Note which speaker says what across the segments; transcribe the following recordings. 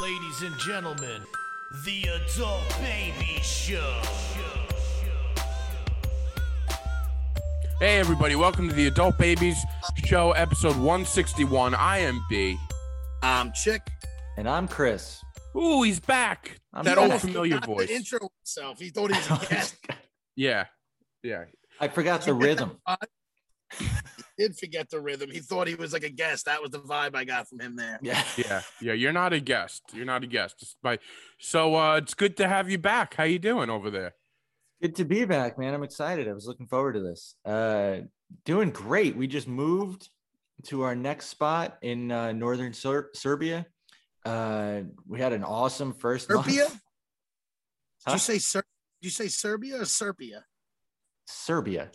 Speaker 1: Ladies and gentlemen, the Adult Baby Show.
Speaker 2: Hey everybody, welcome to the Adult Babies Show, episode 161. I am B.
Speaker 3: Um, Chick,
Speaker 4: And I'm Chris.
Speaker 2: Ooh, he's back.
Speaker 4: I'm
Speaker 2: that
Speaker 4: back.
Speaker 2: old familiar
Speaker 3: got
Speaker 2: voice.
Speaker 3: The intro himself. He thought he was a guest.
Speaker 2: Yeah. Yeah.
Speaker 4: I forgot the rhythm.
Speaker 3: He did forget the rhythm. He thought he was like a guest. That was the vibe I got from him there.
Speaker 4: Yeah.
Speaker 2: Yeah. Yeah. You're not a guest. You're not a guest. Just by so uh it's good to have you back. How you doing over there?
Speaker 4: Good to be back, man. I'm excited. I was looking forward to this. Uh, doing great. We just moved to our next spot in uh, northern Ser- Serbia. Uh, we had an awesome first
Speaker 3: Serbia?
Speaker 4: month.
Speaker 3: Did
Speaker 4: Huh?
Speaker 3: you say Ser- Did you say Serbia or Serbia?
Speaker 4: Serbia.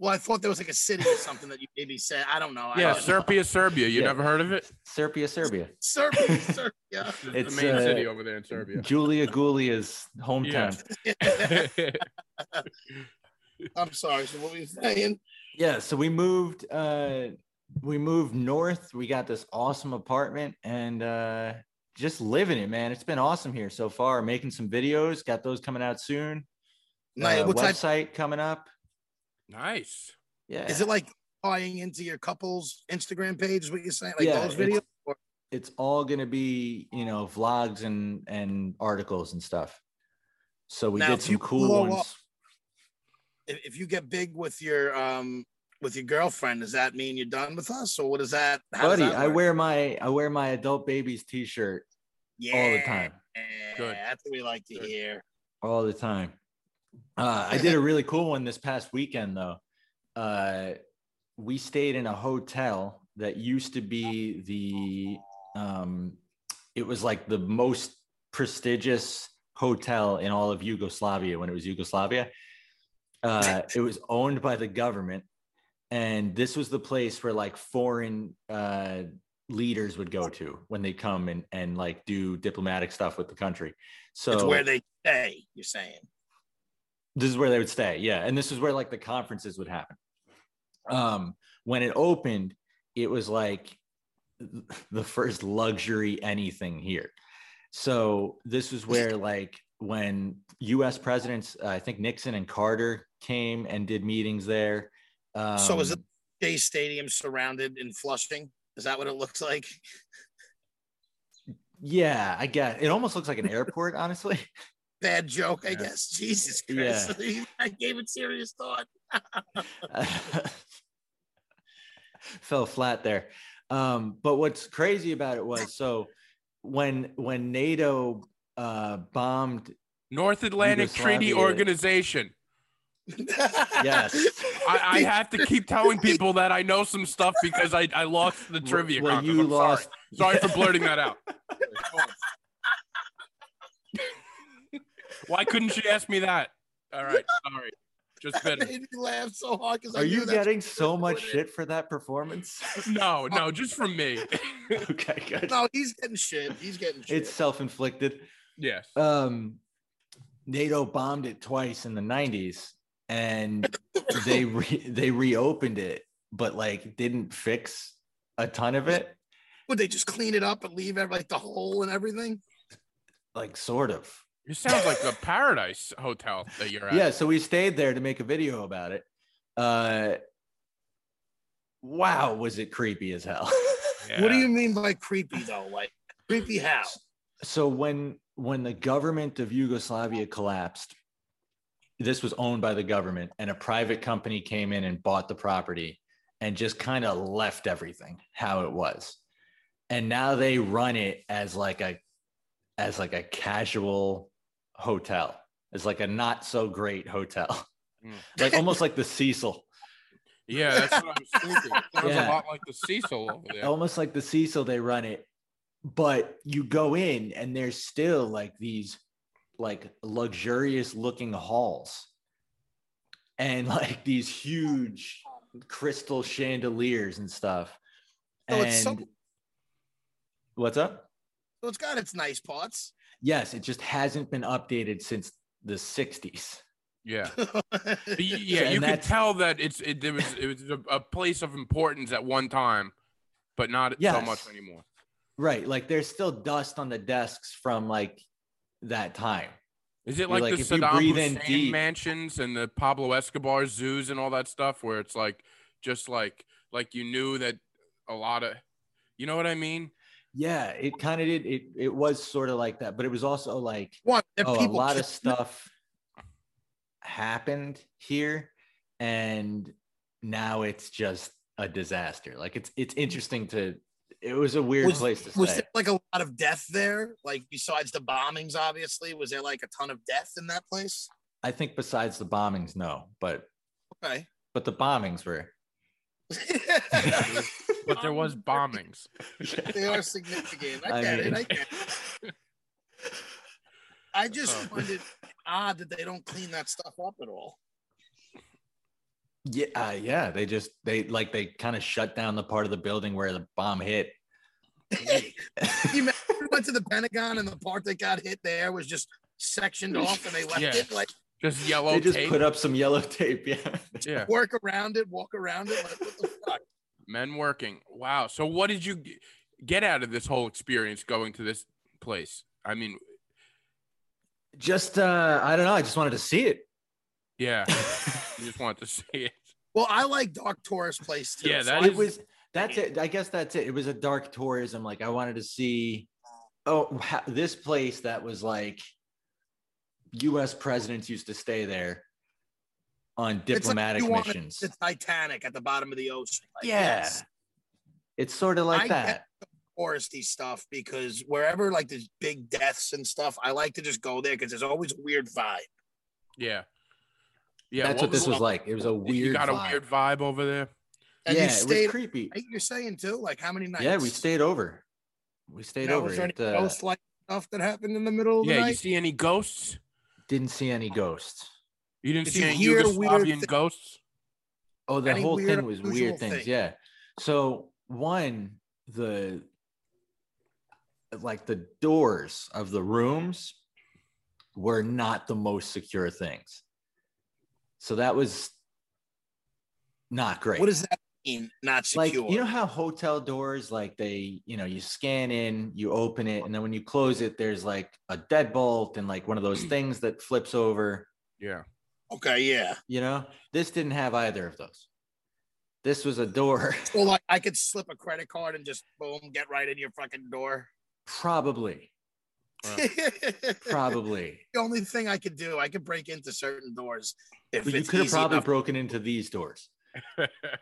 Speaker 3: Well, I thought there was like a city or something that you maybe said. I don't know. I
Speaker 2: Yeah,
Speaker 3: don't know.
Speaker 2: Serbia, Serbia. You
Speaker 4: Yeah.
Speaker 2: never heard of it?
Speaker 4: Serbia, Serbia.
Speaker 3: Serbia, Serbia.
Speaker 2: It's,
Speaker 4: It's,
Speaker 2: the main
Speaker 4: uh,
Speaker 2: city over there in Serbia.
Speaker 4: Julia Gulia's hometown.
Speaker 3: I'm sorry. So what were you saying?
Speaker 4: yeah so we moved uh we moved north we got this awesome apartment and uh just living it man it's been awesome here so far making some videos got those coming out soon
Speaker 3: Like,
Speaker 4: Uh,
Speaker 3: what type?
Speaker 4: website coming up
Speaker 2: nice.
Speaker 4: yeah
Speaker 3: Is it like tying into your couple's Instagram page? Is what you're saying? Like
Speaker 4: Yeah,
Speaker 3: those
Speaker 4: it's-
Speaker 3: videos?
Speaker 4: it's all gonna be you know vlogs and and articles and stuff so we
Speaker 3: Now,
Speaker 4: did
Speaker 3: if
Speaker 4: some
Speaker 3: you
Speaker 4: cool
Speaker 3: blow
Speaker 4: ones
Speaker 3: up- If, if you get big with your um with your girlfriend, does that mean you're done with us, or what is that? how does
Speaker 4: buddy
Speaker 3: that
Speaker 4: i
Speaker 3: work?
Speaker 4: wear my i wear my adult babies t-shirt all the time
Speaker 2: Good.
Speaker 3: That's what we like to
Speaker 2: Good.
Speaker 3: hear.
Speaker 4: all the time. Uh, I did a really cool one this past weekend, though. Uh, we stayed in a hotel that used to be the, um, it was like the most prestigious hotel in all of Yugoslavia when it was Yugoslavia. Uh, it was owned by the government. And this was the place where like foreign uh, leaders would go to when they come and, and like do diplomatic stuff with the country. So
Speaker 3: it's where they stay. You're saying
Speaker 4: this is where they would stay yeah and this is where like the conferences would happen um when it opened it was like th- the first luxury anything here so this is where like when us presidents uh, i think nixon and carter came and did meetings there um,
Speaker 3: So is it- Jay Stadium surrounded in Flushing. Is that what it looks like?
Speaker 4: yeah i guess it almost looks like an airport honestly
Speaker 3: Bad joke, I
Speaker 2: Yeah.
Speaker 3: guess. Jesus Christ, I gave it serious thought.
Speaker 4: fell flat there um but what's crazy about it was so when when nato uh bombed
Speaker 2: North Atlantic Treaty
Speaker 4: Yugoslavia.
Speaker 2: Organization.
Speaker 4: Yes.
Speaker 2: I, I have to keep telling people that I know some stuff because I, I lost the trivia.
Speaker 4: well,
Speaker 2: contest.
Speaker 4: you
Speaker 2: I'm sorry.
Speaker 4: lost
Speaker 2: Sorry for blurting that out. Why couldn't she ask me that? All right, sorry. Just
Speaker 3: That
Speaker 2: better.
Speaker 3: made me laugh so hard because I
Speaker 4: are
Speaker 3: knew
Speaker 4: you
Speaker 3: that's
Speaker 4: getting so much
Speaker 3: doing it.
Speaker 4: shit for that performance
Speaker 2: No, no, just from me.
Speaker 4: okay good
Speaker 3: No, he's getting shit. He's getting shit.
Speaker 4: it's self-inflicted
Speaker 2: Yes.
Speaker 4: um nato bombed it twice in the 90s and they re- they reopened it but like didn't fix a ton of it
Speaker 3: Would they just clean it up and leave every, like the hole and everything?
Speaker 4: like sort of
Speaker 2: It sounds like a paradise hotel that you're at.
Speaker 4: Yeah, so we stayed there to make a video about it. Uh, wow, was it creepy as hell.
Speaker 3: What do
Speaker 2: Yeah.
Speaker 3: you mean by creepy though? Like creepy how?
Speaker 4: so when when the government of Yugoslavia collapsed, this was owned by the government, and a private company came in and bought the property and just kind of left everything how it was. And now they run it as like a as like a casual hotel. It's like a not so great hotel.
Speaker 2: Mm.
Speaker 4: like almost like the Cecil.
Speaker 2: Yeah, that's what I was thinking. It sounds
Speaker 4: Yeah. Oh.
Speaker 2: a lot like the Cecil over there.
Speaker 4: almost like the Cecil they run it, but you go in and there's still like these like luxurious looking halls and like these huge crystal chandeliers and stuff.
Speaker 3: So
Speaker 4: and
Speaker 3: it's so-
Speaker 4: what's up?
Speaker 3: So it's got its nice parts.
Speaker 4: Yes, it just hasn't been updated since the 60s.
Speaker 2: Yeah. But y-
Speaker 3: That's
Speaker 2: yeah,
Speaker 4: and
Speaker 2: you could
Speaker 4: that's-
Speaker 2: tell that it's it, it was it was a, a place of importance at one time, but not so much
Speaker 4: Yes.
Speaker 2: anymore.
Speaker 4: right like there's still dust on the desks from like that time
Speaker 2: Is it
Speaker 4: You're
Speaker 2: like,
Speaker 4: like,
Speaker 2: the
Speaker 4: if you
Speaker 2: Saddam
Speaker 4: breathe in
Speaker 2: Hussein
Speaker 4: deep-
Speaker 2: mansions and the Pablo Escobar zoos and all that stuff, where it's like just like like you knew that a lot of, you know what I mean?
Speaker 4: yeah it kind of did it it was sort of like that but it was also like
Speaker 3: One, and
Speaker 4: oh, a
Speaker 3: people
Speaker 4: lot of
Speaker 3: kill-
Speaker 4: stuff happened here and now it's just a disaster like it's it's interesting to it was a weird
Speaker 3: Was-
Speaker 4: place to
Speaker 3: Was
Speaker 4: stay
Speaker 3: there like a lot of death there? Like besides the bombings, obviously, was there like a ton of death in that place?
Speaker 4: i think besides the bombings no but
Speaker 3: Okay.
Speaker 4: but the bombings were
Speaker 2: But there
Speaker 3: Um,
Speaker 2: was bombings.
Speaker 3: they are significant. I
Speaker 4: I
Speaker 3: get
Speaker 4: mean-
Speaker 3: it. I get it. I just
Speaker 2: Oh.
Speaker 3: find it odd that they don't clean that stuff up at all.
Speaker 4: yeah uh, yeah they just they like they kind of shut down the part of the building where the bomb hit
Speaker 3: you remember we went to the Pentagon and the part that got hit there was just sectioned off and they left
Speaker 2: Yeah.
Speaker 3: it like
Speaker 2: Just yellow
Speaker 4: they just
Speaker 2: tape.
Speaker 4: put up some yellow tape yeah
Speaker 2: yeah.
Speaker 3: work around it, walk around it. Like, what the fuck?
Speaker 2: Men working. Wow. So what did you g- get out of this whole experience going to this place? I mean,
Speaker 4: just uh i don't know i just wanted to see it
Speaker 2: yeah, you just want to see it.
Speaker 3: Well, I like dark tourist place too.
Speaker 2: Yeah,
Speaker 3: so
Speaker 2: that
Speaker 3: I
Speaker 4: it
Speaker 2: is-
Speaker 4: was that's it i guess that's it it was a dark tourism like i wanted to see oh ha- this place that was like us presidents used to stay there on
Speaker 3: like
Speaker 4: diplomatic
Speaker 3: you wanna-
Speaker 4: missions
Speaker 3: the Titanic at the bottom of the ocean. Like,
Speaker 4: yeah
Speaker 3: yes,
Speaker 4: it's sort of like
Speaker 3: I get-
Speaker 4: that
Speaker 3: touristy stuff because wherever like there's big deaths and stuff, I like to just go there because there's always a weird vibe.
Speaker 2: Yeah, yeah.
Speaker 4: that's what this was like it was a weird
Speaker 2: You got
Speaker 4: vibe.
Speaker 2: a weird vibe over there.
Speaker 3: And
Speaker 4: yeah
Speaker 3: you
Speaker 4: it
Speaker 3: stayed
Speaker 4: was creepy
Speaker 3: right? You're saying too? Like how many nights?
Speaker 4: yeah we stayed over we stayed
Speaker 3: Now,
Speaker 4: over
Speaker 3: Was there any
Speaker 4: It, uh,
Speaker 3: ghost like stuff that happened in the middle of the
Speaker 2: Yeah. You
Speaker 3: night?
Speaker 2: see any ghosts?
Speaker 4: didn't see any ghosts
Speaker 2: You didn't
Speaker 3: Did
Speaker 2: see
Speaker 3: you
Speaker 2: any
Speaker 3: hear weird
Speaker 2: Yugoslavian
Speaker 3: thi-
Speaker 2: ghosts?
Speaker 4: Oh, the
Speaker 3: Any
Speaker 4: whole
Speaker 3: weird,
Speaker 4: thing was
Speaker 3: unusual
Speaker 4: weird things.
Speaker 3: thing?
Speaker 4: Yeah. So one, the like the doors of the rooms were not the most secure things. So that was not great.
Speaker 3: What does that mean? Not
Speaker 4: like
Speaker 3: secure.
Speaker 4: you know how hotel doors like they you know you scan in you open it and then when you close it there's like a deadbolt and like one of those things that flips over
Speaker 2: Yeah.
Speaker 3: okay, yeah.
Speaker 4: you know this didn't have either of those this was a door
Speaker 3: Well, like I could slip a credit card and just boom, get right in your fucking door.
Speaker 4: Probably,
Speaker 2: Wow.
Speaker 3: the
Speaker 4: probably.
Speaker 3: only thing I could do, I could break into certain doors if
Speaker 4: but you
Speaker 3: it's
Speaker 4: could have
Speaker 3: easy
Speaker 4: probably
Speaker 3: enough.
Speaker 4: broken into these doors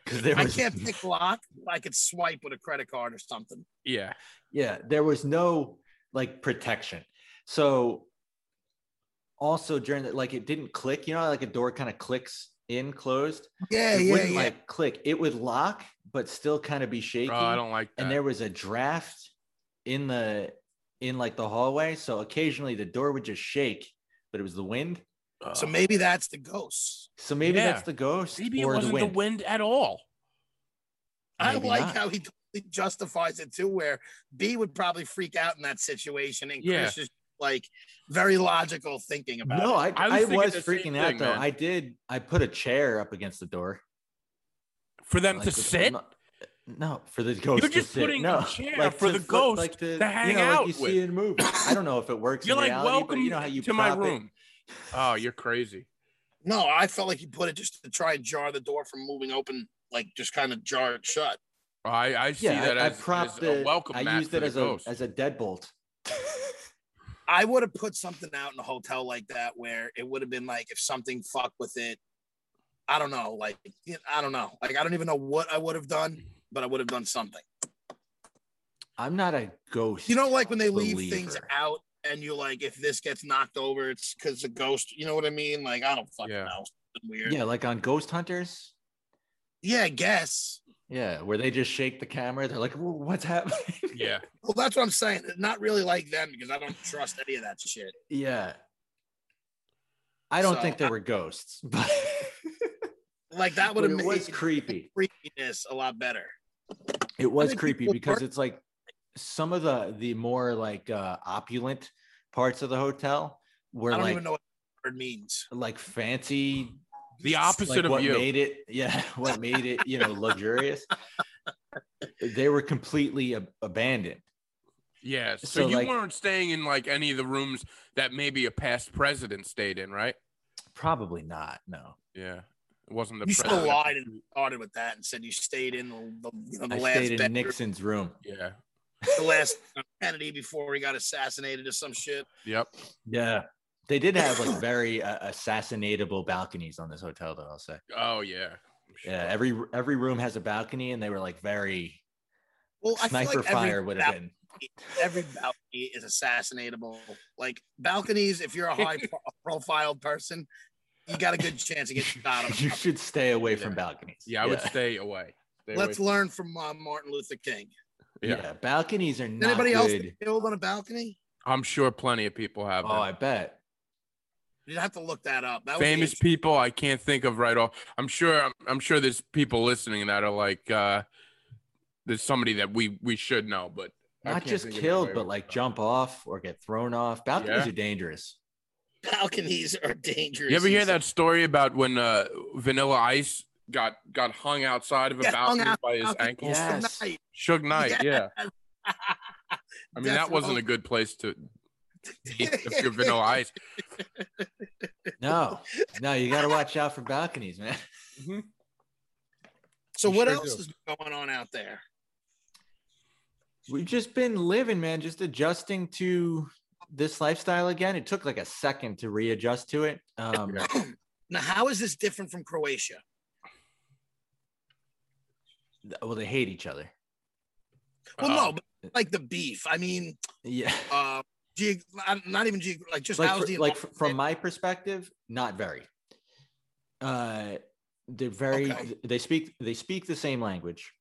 Speaker 4: because there
Speaker 3: I
Speaker 4: was
Speaker 3: can't pick lock. but I could swipe with a credit card or something.
Speaker 2: yeah.
Speaker 4: yeah, there was no like protection. So also during that, like it didn't click. You know, how, like a door kind of clicks in closed.
Speaker 3: Yeah,
Speaker 4: it wouldn't like click. It would lock, but still kind of be shaky.
Speaker 2: Oh, I don't like that.
Speaker 4: and there was a draft in the in like the hallway. So occasionally the door would just shake, but it was the wind.
Speaker 3: so maybe that's the ghost.
Speaker 4: So maybe
Speaker 2: Yeah.
Speaker 4: that's the ghost
Speaker 2: Maybe it
Speaker 4: or
Speaker 2: wasn't
Speaker 4: the wind.
Speaker 2: at all.
Speaker 3: I
Speaker 4: Maybe
Speaker 3: like
Speaker 4: not.
Speaker 3: how he totally justifies it too, where B would probably freak out in that situation, and
Speaker 2: Yeah.
Speaker 3: Chris is like very logical thinking about
Speaker 4: No,
Speaker 3: it.
Speaker 4: I,
Speaker 2: I was
Speaker 4: I
Speaker 2: thinking
Speaker 4: was
Speaker 2: the same
Speaker 4: freaking out
Speaker 2: thing,
Speaker 4: though.
Speaker 2: man.
Speaker 4: I did. I put a chair up against the door.
Speaker 2: For them
Speaker 4: like,
Speaker 2: to
Speaker 4: with-
Speaker 2: sit?
Speaker 4: no- No, for the ghost. to
Speaker 2: just
Speaker 4: sit.
Speaker 2: putting a
Speaker 4: no,
Speaker 2: chair
Speaker 4: like
Speaker 2: for
Speaker 4: to
Speaker 2: the
Speaker 4: flip-
Speaker 2: ghost
Speaker 4: the-
Speaker 2: to
Speaker 4: you know,
Speaker 2: hang
Speaker 4: like
Speaker 2: out
Speaker 4: you
Speaker 2: with.
Speaker 4: See in movies. I don't know if it works.
Speaker 2: You're
Speaker 4: in
Speaker 2: like,
Speaker 4: reality, but
Speaker 2: welcome
Speaker 4: you know how you
Speaker 2: to my
Speaker 4: prop it-
Speaker 2: room. Oh, you're crazy.
Speaker 3: No, I felt like he put it just to try and jar the door from moving open, like just kind of jar it shut.
Speaker 2: I, Oh, I see
Speaker 4: Yeah,
Speaker 2: that
Speaker 4: I,
Speaker 2: as,
Speaker 4: I propped
Speaker 2: as
Speaker 4: it.
Speaker 2: a welcome
Speaker 4: I
Speaker 2: mat
Speaker 4: used
Speaker 2: for
Speaker 4: it
Speaker 2: the
Speaker 4: as a
Speaker 2: ghost.
Speaker 4: as a deadbolt.
Speaker 3: I would have put something out in a hotel like that where it would have been like if something fucked with it. I don't know, like I don't know, like I don't even know what I would have done, but I would have done something.
Speaker 4: I'm not a ghost.
Speaker 3: You know, like when they leave things
Speaker 4: Believer.
Speaker 3: out and you're like, if this gets knocked over, it's because the ghost. You know what I mean? Like I don't fucking
Speaker 2: Yeah.
Speaker 3: know. Something Weird.
Speaker 4: Yeah, like on Ghost Hunters.
Speaker 3: Yeah, I guess.
Speaker 4: Yeah, where they just shake the camera. They're like, "Whoa, "What's happening?"
Speaker 2: yeah.
Speaker 3: Well, that's what I'm saying. Not really like them because I don't trust any of that shit.
Speaker 4: yeah. I don't
Speaker 3: So,
Speaker 4: think there were ghosts, but.
Speaker 3: Like that would
Speaker 4: But
Speaker 3: have
Speaker 4: it was
Speaker 3: made
Speaker 4: creepy.
Speaker 3: creepiness a lot better.
Speaker 4: It was
Speaker 3: think
Speaker 4: creepy
Speaker 3: people
Speaker 4: because
Speaker 3: work-
Speaker 4: it's like some of the the more like uh, opulent parts of the hotel were
Speaker 3: I don't
Speaker 4: like
Speaker 3: even know what that word means.
Speaker 4: like fancy.
Speaker 2: The opposite
Speaker 4: like
Speaker 2: of
Speaker 4: what
Speaker 2: you.
Speaker 4: made it, yeah, what made it, you know, luxurious. they were completely ab- abandoned.
Speaker 2: Yeah. So,
Speaker 4: So,
Speaker 2: you
Speaker 4: like-
Speaker 2: weren't staying in like any of the rooms that maybe a past president stayed in, right?
Speaker 4: Probably not. No.
Speaker 2: Yeah. It wasn't the
Speaker 3: You still
Speaker 2: president.
Speaker 3: lied and started with that and said you stayed in the, the, you know, the
Speaker 4: I
Speaker 3: last
Speaker 4: stayed in
Speaker 3: bedroom,
Speaker 4: Nixon's room.
Speaker 2: Yeah.
Speaker 3: the last Kennedy before he got assassinated or some shit.
Speaker 2: Yep.
Speaker 4: Yeah. They did have like very uh, assassinatable balconies on this hotel, though. I'll say.
Speaker 2: Oh yeah. I'm sure.
Speaker 4: Yeah. Every every room has a balcony, and they were like very
Speaker 3: Well, I
Speaker 4: sniper
Speaker 3: feel like
Speaker 4: fire
Speaker 3: every,
Speaker 4: would have been.
Speaker 3: bal- every balcony is assassinatable. Like balconies, if you're a high pro- profile person, you got a good chance of getting shot. On a
Speaker 4: you should stay away from
Speaker 2: Yeah.
Speaker 4: balconies.
Speaker 2: Yeah, I would stay away. Stay away.
Speaker 3: Let's learn from uh, Martin Luther King.
Speaker 2: yeah.
Speaker 4: yeah. Balconies are
Speaker 3: Did
Speaker 4: not
Speaker 3: anybody else
Speaker 4: good.
Speaker 3: get killed on a balcony?
Speaker 2: I'm sure plenty of people have.
Speaker 4: Oh,
Speaker 2: them.
Speaker 4: I bet.
Speaker 3: You'd have to look that up. That would be
Speaker 2: famous
Speaker 3: interesting.
Speaker 2: people I can't think of right off. I'm sure I'm, I'm sure there's people listening that are like uh there's somebody that we we should know, but I
Speaker 4: Not
Speaker 2: can't
Speaker 4: just
Speaker 2: think of
Speaker 4: killed,
Speaker 2: anybody
Speaker 4: but
Speaker 2: right
Speaker 4: like
Speaker 2: now.
Speaker 4: jump off or get thrown off. Balconies
Speaker 2: Yeah.
Speaker 4: are dangerous.
Speaker 3: balconies are dangerous.
Speaker 2: You ever hear
Speaker 3: He's-
Speaker 2: that story about when uh Vanilla Ice got got hung outside of a
Speaker 3: Yeah, hung
Speaker 2: balcony
Speaker 3: out-
Speaker 2: by his
Speaker 3: out-
Speaker 2: ankles?
Speaker 4: Yeah.
Speaker 2: Yeah.
Speaker 4: Yes.
Speaker 3: Tonight.
Speaker 2: Suge Knight, yeah. I mean that
Speaker 3: Death
Speaker 2: wasn't
Speaker 3: Row.
Speaker 2: a good place to if you're Vanilla Ice.
Speaker 4: No, no, you got to watch out for balconies, man.
Speaker 3: So
Speaker 2: You
Speaker 3: what
Speaker 2: sure
Speaker 3: else
Speaker 2: do.
Speaker 3: is going on out there?
Speaker 4: We've just been living, man, just adjusting to this lifestyle again. It took like a second to readjust to it. Um,
Speaker 2: Yeah.
Speaker 3: Now, how is this different from Croatia?
Speaker 4: th- Well, they hate each other.
Speaker 3: Well,
Speaker 2: Uh,
Speaker 3: no, but like the beef. I mean,
Speaker 4: Yeah.
Speaker 3: uh, geog- not even geog- like just how's
Speaker 4: like,
Speaker 3: the
Speaker 4: fr- like fr- from my perspective, not very. Uh, they're very.
Speaker 3: Okay.
Speaker 4: They speak. They speak the same language.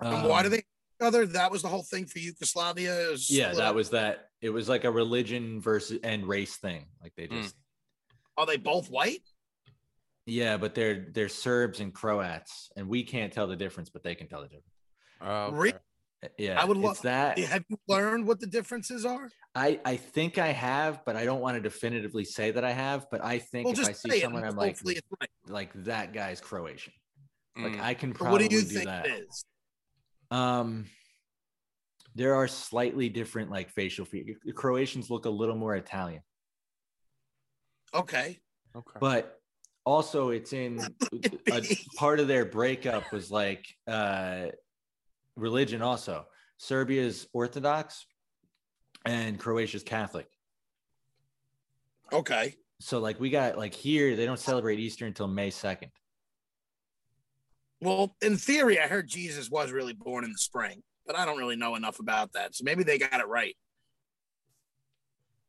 Speaker 3: and why do
Speaker 4: Um,
Speaker 3: they other? That was the whole thing for Yugoslavia. is uh,
Speaker 4: Yeah,
Speaker 3: split
Speaker 4: that
Speaker 3: up.
Speaker 4: was that. It was like a religion versus and race thing. Like they
Speaker 3: Hmm.
Speaker 2: Mm.
Speaker 4: just.
Speaker 3: Are they both white?
Speaker 4: Yeah, but they're they're Serbs and Croats, and we can't tell the difference, but they can tell the difference.
Speaker 2: oh, okay.
Speaker 3: Rick-
Speaker 4: Uh, Yeah,
Speaker 3: I would love-
Speaker 4: it's that.
Speaker 3: Have you learned what the differences are?
Speaker 4: I I think I have, but I don't want to definitively say that I have. But I think
Speaker 3: Well,
Speaker 4: if
Speaker 3: just
Speaker 4: I
Speaker 3: say
Speaker 4: see
Speaker 3: it.
Speaker 4: someone,
Speaker 3: and
Speaker 4: I'm like,
Speaker 3: hopefully it's right.
Speaker 4: like that guy's Croatian. Like
Speaker 2: Mm.
Speaker 4: I can
Speaker 3: But
Speaker 4: probably
Speaker 3: what do you
Speaker 4: do
Speaker 3: think
Speaker 4: that.
Speaker 3: it is?
Speaker 4: Um, there are slightly different like facial features. Croatians look a little more Italian,
Speaker 3: Okay.
Speaker 2: okay.
Speaker 4: but also it's in a, part of their breakup was like uh, religion. Also, Serbia's Orthodox and Croatia's Catholic.
Speaker 3: Okay.
Speaker 4: So like we got like here they don't celebrate Easter until May second.
Speaker 3: Well, in theory, I heard Jesus was really born in the spring, but I don't really know enough about that. So maybe they got it right.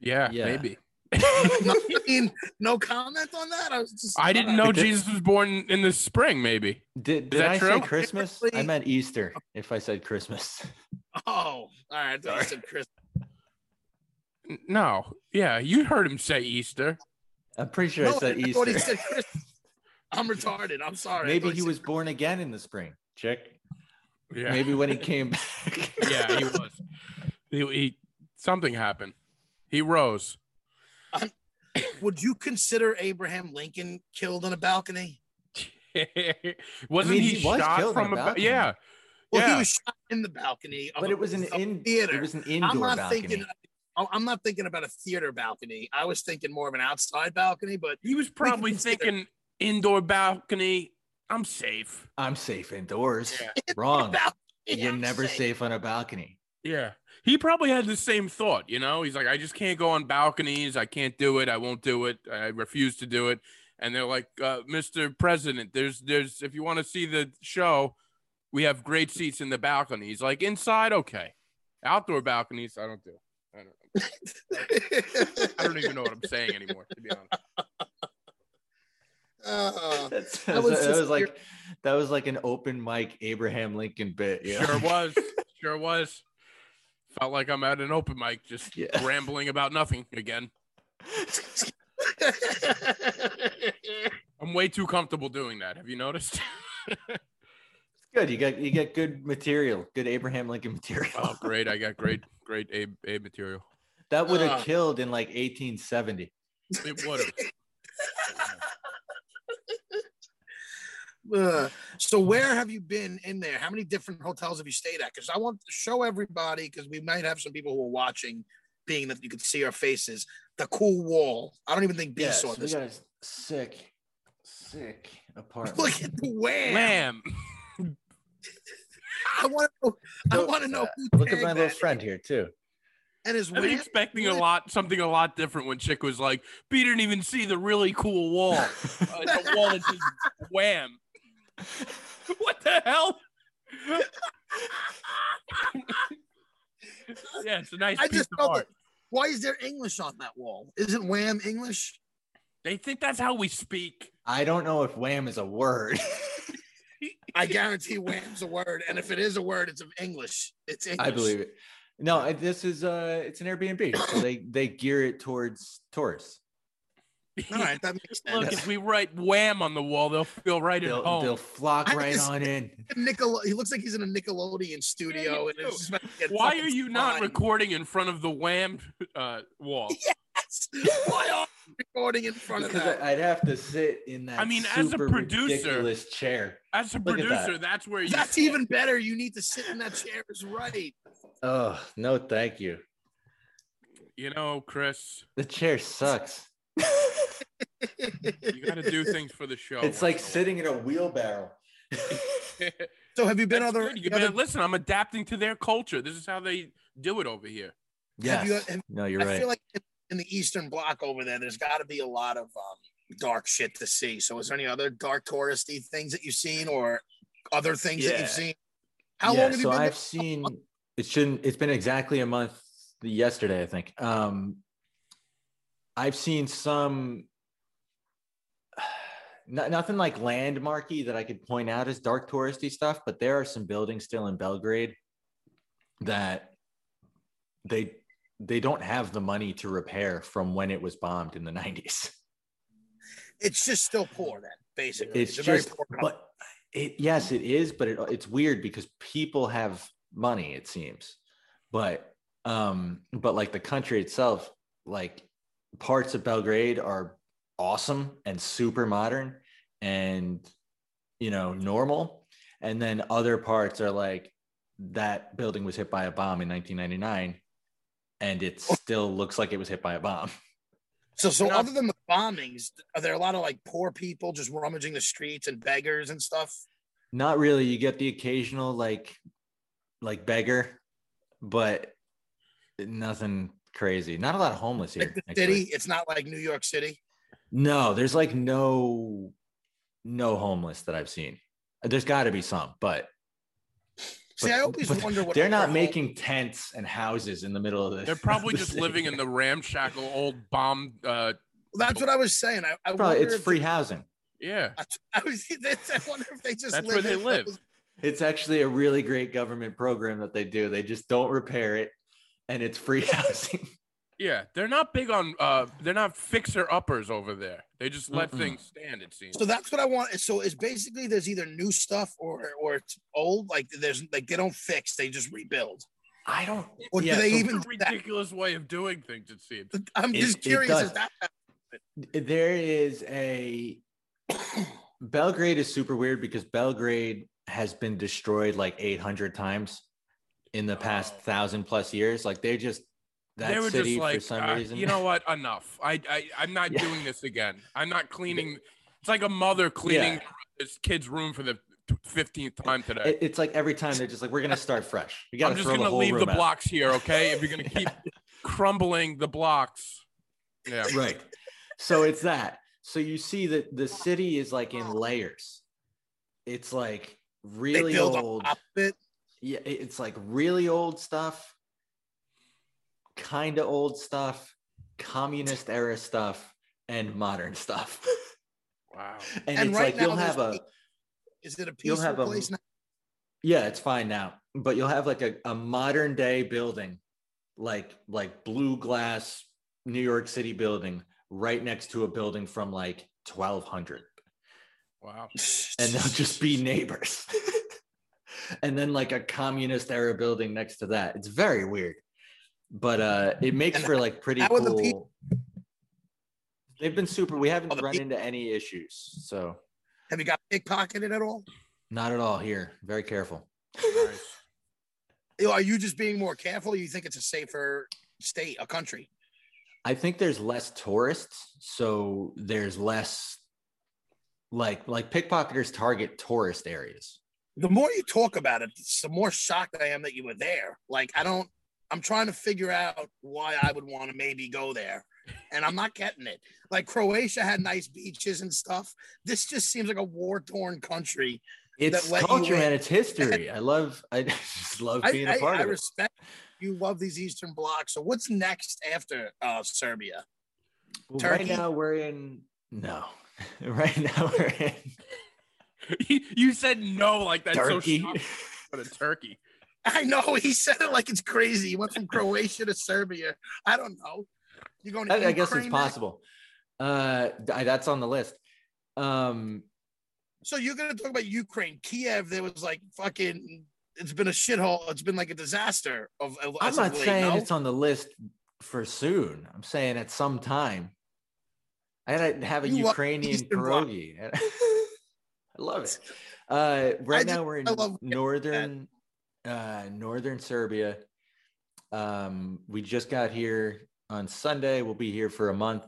Speaker 2: yeah,
Speaker 4: yeah.
Speaker 2: maybe.
Speaker 3: no, I mean, no comment on that. I was just
Speaker 2: I didn't know
Speaker 4: But thi-
Speaker 2: Jesus was born in the spring, maybe.
Speaker 4: Did,
Speaker 2: Is
Speaker 4: did
Speaker 2: that
Speaker 4: I say
Speaker 2: true?
Speaker 4: Christmas? I
Speaker 3: Technically-
Speaker 4: meant Easter. If I said Christmas,
Speaker 3: Oh, all right. I thought you
Speaker 4: Sorry.
Speaker 3: said Chris.
Speaker 2: N- No. Yeah, you heard him say Easter.
Speaker 4: I'm pretty sure
Speaker 3: No,
Speaker 4: I
Speaker 3: I
Speaker 4: said
Speaker 3: thought he
Speaker 4: Easter.
Speaker 3: said Chris. I'm retarded. I'm sorry. I
Speaker 4: Maybe
Speaker 3: thought
Speaker 4: he
Speaker 3: said-
Speaker 4: was born again in the spring. Check.
Speaker 2: Yeah.
Speaker 4: Maybe when he came back.
Speaker 2: Yeah, he was. He, he something happened. He rose.
Speaker 3: Would you consider Abraham Lincoln killed on a balcony?
Speaker 2: Wasn't
Speaker 4: mean,
Speaker 2: he,
Speaker 4: he was
Speaker 2: shot
Speaker 4: killed on
Speaker 2: from
Speaker 4: a
Speaker 2: a ba-
Speaker 4: balcony.
Speaker 2: yeah?
Speaker 3: Well,
Speaker 2: yeah.
Speaker 3: he was shot in the balcony. of
Speaker 4: but
Speaker 3: a-
Speaker 4: it was an
Speaker 3: of a
Speaker 4: in.
Speaker 3: theater.
Speaker 4: It was an
Speaker 3: I'm
Speaker 4: indoor
Speaker 3: not
Speaker 4: balcony.
Speaker 3: thinking. I- I'm not thinking about a theater balcony. I was thinking more of an outside balcony, but
Speaker 2: He was probably
Speaker 3: consider-
Speaker 2: thinking indoor balcony. I'm safe.
Speaker 4: I'm safe indoors.
Speaker 2: Yeah.
Speaker 4: Wrong.
Speaker 3: balcony,
Speaker 4: You're
Speaker 3: I'm
Speaker 4: never
Speaker 3: saying.
Speaker 4: safe on a balcony.
Speaker 2: Yeah. He probably had the same thought, you know? He's like, I just can't go on balconies. I can't do it. I won't do it. I refuse to do it. And they're like, uh, Mr. President, there's, there's, if you want to see the show, we have great seats in the balcony. He's like, inside, okay. Outdoor balconies, I don't do. I don't, I don't even know what I'm saying anymore, to be honest.
Speaker 3: Uh,
Speaker 4: That's,
Speaker 3: That was
Speaker 4: that
Speaker 3: just
Speaker 4: was like that was like an open mic Abraham Lincoln bit. Yeah.
Speaker 2: Sure was. Sure was. Felt like I'm at an open mic, just
Speaker 4: Yeah.
Speaker 2: rambling about nothing again.
Speaker 3: Oh.
Speaker 2: I'm way too comfortable doing that. Have you noticed?
Speaker 4: Good. You got you got good material. Good Abraham Lincoln material.
Speaker 2: oh, great! I got great, great Abe, Abe material.
Speaker 4: That would
Speaker 2: Uh.
Speaker 4: have
Speaker 3: Ah.
Speaker 4: killed in like 1870.
Speaker 2: It would have.
Speaker 3: Ugh. so where have you been in there? How many different hotels have you stayed at? Because I want to show everybody, because we might have some people who are watching, being that you can see our faces, the cool wall. I don't even think B
Speaker 4: Yeah,
Speaker 3: saw
Speaker 4: so we
Speaker 3: this.
Speaker 4: got a sick, sick apartment.
Speaker 3: Look at the wham.
Speaker 2: Lamb.
Speaker 3: I want to know, I
Speaker 4: Look-
Speaker 3: want to know who
Speaker 4: Look at
Speaker 3: tagged
Speaker 4: my little
Speaker 3: that
Speaker 4: friend here too.
Speaker 3: and his
Speaker 2: I was
Speaker 3: wham.
Speaker 2: expecting a
Speaker 3: Wham.
Speaker 2: lot, something a lot different when Chick was like, "B didn't even see the really cool wall. Uh, it's a wall that says wham." what the hell? yeah, it's a nice
Speaker 3: I
Speaker 2: piece
Speaker 3: just
Speaker 2: of
Speaker 3: felt
Speaker 2: art.
Speaker 3: that, why is there English on that wall? Isn't wham English?
Speaker 2: They think that's how we speak.
Speaker 4: I don't know if wham is a word.
Speaker 3: I guarantee wham's a word, and if it is a word, it's of English. It's English.
Speaker 4: I believe it. No, I, this is uh it's an Airbnb. So they they gear it towards tourists.
Speaker 3: All right, that makes
Speaker 2: Look,
Speaker 3: sense.
Speaker 2: if we write wham on the wall, they'll feel right
Speaker 4: They'll,
Speaker 2: at home.
Speaker 4: they'll flock
Speaker 3: I
Speaker 4: right
Speaker 3: just-
Speaker 4: on in.
Speaker 3: Nickel, he looks like he's in a Nickelodeon studio.
Speaker 2: you
Speaker 3: and it's
Speaker 2: do.
Speaker 3: just about to get
Speaker 2: Why
Speaker 3: fucking
Speaker 2: are you not
Speaker 3: slime.
Speaker 2: recording in front of the wham uh, wall?
Speaker 3: Why are you recording in front of
Speaker 4: Because
Speaker 3: that?
Speaker 4: I- I'd have to sit in that
Speaker 2: I mean, as a
Speaker 4: super
Speaker 2: producer-
Speaker 4: ridiculous chair.
Speaker 2: As a
Speaker 4: Look at that.
Speaker 2: producer, that's where you.
Speaker 3: That's even better. You need to sit in that chair, is right.
Speaker 4: Oh no, thank you.
Speaker 2: You know, Chris,
Speaker 4: The chair sucks.
Speaker 2: you got to do things for the show.
Speaker 4: it's like sitting in a wheelbarrow.
Speaker 2: sitting.
Speaker 3: So, have you been
Speaker 2: That's
Speaker 3: other?
Speaker 2: good. You
Speaker 3: other-
Speaker 2: gotta listen, I'm adapting to their culture. This is how they do it over here.
Speaker 4: Yes.
Speaker 3: you- have-
Speaker 4: no, you're
Speaker 3: I
Speaker 4: right.
Speaker 3: feel like in- in the Eastern Bloc over there, there's got to be a lot of um, dark shit to see. So, is there any other dark touristy things that you've seen, or other things that
Speaker 4: Yeah.
Speaker 3: you've seen? How
Speaker 4: yeah,
Speaker 3: long have
Speaker 4: so
Speaker 3: you been?
Speaker 4: I've
Speaker 3: there?
Speaker 4: seen it shouldn't it's been exactly a month yesterday, I think. Um I've seen some no- nothing like landmarky that I could point out as dark touristy stuff, but there are some buildings still in Belgrade that they they don't have the money to repair from when it was bombed in the 90s.
Speaker 3: It's just still poor, then. Basically,
Speaker 4: It's
Speaker 3: a very
Speaker 4: just
Speaker 3: poor country.
Speaker 4: but it yes it is but it, it's weird because people have money it seems but um but like the country itself like parts of belgrade are awesome and super modern and you know normal and then other parts are like that building was hit by a bomb in 1999 and it
Speaker 3: Oh.
Speaker 4: still looks like it was hit by a bomb
Speaker 3: So, so
Speaker 2: You know-
Speaker 3: other than the bombings, are there a lot of like poor people just rummaging the streets and beggars and stuff?
Speaker 4: Not really. You get the occasional like like beggar, but nothing crazy. Not a lot of homeless here.
Speaker 3: Like the
Speaker 4: actually.
Speaker 3: city, it's not like New York City.
Speaker 4: No, there's like no no homeless that I've seen. There's got to be some, but
Speaker 3: See,
Speaker 4: but-
Speaker 3: I always
Speaker 4: but
Speaker 3: wonder what
Speaker 4: they're not
Speaker 3: home-
Speaker 4: making tents and houses in the middle of this.
Speaker 2: They're probably just living in the ramshackle old bomb. Uh,
Speaker 3: That's what I was saying. I, I
Speaker 4: Probably,
Speaker 3: wonder
Speaker 4: it's
Speaker 3: if-
Speaker 4: free housing.
Speaker 2: yeah,
Speaker 3: I, was, I wonder if they just
Speaker 2: that's
Speaker 3: live
Speaker 2: where they
Speaker 3: in
Speaker 2: live.
Speaker 3: those-
Speaker 4: It's actually a really great government program that they do. They just don't repair it, and it's free housing.
Speaker 2: Yeah, they're not big on. Uh, they're not fixer uppers over there. They just let
Speaker 4: Mm-mm.
Speaker 2: things stand. It seems.
Speaker 3: So that's what I want. So it's basically there's either new stuff or or it's old. Like there's like they don't fix, they just rebuild.
Speaker 4: I don't.
Speaker 3: Or do
Speaker 4: yeah,
Speaker 3: they
Speaker 4: so-
Speaker 2: It's
Speaker 3: even
Speaker 2: a
Speaker 3: do that?
Speaker 2: ridiculous way of doing things. It seems.
Speaker 3: I'm
Speaker 4: It-
Speaker 3: just
Speaker 4: it
Speaker 3: curious.
Speaker 4: does.
Speaker 3: Is that
Speaker 4: there is a Belgrade is super weird because Belgrade has been destroyed like 800 times in the past
Speaker 2: Oh.
Speaker 4: thousand plus years. Like they just that
Speaker 2: they were
Speaker 4: city
Speaker 2: just like,
Speaker 4: for some
Speaker 2: uh,
Speaker 4: reason.
Speaker 2: you know what? Enough. I, I I'm not
Speaker 4: Yeah.
Speaker 2: doing this again. I'm not cleaning. It's like a mother cleaning his kid's room for the fifteenth time today.
Speaker 4: It- it's like every time they're just like, we're gonna start fresh. We gotta
Speaker 2: I'm just
Speaker 4: throw
Speaker 2: gonna
Speaker 4: the whole
Speaker 2: leave the
Speaker 4: room out.
Speaker 2: blocks here, okay? If you're gonna keep crumbling the blocks, yeah.
Speaker 4: right so it's that so you see that the city is like in layers it's like really
Speaker 3: build on
Speaker 4: old
Speaker 3: top of it?
Speaker 4: yeah it- it's like really old stuff kind of old stuff communist era stuff and modern stuff
Speaker 2: Wow.
Speaker 4: and,
Speaker 3: And
Speaker 4: it's
Speaker 3: right
Speaker 4: like you'll
Speaker 3: now
Speaker 4: have
Speaker 3: there's
Speaker 4: a
Speaker 3: is it a
Speaker 4: You'll
Speaker 3: peaceful
Speaker 4: have a-
Speaker 3: place now?
Speaker 4: yeah it's fine now but you'll have like a, a modern day building like like blue glass new york city building right next to a building from like 1200
Speaker 2: Wow.
Speaker 4: and they'll just be neighbors. and then like a communist era building next to that. It's very weird. But uh it makes
Speaker 3: And
Speaker 4: for like pretty
Speaker 3: how are the
Speaker 4: cool.
Speaker 3: peo-
Speaker 4: They've been super. We haven't
Speaker 3: Are the
Speaker 4: run
Speaker 3: peo-
Speaker 4: into any issues. So
Speaker 3: Have you got pickpocketed at all?
Speaker 4: Not at all here. Very careful.
Speaker 2: Nice.
Speaker 3: You know, Are you just being more careful? Or you think it's a safer state, a country?
Speaker 4: I think there's less tourists, so there's less like like pickpocketers target tourist areas.
Speaker 3: The more you talk about it, it's the more shocked I am that you were there. Like I don't. I'm trying to figure out why I would want to maybe go there, and I'm not getting it. Like Croatia had nice beaches and stuff. This just seems like a war torn country.
Speaker 4: It's
Speaker 3: let you
Speaker 4: culture,
Speaker 3: in.
Speaker 4: man. It's history. I love. I just love
Speaker 3: I,
Speaker 4: being a
Speaker 3: I-
Speaker 4: part
Speaker 3: I
Speaker 4: of it.
Speaker 3: respect you love these Eastern blocs. So what's next after uh, Serbia?
Speaker 4: Well,
Speaker 3: Turkey.
Speaker 4: Right now we're in. No. right now we're in
Speaker 2: you said no like that's
Speaker 4: Turkey.
Speaker 2: so shocking. But a turkey.
Speaker 3: I know he said it like it's crazy. He went from Croatia to Serbia. I don't know. You're going to
Speaker 4: I, I guess it's
Speaker 3: Ukraine next?
Speaker 4: possible. Uh, th- that's on the list. Um,
Speaker 3: So you're going to talk about Ukraine, Kiev. There was like fucking. It's been a shithole. It's been like a disaster. Of, of
Speaker 4: I'm
Speaker 3: as of
Speaker 4: not
Speaker 3: late,
Speaker 4: saying
Speaker 3: no?
Speaker 4: it's on the list for soon. I'm saying at some time. I gotta have a
Speaker 3: You love
Speaker 4: Ukrainian
Speaker 3: Eastern Bloc.
Speaker 4: pierogi. I love it. Uh, right
Speaker 3: I
Speaker 4: now
Speaker 3: just-
Speaker 4: we're in
Speaker 3: I love that.
Speaker 4: northern uh, northern Serbia. Um, we just got here on Sunday. We'll be here for a month,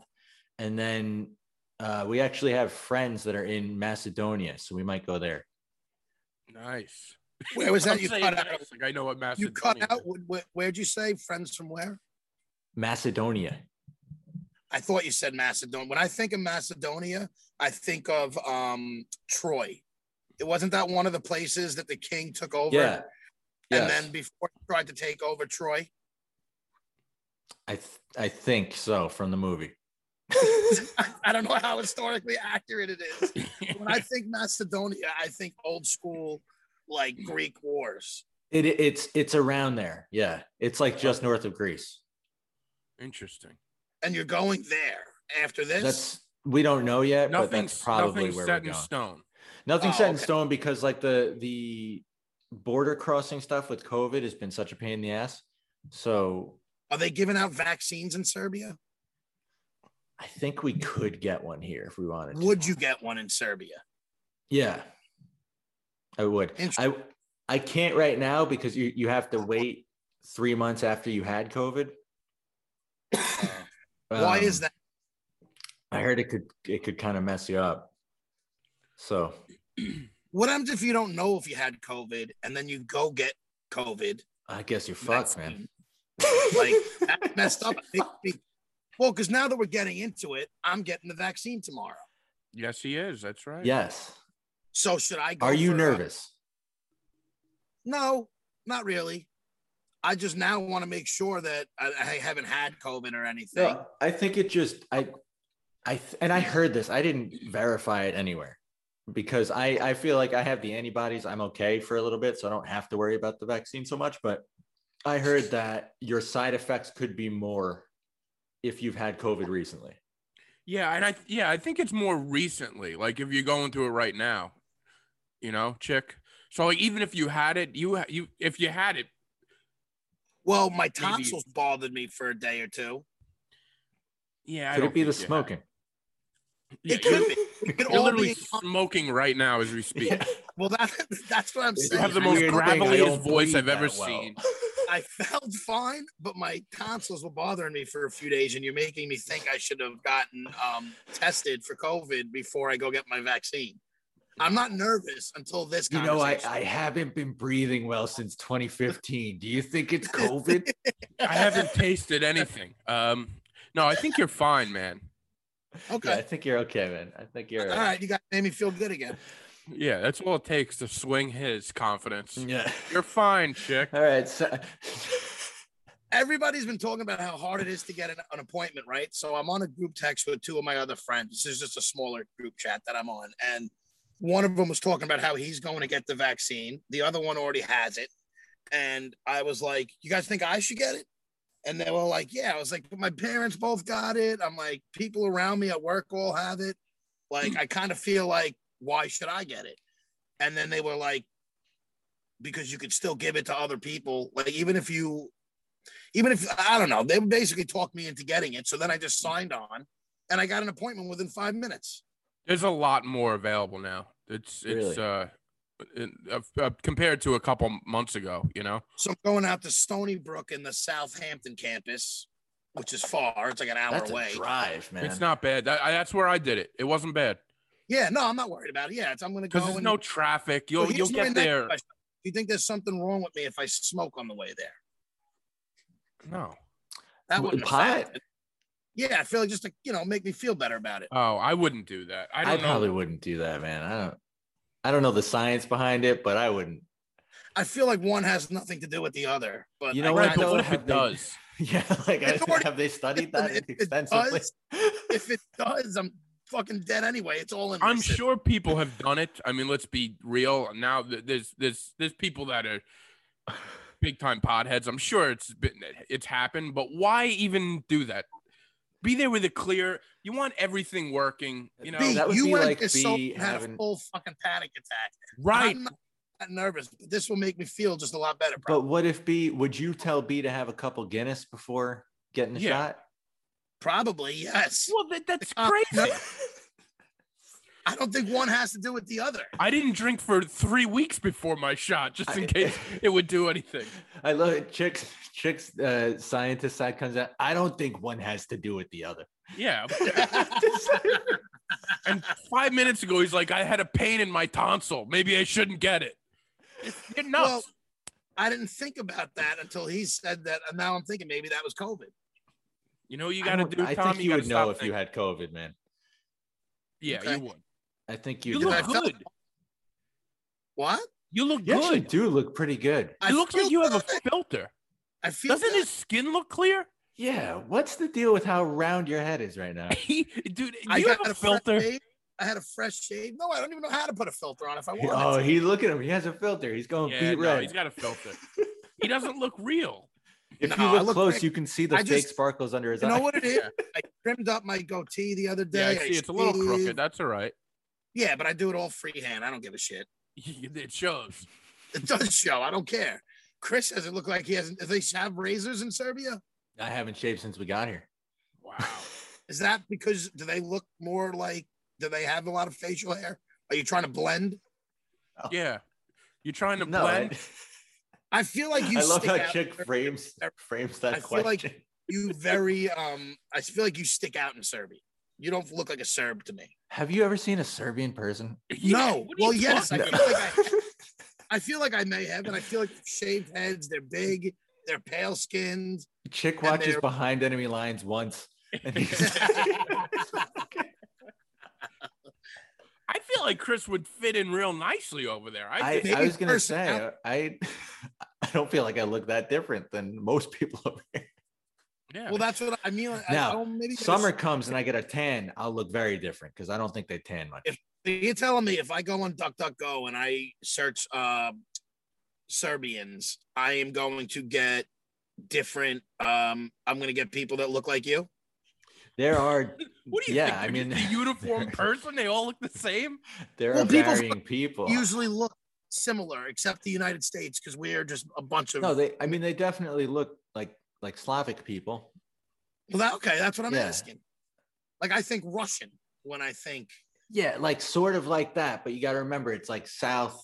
Speaker 4: and then uh, we actually have friends that are in Macedonia, so we might go there.
Speaker 2: Nice.
Speaker 3: Where was that?
Speaker 2: I'm
Speaker 3: You
Speaker 2: saying
Speaker 3: cut
Speaker 2: nice,
Speaker 3: out.
Speaker 2: Like I know what
Speaker 3: You
Speaker 2: Macedonia.
Speaker 3: cut
Speaker 2: is.
Speaker 3: out. Where, where'd you say friends from where?
Speaker 4: Macedonia.
Speaker 3: I thought you said Macedonia. When I think of Macedonia, I think of um, Troy. It wasn't that one of the places that the king took over,
Speaker 4: Yeah.
Speaker 3: and
Speaker 4: Yes.
Speaker 3: then before he tried to take over Troy.
Speaker 4: I th- I think so from the movie.
Speaker 3: I don't know how historically accurate it is. when I think Macedonia, I think old school, like Greek wars.
Speaker 4: It it- it's it's around there. Yeah. It's like just north of Greece.
Speaker 2: Interesting.
Speaker 3: And you're going there after this.
Speaker 4: That's we don't know yet, but that's
Speaker 2: Nothing's
Speaker 4: probably
Speaker 2: nothing's
Speaker 4: where we're
Speaker 2: set in
Speaker 4: going.
Speaker 2: stone.
Speaker 4: Nothing's
Speaker 3: Oh,
Speaker 4: set in
Speaker 3: okay.
Speaker 4: stone because like the the border crossing stuff with COVID has been such a pain in the ass. So
Speaker 3: Are they giving out vaccines in Serbia?
Speaker 4: I think we could get one here if we wanted. to.
Speaker 3: Would you get one in Serbia?
Speaker 4: Yeah, I would. I
Speaker 3: Interesting.
Speaker 4: I can't right now because you you have to wait three months after you had COVID.
Speaker 3: Why is
Speaker 4: Um,
Speaker 3: that?
Speaker 4: I heard it could it could kind of mess you up. So
Speaker 3: What happens if you don't know if you had COVID and then you go get COVID?
Speaker 4: I guess you're fucked, man.
Speaker 3: vaccine? Like that's messed up. It could be- Well, because now that we're getting into it, I'm getting the vaccine tomorrow.
Speaker 2: Yes, he is. That's right.
Speaker 4: Yes.
Speaker 3: So should I? Go
Speaker 4: Are you
Speaker 3: for, uh,
Speaker 4: nervous?
Speaker 3: No, not really. I just now want to make sure that I, I haven't had COVID or anything.
Speaker 4: No, I think it just I, I th- and I heard this. I didn't verify it anywhere because I I feel like I have the antibodies. I'm okay for a little bit, so I don't have to worry about the vaccine so much. But I heard that your side effects could be more if you've had COVID recently.
Speaker 2: Yeah, and I yeah, I think it's more recently. Like if you're going through it right now, you know, chick. So like even if you had it, you ha- you if you had it,
Speaker 3: Well, my
Speaker 2: Maybe-
Speaker 3: tonsils bothered me for a day or two.
Speaker 2: yeah, I
Speaker 4: Could
Speaker 2: don't
Speaker 4: it be the
Speaker 2: think you had
Speaker 4: smoking?
Speaker 2: Yeah,
Speaker 3: it
Speaker 2: you're,
Speaker 3: could be. It could
Speaker 2: you're
Speaker 3: all
Speaker 2: literally
Speaker 3: be.
Speaker 2: smoking right now as we speak.
Speaker 4: Yeah.
Speaker 3: Well, that, that's what I'm
Speaker 4: It's
Speaker 2: You
Speaker 3: saying.
Speaker 2: have the
Speaker 4: a
Speaker 2: most
Speaker 4: weird thing. I
Speaker 2: graveliest
Speaker 4: don't
Speaker 2: voice
Speaker 4: breathe
Speaker 2: I've ever
Speaker 4: that well.
Speaker 2: seen.
Speaker 3: I felt fine, but my tonsils were bothering me for a few days, and you're making me think I should have gotten um, tested for COVID before I go get my vaccine. I'm not nervous until this.
Speaker 4: You know, I,
Speaker 3: conversation.
Speaker 4: I haven't been breathing well since 2015. Do you think it's COVID?
Speaker 2: I haven't tasted anything. Um, no, I think you're fine, man.
Speaker 3: okay.
Speaker 4: yeah, I think you're okay, man. I think you're
Speaker 3: All right, you got made me feel good again.
Speaker 2: Yeah, that's all it takes to swing his confidence.
Speaker 4: Yeah.
Speaker 2: You're fine, chick.
Speaker 4: All right. So,
Speaker 3: everybody's been talking about how hard it is to get an, an appointment, right? So I'm on a group text with two of my other friends. This is just a smaller group chat that I'm on. And one of them was talking about how he's going to get the vaccine. The other one already has it. And I was like, You guys think I should get it? And they were like, Yeah. I was like, but My parents both got it. I'm like, People around me at work all have it. Like, I kind of feel like, Why should I get it? And then they were like, Because you could still give it to other people. Like, even if you even if I don't know, they basically talked me into getting it. So then I just signed on and I got an appointment within five minutes.
Speaker 2: There's a lot more available now. It's
Speaker 4: Really?
Speaker 2: it's uh, in, uh, uh, compared to a couple months ago, you know.
Speaker 3: So I'm going out to Stony Brook in the Southampton campus, which is far. It's like an hour
Speaker 4: That's
Speaker 3: away.
Speaker 4: a drive, man.
Speaker 2: It's not bad. That, I, that's where I did it. It wasn't bad
Speaker 3: Yeah, no, I'm not worried about it. Yeah, it's, I'm going to go.
Speaker 2: because there's
Speaker 3: and-
Speaker 2: no traffic.
Speaker 3: So
Speaker 2: You'll
Speaker 3: here's
Speaker 2: you'll
Speaker 3: my
Speaker 2: get
Speaker 3: next
Speaker 2: there.
Speaker 3: question. Do you think there's something wrong with me if I smoke on the way there?
Speaker 2: No.
Speaker 3: That
Speaker 4: With
Speaker 3: wouldn't
Speaker 4: pot?
Speaker 3: affect it. Yeah, I feel like just to you know make me feel better about it.
Speaker 2: Oh, I wouldn't do that. I
Speaker 4: I,
Speaker 2: don't know.
Speaker 4: probably wouldn't do that, man. I don't. I don't know the science behind it, but I wouldn't.
Speaker 3: I feel like one has nothing to do with the other. But
Speaker 4: You
Speaker 3: I
Speaker 4: know
Speaker 2: right,
Speaker 4: what,
Speaker 2: but
Speaker 4: though?
Speaker 2: what if
Speaker 4: Have
Speaker 2: it
Speaker 4: they-
Speaker 2: does?
Speaker 4: Yeah, like I
Speaker 3: It's already-
Speaker 4: have they studied that
Speaker 3: If it
Speaker 4: extensively?
Speaker 3: does- if it does, I'm fucking dead anyway. It's all in. my
Speaker 2: I'm
Speaker 3: system.
Speaker 2: sure people have done it. I mean, let's be real. Now th- there's there's there's people that are big time podheads. I'm sure it's been it's happened, but why even do that? Be there with a clear. You want everything working, you know.
Speaker 3: B,
Speaker 4: That would
Speaker 3: you
Speaker 4: be
Speaker 3: went
Speaker 4: like
Speaker 3: to
Speaker 4: B
Speaker 3: Sultan and had
Speaker 4: having-
Speaker 3: a full fucking panic attack.
Speaker 2: right?
Speaker 3: I'm not that nervous, but this will make me feel just a lot better.
Speaker 4: But
Speaker 3: Probably.
Speaker 4: what if B? Would you tell B to have a couple Guinness before getting the
Speaker 2: Yeah.
Speaker 4: shot?
Speaker 3: probably yes.
Speaker 2: Well, that, that's
Speaker 3: Uh,
Speaker 2: crazy.
Speaker 3: I don't think one has to do with the other.
Speaker 2: I didn't drink for three weeks before my shot, just in
Speaker 4: I-
Speaker 2: case it would do anything.
Speaker 4: I love it. Chicks, chicks, uh, scientist side comes out. I don't think one has to do with the other.
Speaker 2: Yeah. and five minutes ago, he's like, I had a pain in my tonsil. Maybe I shouldn't get it. It's- You're nuts.
Speaker 3: Well, I didn't think about that until he said that. And now I'm thinking maybe that was COVID.
Speaker 2: you know, what you
Speaker 4: I
Speaker 2: got to
Speaker 4: don't-
Speaker 2: do.
Speaker 4: I
Speaker 2: Tom,
Speaker 4: think you,
Speaker 2: gotta
Speaker 4: would know
Speaker 2: stop
Speaker 4: if you
Speaker 2: thinking.
Speaker 4: had COVID, man.
Speaker 2: Yeah,
Speaker 3: Okay.
Speaker 2: you would.
Speaker 4: I think
Speaker 2: You,
Speaker 4: you.
Speaker 3: I
Speaker 2: look
Speaker 3: felt
Speaker 2: good.
Speaker 3: What?
Speaker 2: You look
Speaker 4: You actually
Speaker 2: good.
Speaker 4: do look pretty good.
Speaker 2: It looks
Speaker 3: feel
Speaker 2: like you have a
Speaker 3: good.
Speaker 2: filter.
Speaker 3: I feel
Speaker 2: Doesn't
Speaker 3: good.
Speaker 2: his skin look clear?
Speaker 4: Yeah. What's the deal with how round your head is right now?
Speaker 2: Dude,
Speaker 3: I
Speaker 2: you have
Speaker 3: got
Speaker 2: a
Speaker 3: fresh
Speaker 2: filter.
Speaker 3: shave. I had a fresh shave. No, I don't even know how to put a filter on if I want.
Speaker 4: Oh, he look at him. He has a filter. He's going
Speaker 2: Yeah,
Speaker 4: beat
Speaker 2: no,
Speaker 4: red.
Speaker 2: he's got a filter. he doesn't look real.
Speaker 3: No,
Speaker 4: if you
Speaker 3: I
Speaker 4: look,
Speaker 3: look
Speaker 4: close,
Speaker 3: like-
Speaker 4: you can see the
Speaker 3: I
Speaker 4: fake
Speaker 3: just-
Speaker 4: sparkles under his
Speaker 3: You know
Speaker 4: eye.
Speaker 3: what it is?
Speaker 2: Yeah.
Speaker 3: I trimmed up my goatee the other day.
Speaker 2: Yeah, I see. It's a little crooked.
Speaker 3: shaved.
Speaker 2: That's all right.
Speaker 3: Yeah, but I do it all freehand. I don't give a shit.
Speaker 2: It shows.
Speaker 3: It does show. I don't care. Chris doesn't look like he hasn't. Does they have razors in Serbia?
Speaker 4: I haven't shaved since we got here.
Speaker 2: Wow.
Speaker 3: Is that because do they look more like? Do they have a lot of facial hair? Are you trying to blend?
Speaker 2: Yeah. You're trying to
Speaker 4: No,
Speaker 2: blend.
Speaker 4: I,
Speaker 3: I feel like you.
Speaker 4: I love how
Speaker 3: stick out
Speaker 4: Chick
Speaker 3: there.
Speaker 4: frames frames
Speaker 3: I
Speaker 4: that
Speaker 3: feel
Speaker 4: question.
Speaker 3: like- You very. Um, I feel like you stick out in Serbia. You don't look like a Serb to me.
Speaker 4: Have you ever seen a Serbian person?
Speaker 2: Yeah,
Speaker 3: No.
Speaker 2: what are
Speaker 3: Well,
Speaker 2: you
Speaker 3: yes. I
Speaker 2: talking
Speaker 3: feel,
Speaker 2: about?
Speaker 3: like I, I feel like I may have, and I feel like shaved heads. They're big. They're pale skinned.
Speaker 4: Chick
Speaker 3: And
Speaker 4: watches
Speaker 3: they're-
Speaker 4: behind enemy lines once. and he's-
Speaker 2: I feel like Chris would fit in real nicely over there. I,
Speaker 4: I,
Speaker 2: think-
Speaker 4: I
Speaker 3: maybe
Speaker 4: was gonna
Speaker 3: person-
Speaker 4: say I I don't feel like I look that different than most people over here.
Speaker 2: yeah.
Speaker 3: Well, that's what I mean. I-
Speaker 4: Now,
Speaker 3: I, don't- maybe there's-
Speaker 4: Summer comes and I get a tan, I'll look very different because I don't think they tan much.
Speaker 3: So you're telling me if I go on DuckDuckGo and I search uh, Serbians, I am going to get different. Um, I'm going to get people that look like you.
Speaker 4: There are
Speaker 2: what do you
Speaker 4: yeah, I
Speaker 2: think?
Speaker 4: mean-
Speaker 2: the uniform person, they all look the same.
Speaker 4: there
Speaker 3: Well,
Speaker 4: are
Speaker 3: people
Speaker 4: varying people.
Speaker 3: Usually look similar, except the United States, because we are just a bunch of.
Speaker 4: No, they I mean they definitely look like like Slavic people.
Speaker 3: well, that, okay, that's what I'm
Speaker 4: Yeah.
Speaker 3: asking. Like I think Russian when I think
Speaker 4: Yeah, like sort of like that, but you got to remember it's like South.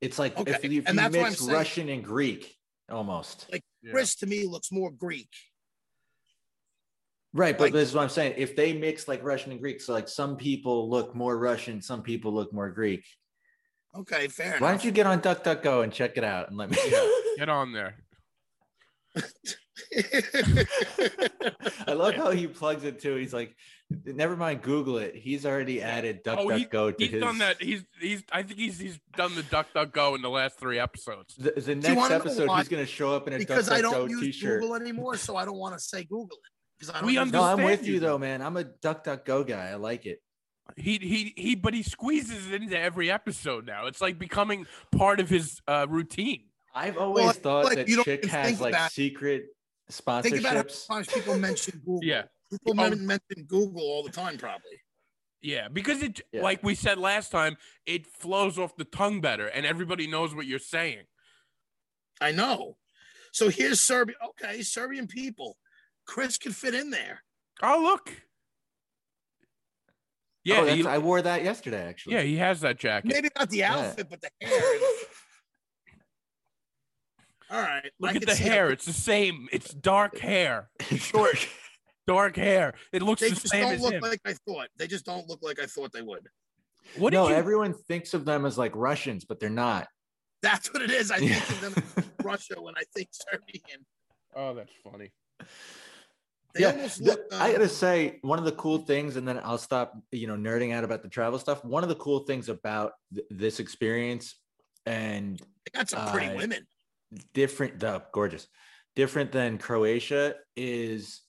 Speaker 4: It's like if
Speaker 3: Okay,
Speaker 4: you, if
Speaker 3: and
Speaker 4: you
Speaker 3: that's what I'm
Speaker 4: mix
Speaker 3: saying.
Speaker 4: Russian and Greek almost.
Speaker 2: Yeah.
Speaker 3: Chris to me looks more Greek.
Speaker 4: Right, but
Speaker 3: Like-
Speaker 4: this is what I'm saying. If they mix like Russian and Greek, so like some people look more Russian, some people look more Greek.
Speaker 3: Okay, fair enough.
Speaker 4: Why don't you get on DuckDuckGo and check it out and let me
Speaker 2: Get on there.
Speaker 4: I love how he plugs it too. He's like, never mind, Google it. He's already added DuckDuckGo
Speaker 2: Oh, he-
Speaker 4: to
Speaker 2: He's
Speaker 4: his.
Speaker 2: done that. He's he's. I think he's he's done the duck duck go in the last three episodes.
Speaker 4: The, the
Speaker 3: you
Speaker 4: next
Speaker 3: wanna know
Speaker 4: episode,
Speaker 3: why?
Speaker 4: he's going to show up in a
Speaker 3: because I don't
Speaker 4: DuckDuckGo
Speaker 3: use
Speaker 4: t-shirt.
Speaker 3: Google anymore, so I don't want to say Google it because I don't.
Speaker 2: We
Speaker 3: use
Speaker 4: No, I'm with
Speaker 2: understand
Speaker 4: you
Speaker 2: you.
Speaker 4: though, man. I'm a DuckDuckGo guy. I like it.
Speaker 2: He he he. But he squeezes it into every episode now. It's like becoming part of his uh, routine.
Speaker 4: I've always
Speaker 3: I feel
Speaker 4: thought
Speaker 3: like
Speaker 4: that
Speaker 3: you don't
Speaker 4: Chick
Speaker 3: even
Speaker 4: has
Speaker 3: think
Speaker 4: like
Speaker 3: about-
Speaker 4: secret
Speaker 3: Think about
Speaker 4: sponsorships. Oh,
Speaker 3: how much people mention Google.
Speaker 2: Yeah.
Speaker 3: People
Speaker 2: Oh.
Speaker 3: men- mention Google all the time, probably.
Speaker 2: Yeah, because it,
Speaker 4: Yeah.
Speaker 2: like we said last time, it flows off the tongue better, and everybody knows what you're saying.
Speaker 3: I know. So here's Serbia. Okay, Serbian people. Chris could fit in there.
Speaker 2: Oh, look,
Speaker 4: oh,
Speaker 2: Oh, Yeah,
Speaker 4: that's-
Speaker 2: he,
Speaker 4: I wore that yesterday actually.
Speaker 2: yeah, he has that jacket.
Speaker 3: Maybe not the outfit, but the hair. All right.
Speaker 2: Look
Speaker 3: I
Speaker 2: at
Speaker 3: can
Speaker 2: the
Speaker 3: see how
Speaker 2: hair; it's the same. It's dark hair,
Speaker 4: Short.
Speaker 2: dark hair. It looks
Speaker 3: They
Speaker 2: the
Speaker 3: just
Speaker 2: same
Speaker 3: don't
Speaker 2: as
Speaker 3: look
Speaker 2: him.
Speaker 3: like I thought. They just don't look like I thought they would.
Speaker 2: what did
Speaker 4: no,
Speaker 2: you?
Speaker 4: everyone thinks of them as like Russians, but they're not.
Speaker 3: That's what it is. I think of them
Speaker 4: Yeah.
Speaker 3: as Russia when I think Serbian.
Speaker 2: oh, that's funny.
Speaker 3: They almost look.
Speaker 4: the-
Speaker 3: Uh,
Speaker 4: I gotta say, one of the cool things, and then I'll stop, you know, nerding out about the travel stuff. One of the cool things about th- this experience and
Speaker 3: they got some pretty
Speaker 4: uh,
Speaker 3: women.
Speaker 4: different, the gorgeous, different than Croatia is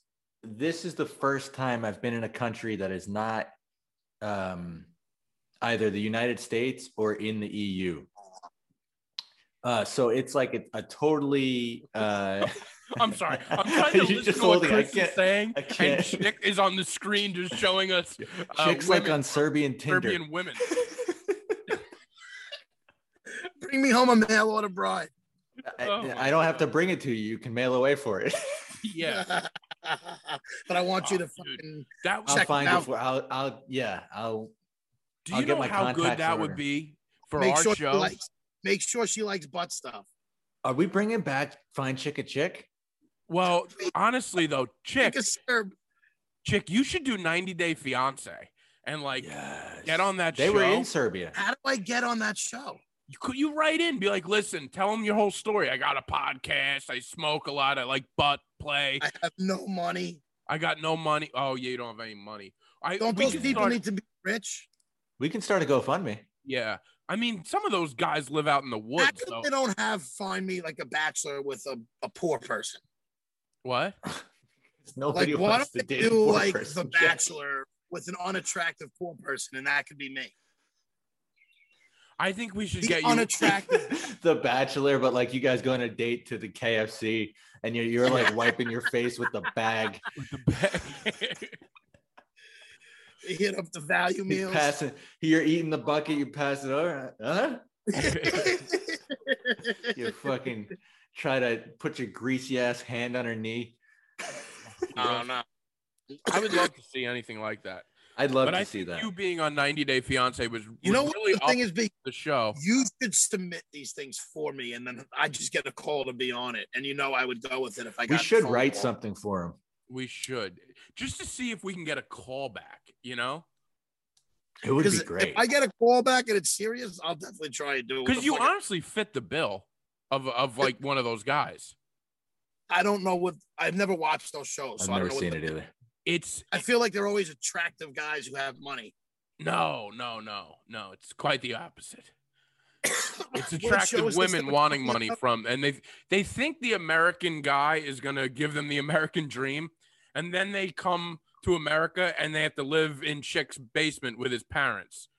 Speaker 4: this is the first time I've been in a country that is not um, either the United States or in the EU. Uh, so it's like a, a totally. Uh,
Speaker 2: I'm sorry. I'm trying to
Speaker 4: You're
Speaker 2: listen
Speaker 4: just
Speaker 2: to what
Speaker 4: holding- I
Speaker 2: Chris is
Speaker 4: can't-
Speaker 2: saying,
Speaker 4: I
Speaker 2: and
Speaker 4: can't.
Speaker 2: Chick is on the screen just showing us uh,
Speaker 4: Chicks like
Speaker 2: women,
Speaker 4: on Serbian Tinder.
Speaker 2: Serbian women.
Speaker 3: Bring me home a mail order bride.
Speaker 4: I,
Speaker 2: Oh my
Speaker 4: I don't have to
Speaker 2: God.
Speaker 4: bring it to you. You can mail away for it.
Speaker 2: Yeah,
Speaker 3: but I want you
Speaker 2: Oh,
Speaker 3: to
Speaker 2: dude.
Speaker 3: fucking.
Speaker 2: that was.
Speaker 4: I'll
Speaker 3: Check
Speaker 4: find
Speaker 3: it
Speaker 4: it
Speaker 3: out.
Speaker 4: for. I'll. I'll. Yeah. I'll.
Speaker 2: Do
Speaker 4: I'll
Speaker 2: you
Speaker 4: get
Speaker 2: know
Speaker 4: my
Speaker 2: how
Speaker 4: contacts
Speaker 2: good that
Speaker 4: in
Speaker 2: would
Speaker 4: order.
Speaker 2: be for
Speaker 3: Make
Speaker 2: our
Speaker 3: sure, she
Speaker 2: show?
Speaker 3: likes, make sure she likes butt stuff.
Speaker 4: Are we bringing back Fine Chick a Chick?
Speaker 2: Well, honestly though, Chick,
Speaker 3: Make a Serb.
Speaker 2: Chick, you should do 90 Day Fiance and like
Speaker 4: Yes.
Speaker 2: get on that
Speaker 4: They
Speaker 2: show.
Speaker 4: were in Serbia.
Speaker 3: How do I get on that show?
Speaker 2: you could you write in, be like, listen, tell them your whole story. I got a podcast. I smoke a lot. I like butt play.
Speaker 3: I have no money.
Speaker 2: I got no money. Oh yeah, you don't have any money. I
Speaker 3: Don't
Speaker 2: we
Speaker 3: those
Speaker 2: could
Speaker 3: people
Speaker 2: start-
Speaker 3: need to be rich?
Speaker 4: We can start a GoFundMe.
Speaker 2: Yeah, I mean, some of those guys live out in the
Speaker 3: How
Speaker 2: woods.
Speaker 3: come
Speaker 2: So.
Speaker 3: they don't have find me like a bachelor with a, a poor person?
Speaker 2: What?
Speaker 4: Nobody
Speaker 3: Like, why
Speaker 4: wants
Speaker 3: don't
Speaker 4: to
Speaker 3: they
Speaker 4: date a
Speaker 3: do
Speaker 4: poor
Speaker 3: like the
Speaker 4: person, Jack.
Speaker 3: bachelor with an unattractive poor person, and that could be me.
Speaker 2: I think we should
Speaker 3: The
Speaker 2: get you.
Speaker 3: unattractive.
Speaker 4: the Bachelor, but like you guys go on a date to the KFC and you're you're like wiping your face with the bag.
Speaker 2: with the bag.
Speaker 3: they hit up the value
Speaker 4: He's
Speaker 3: meals.
Speaker 4: passing. You're eating the bucket. You pass it over. Uh-huh. Huh? You fucking try to put your greasy ass hand on her knee.
Speaker 3: no, no.
Speaker 2: I would love to see anything like that.
Speaker 4: I'd love
Speaker 2: but
Speaker 4: to
Speaker 2: I
Speaker 4: see
Speaker 2: think
Speaker 4: that.
Speaker 2: you being on 90 Day Fiance was
Speaker 3: You know
Speaker 2: was
Speaker 3: what
Speaker 2: really
Speaker 3: the
Speaker 2: up
Speaker 3: thing is, big.
Speaker 2: the show.
Speaker 3: You should submit these things for me, and then I just get a call to be on it. And you know, I would go with it if I got.
Speaker 4: we
Speaker 3: a
Speaker 4: should
Speaker 3: phone
Speaker 4: write
Speaker 3: call.
Speaker 4: something for him.
Speaker 2: We should just to see if we can get a call back. You know,
Speaker 4: It would be
Speaker 3: Because
Speaker 4: great.
Speaker 3: If I get a call back and it's serious, I'll definitely try and do it. What
Speaker 2: because
Speaker 3: the
Speaker 2: you
Speaker 3: fuck-
Speaker 2: honestly fit the bill of of like one of those guys.
Speaker 3: I don't know what I've never watched those shows,
Speaker 4: I've
Speaker 3: so I don't
Speaker 4: never
Speaker 3: know what
Speaker 4: seen
Speaker 3: the-
Speaker 4: it either.
Speaker 2: It's
Speaker 3: I feel like they're always attractive guys who have money.
Speaker 2: no, no, no, no. It's quite the opposite. It's
Speaker 3: What show
Speaker 2: attractive
Speaker 3: is this that
Speaker 2: women
Speaker 3: we're
Speaker 2: wanting
Speaker 3: talking
Speaker 2: money
Speaker 3: about?
Speaker 2: from, and they they think the American guy is gonna give them the American dream, and then they come to America and they have to live in Chick's basement with his parents,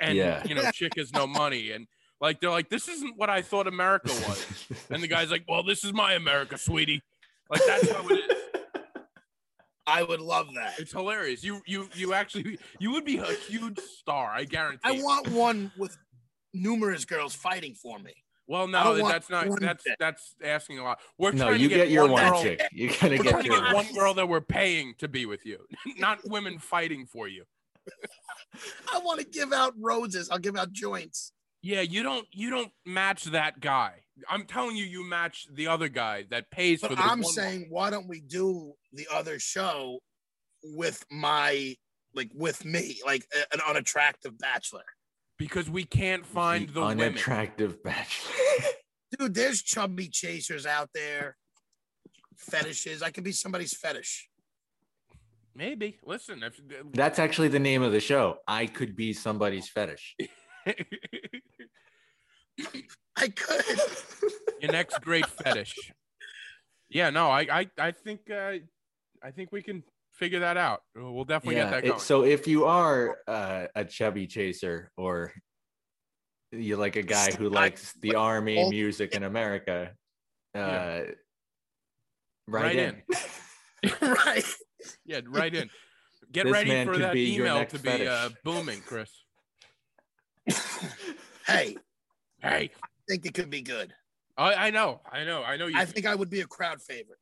Speaker 2: and
Speaker 4: Yeah.
Speaker 2: you know Chick has no money, and like they're like this isn't what I thought America was, and the guy's like, well, this is my America, sweetie. Like that's how it is.
Speaker 3: I would love that.
Speaker 2: It's hilarious. You you you actually you would be a huge star, I guarantee.
Speaker 3: I
Speaker 2: it.
Speaker 3: want one with numerous girls fighting for me.
Speaker 2: Well,
Speaker 3: I
Speaker 2: no,
Speaker 3: don't want
Speaker 2: that's not.
Speaker 3: one
Speaker 2: That's
Speaker 3: chick.
Speaker 2: that's asking a lot. We're
Speaker 4: no,
Speaker 2: trying
Speaker 4: you
Speaker 2: to
Speaker 4: get, your one
Speaker 2: girl,
Speaker 4: chick. You're gonna
Speaker 2: We're
Speaker 4: get
Speaker 2: trying to
Speaker 4: your
Speaker 2: get
Speaker 4: one.
Speaker 2: one girl that we're paying to be with you, not women fighting for you.
Speaker 3: I want to give out roses. I'll give out joints.
Speaker 2: Yeah, you don't you don't match that guy. I'm telling you, you match the other guy that pays
Speaker 3: But
Speaker 2: for the.
Speaker 3: I'm
Speaker 2: one-
Speaker 3: saying, why don't we do the other show with my like with me, like a- an unattractive bachelor?
Speaker 2: because we can't find the, women.
Speaker 4: unattractive bachelor.
Speaker 3: Dude, there's chubby chasers out there. Fetishes. I could be somebody's fetish.
Speaker 2: Maybe listen if.
Speaker 4: That's actually the name of the show. I could be somebody's fetish.
Speaker 3: I could.
Speaker 2: your next great fetish. Yeah, no, I I I think uh, I think we can figure that out. We'll definitely get
Speaker 4: yeah.
Speaker 2: that
Speaker 4: it-
Speaker 2: going.
Speaker 4: so if you are uh, a chubby chaser or you like a guy who likes the army,
Speaker 3: all-
Speaker 4: music, and America, uh,
Speaker 2: Yeah. Right
Speaker 4: right in.
Speaker 3: right.
Speaker 2: Yeah, right in. Get
Speaker 4: This
Speaker 2: ready
Speaker 4: man
Speaker 2: for
Speaker 4: could
Speaker 2: that
Speaker 4: be your
Speaker 2: email
Speaker 4: next
Speaker 2: to be uh,
Speaker 4: fetish.
Speaker 2: booming, Chris.
Speaker 3: Hey,
Speaker 2: Hey,
Speaker 3: think it could be good.
Speaker 2: I, I know, I know, I know you.
Speaker 3: I think I would be a crowd favorite.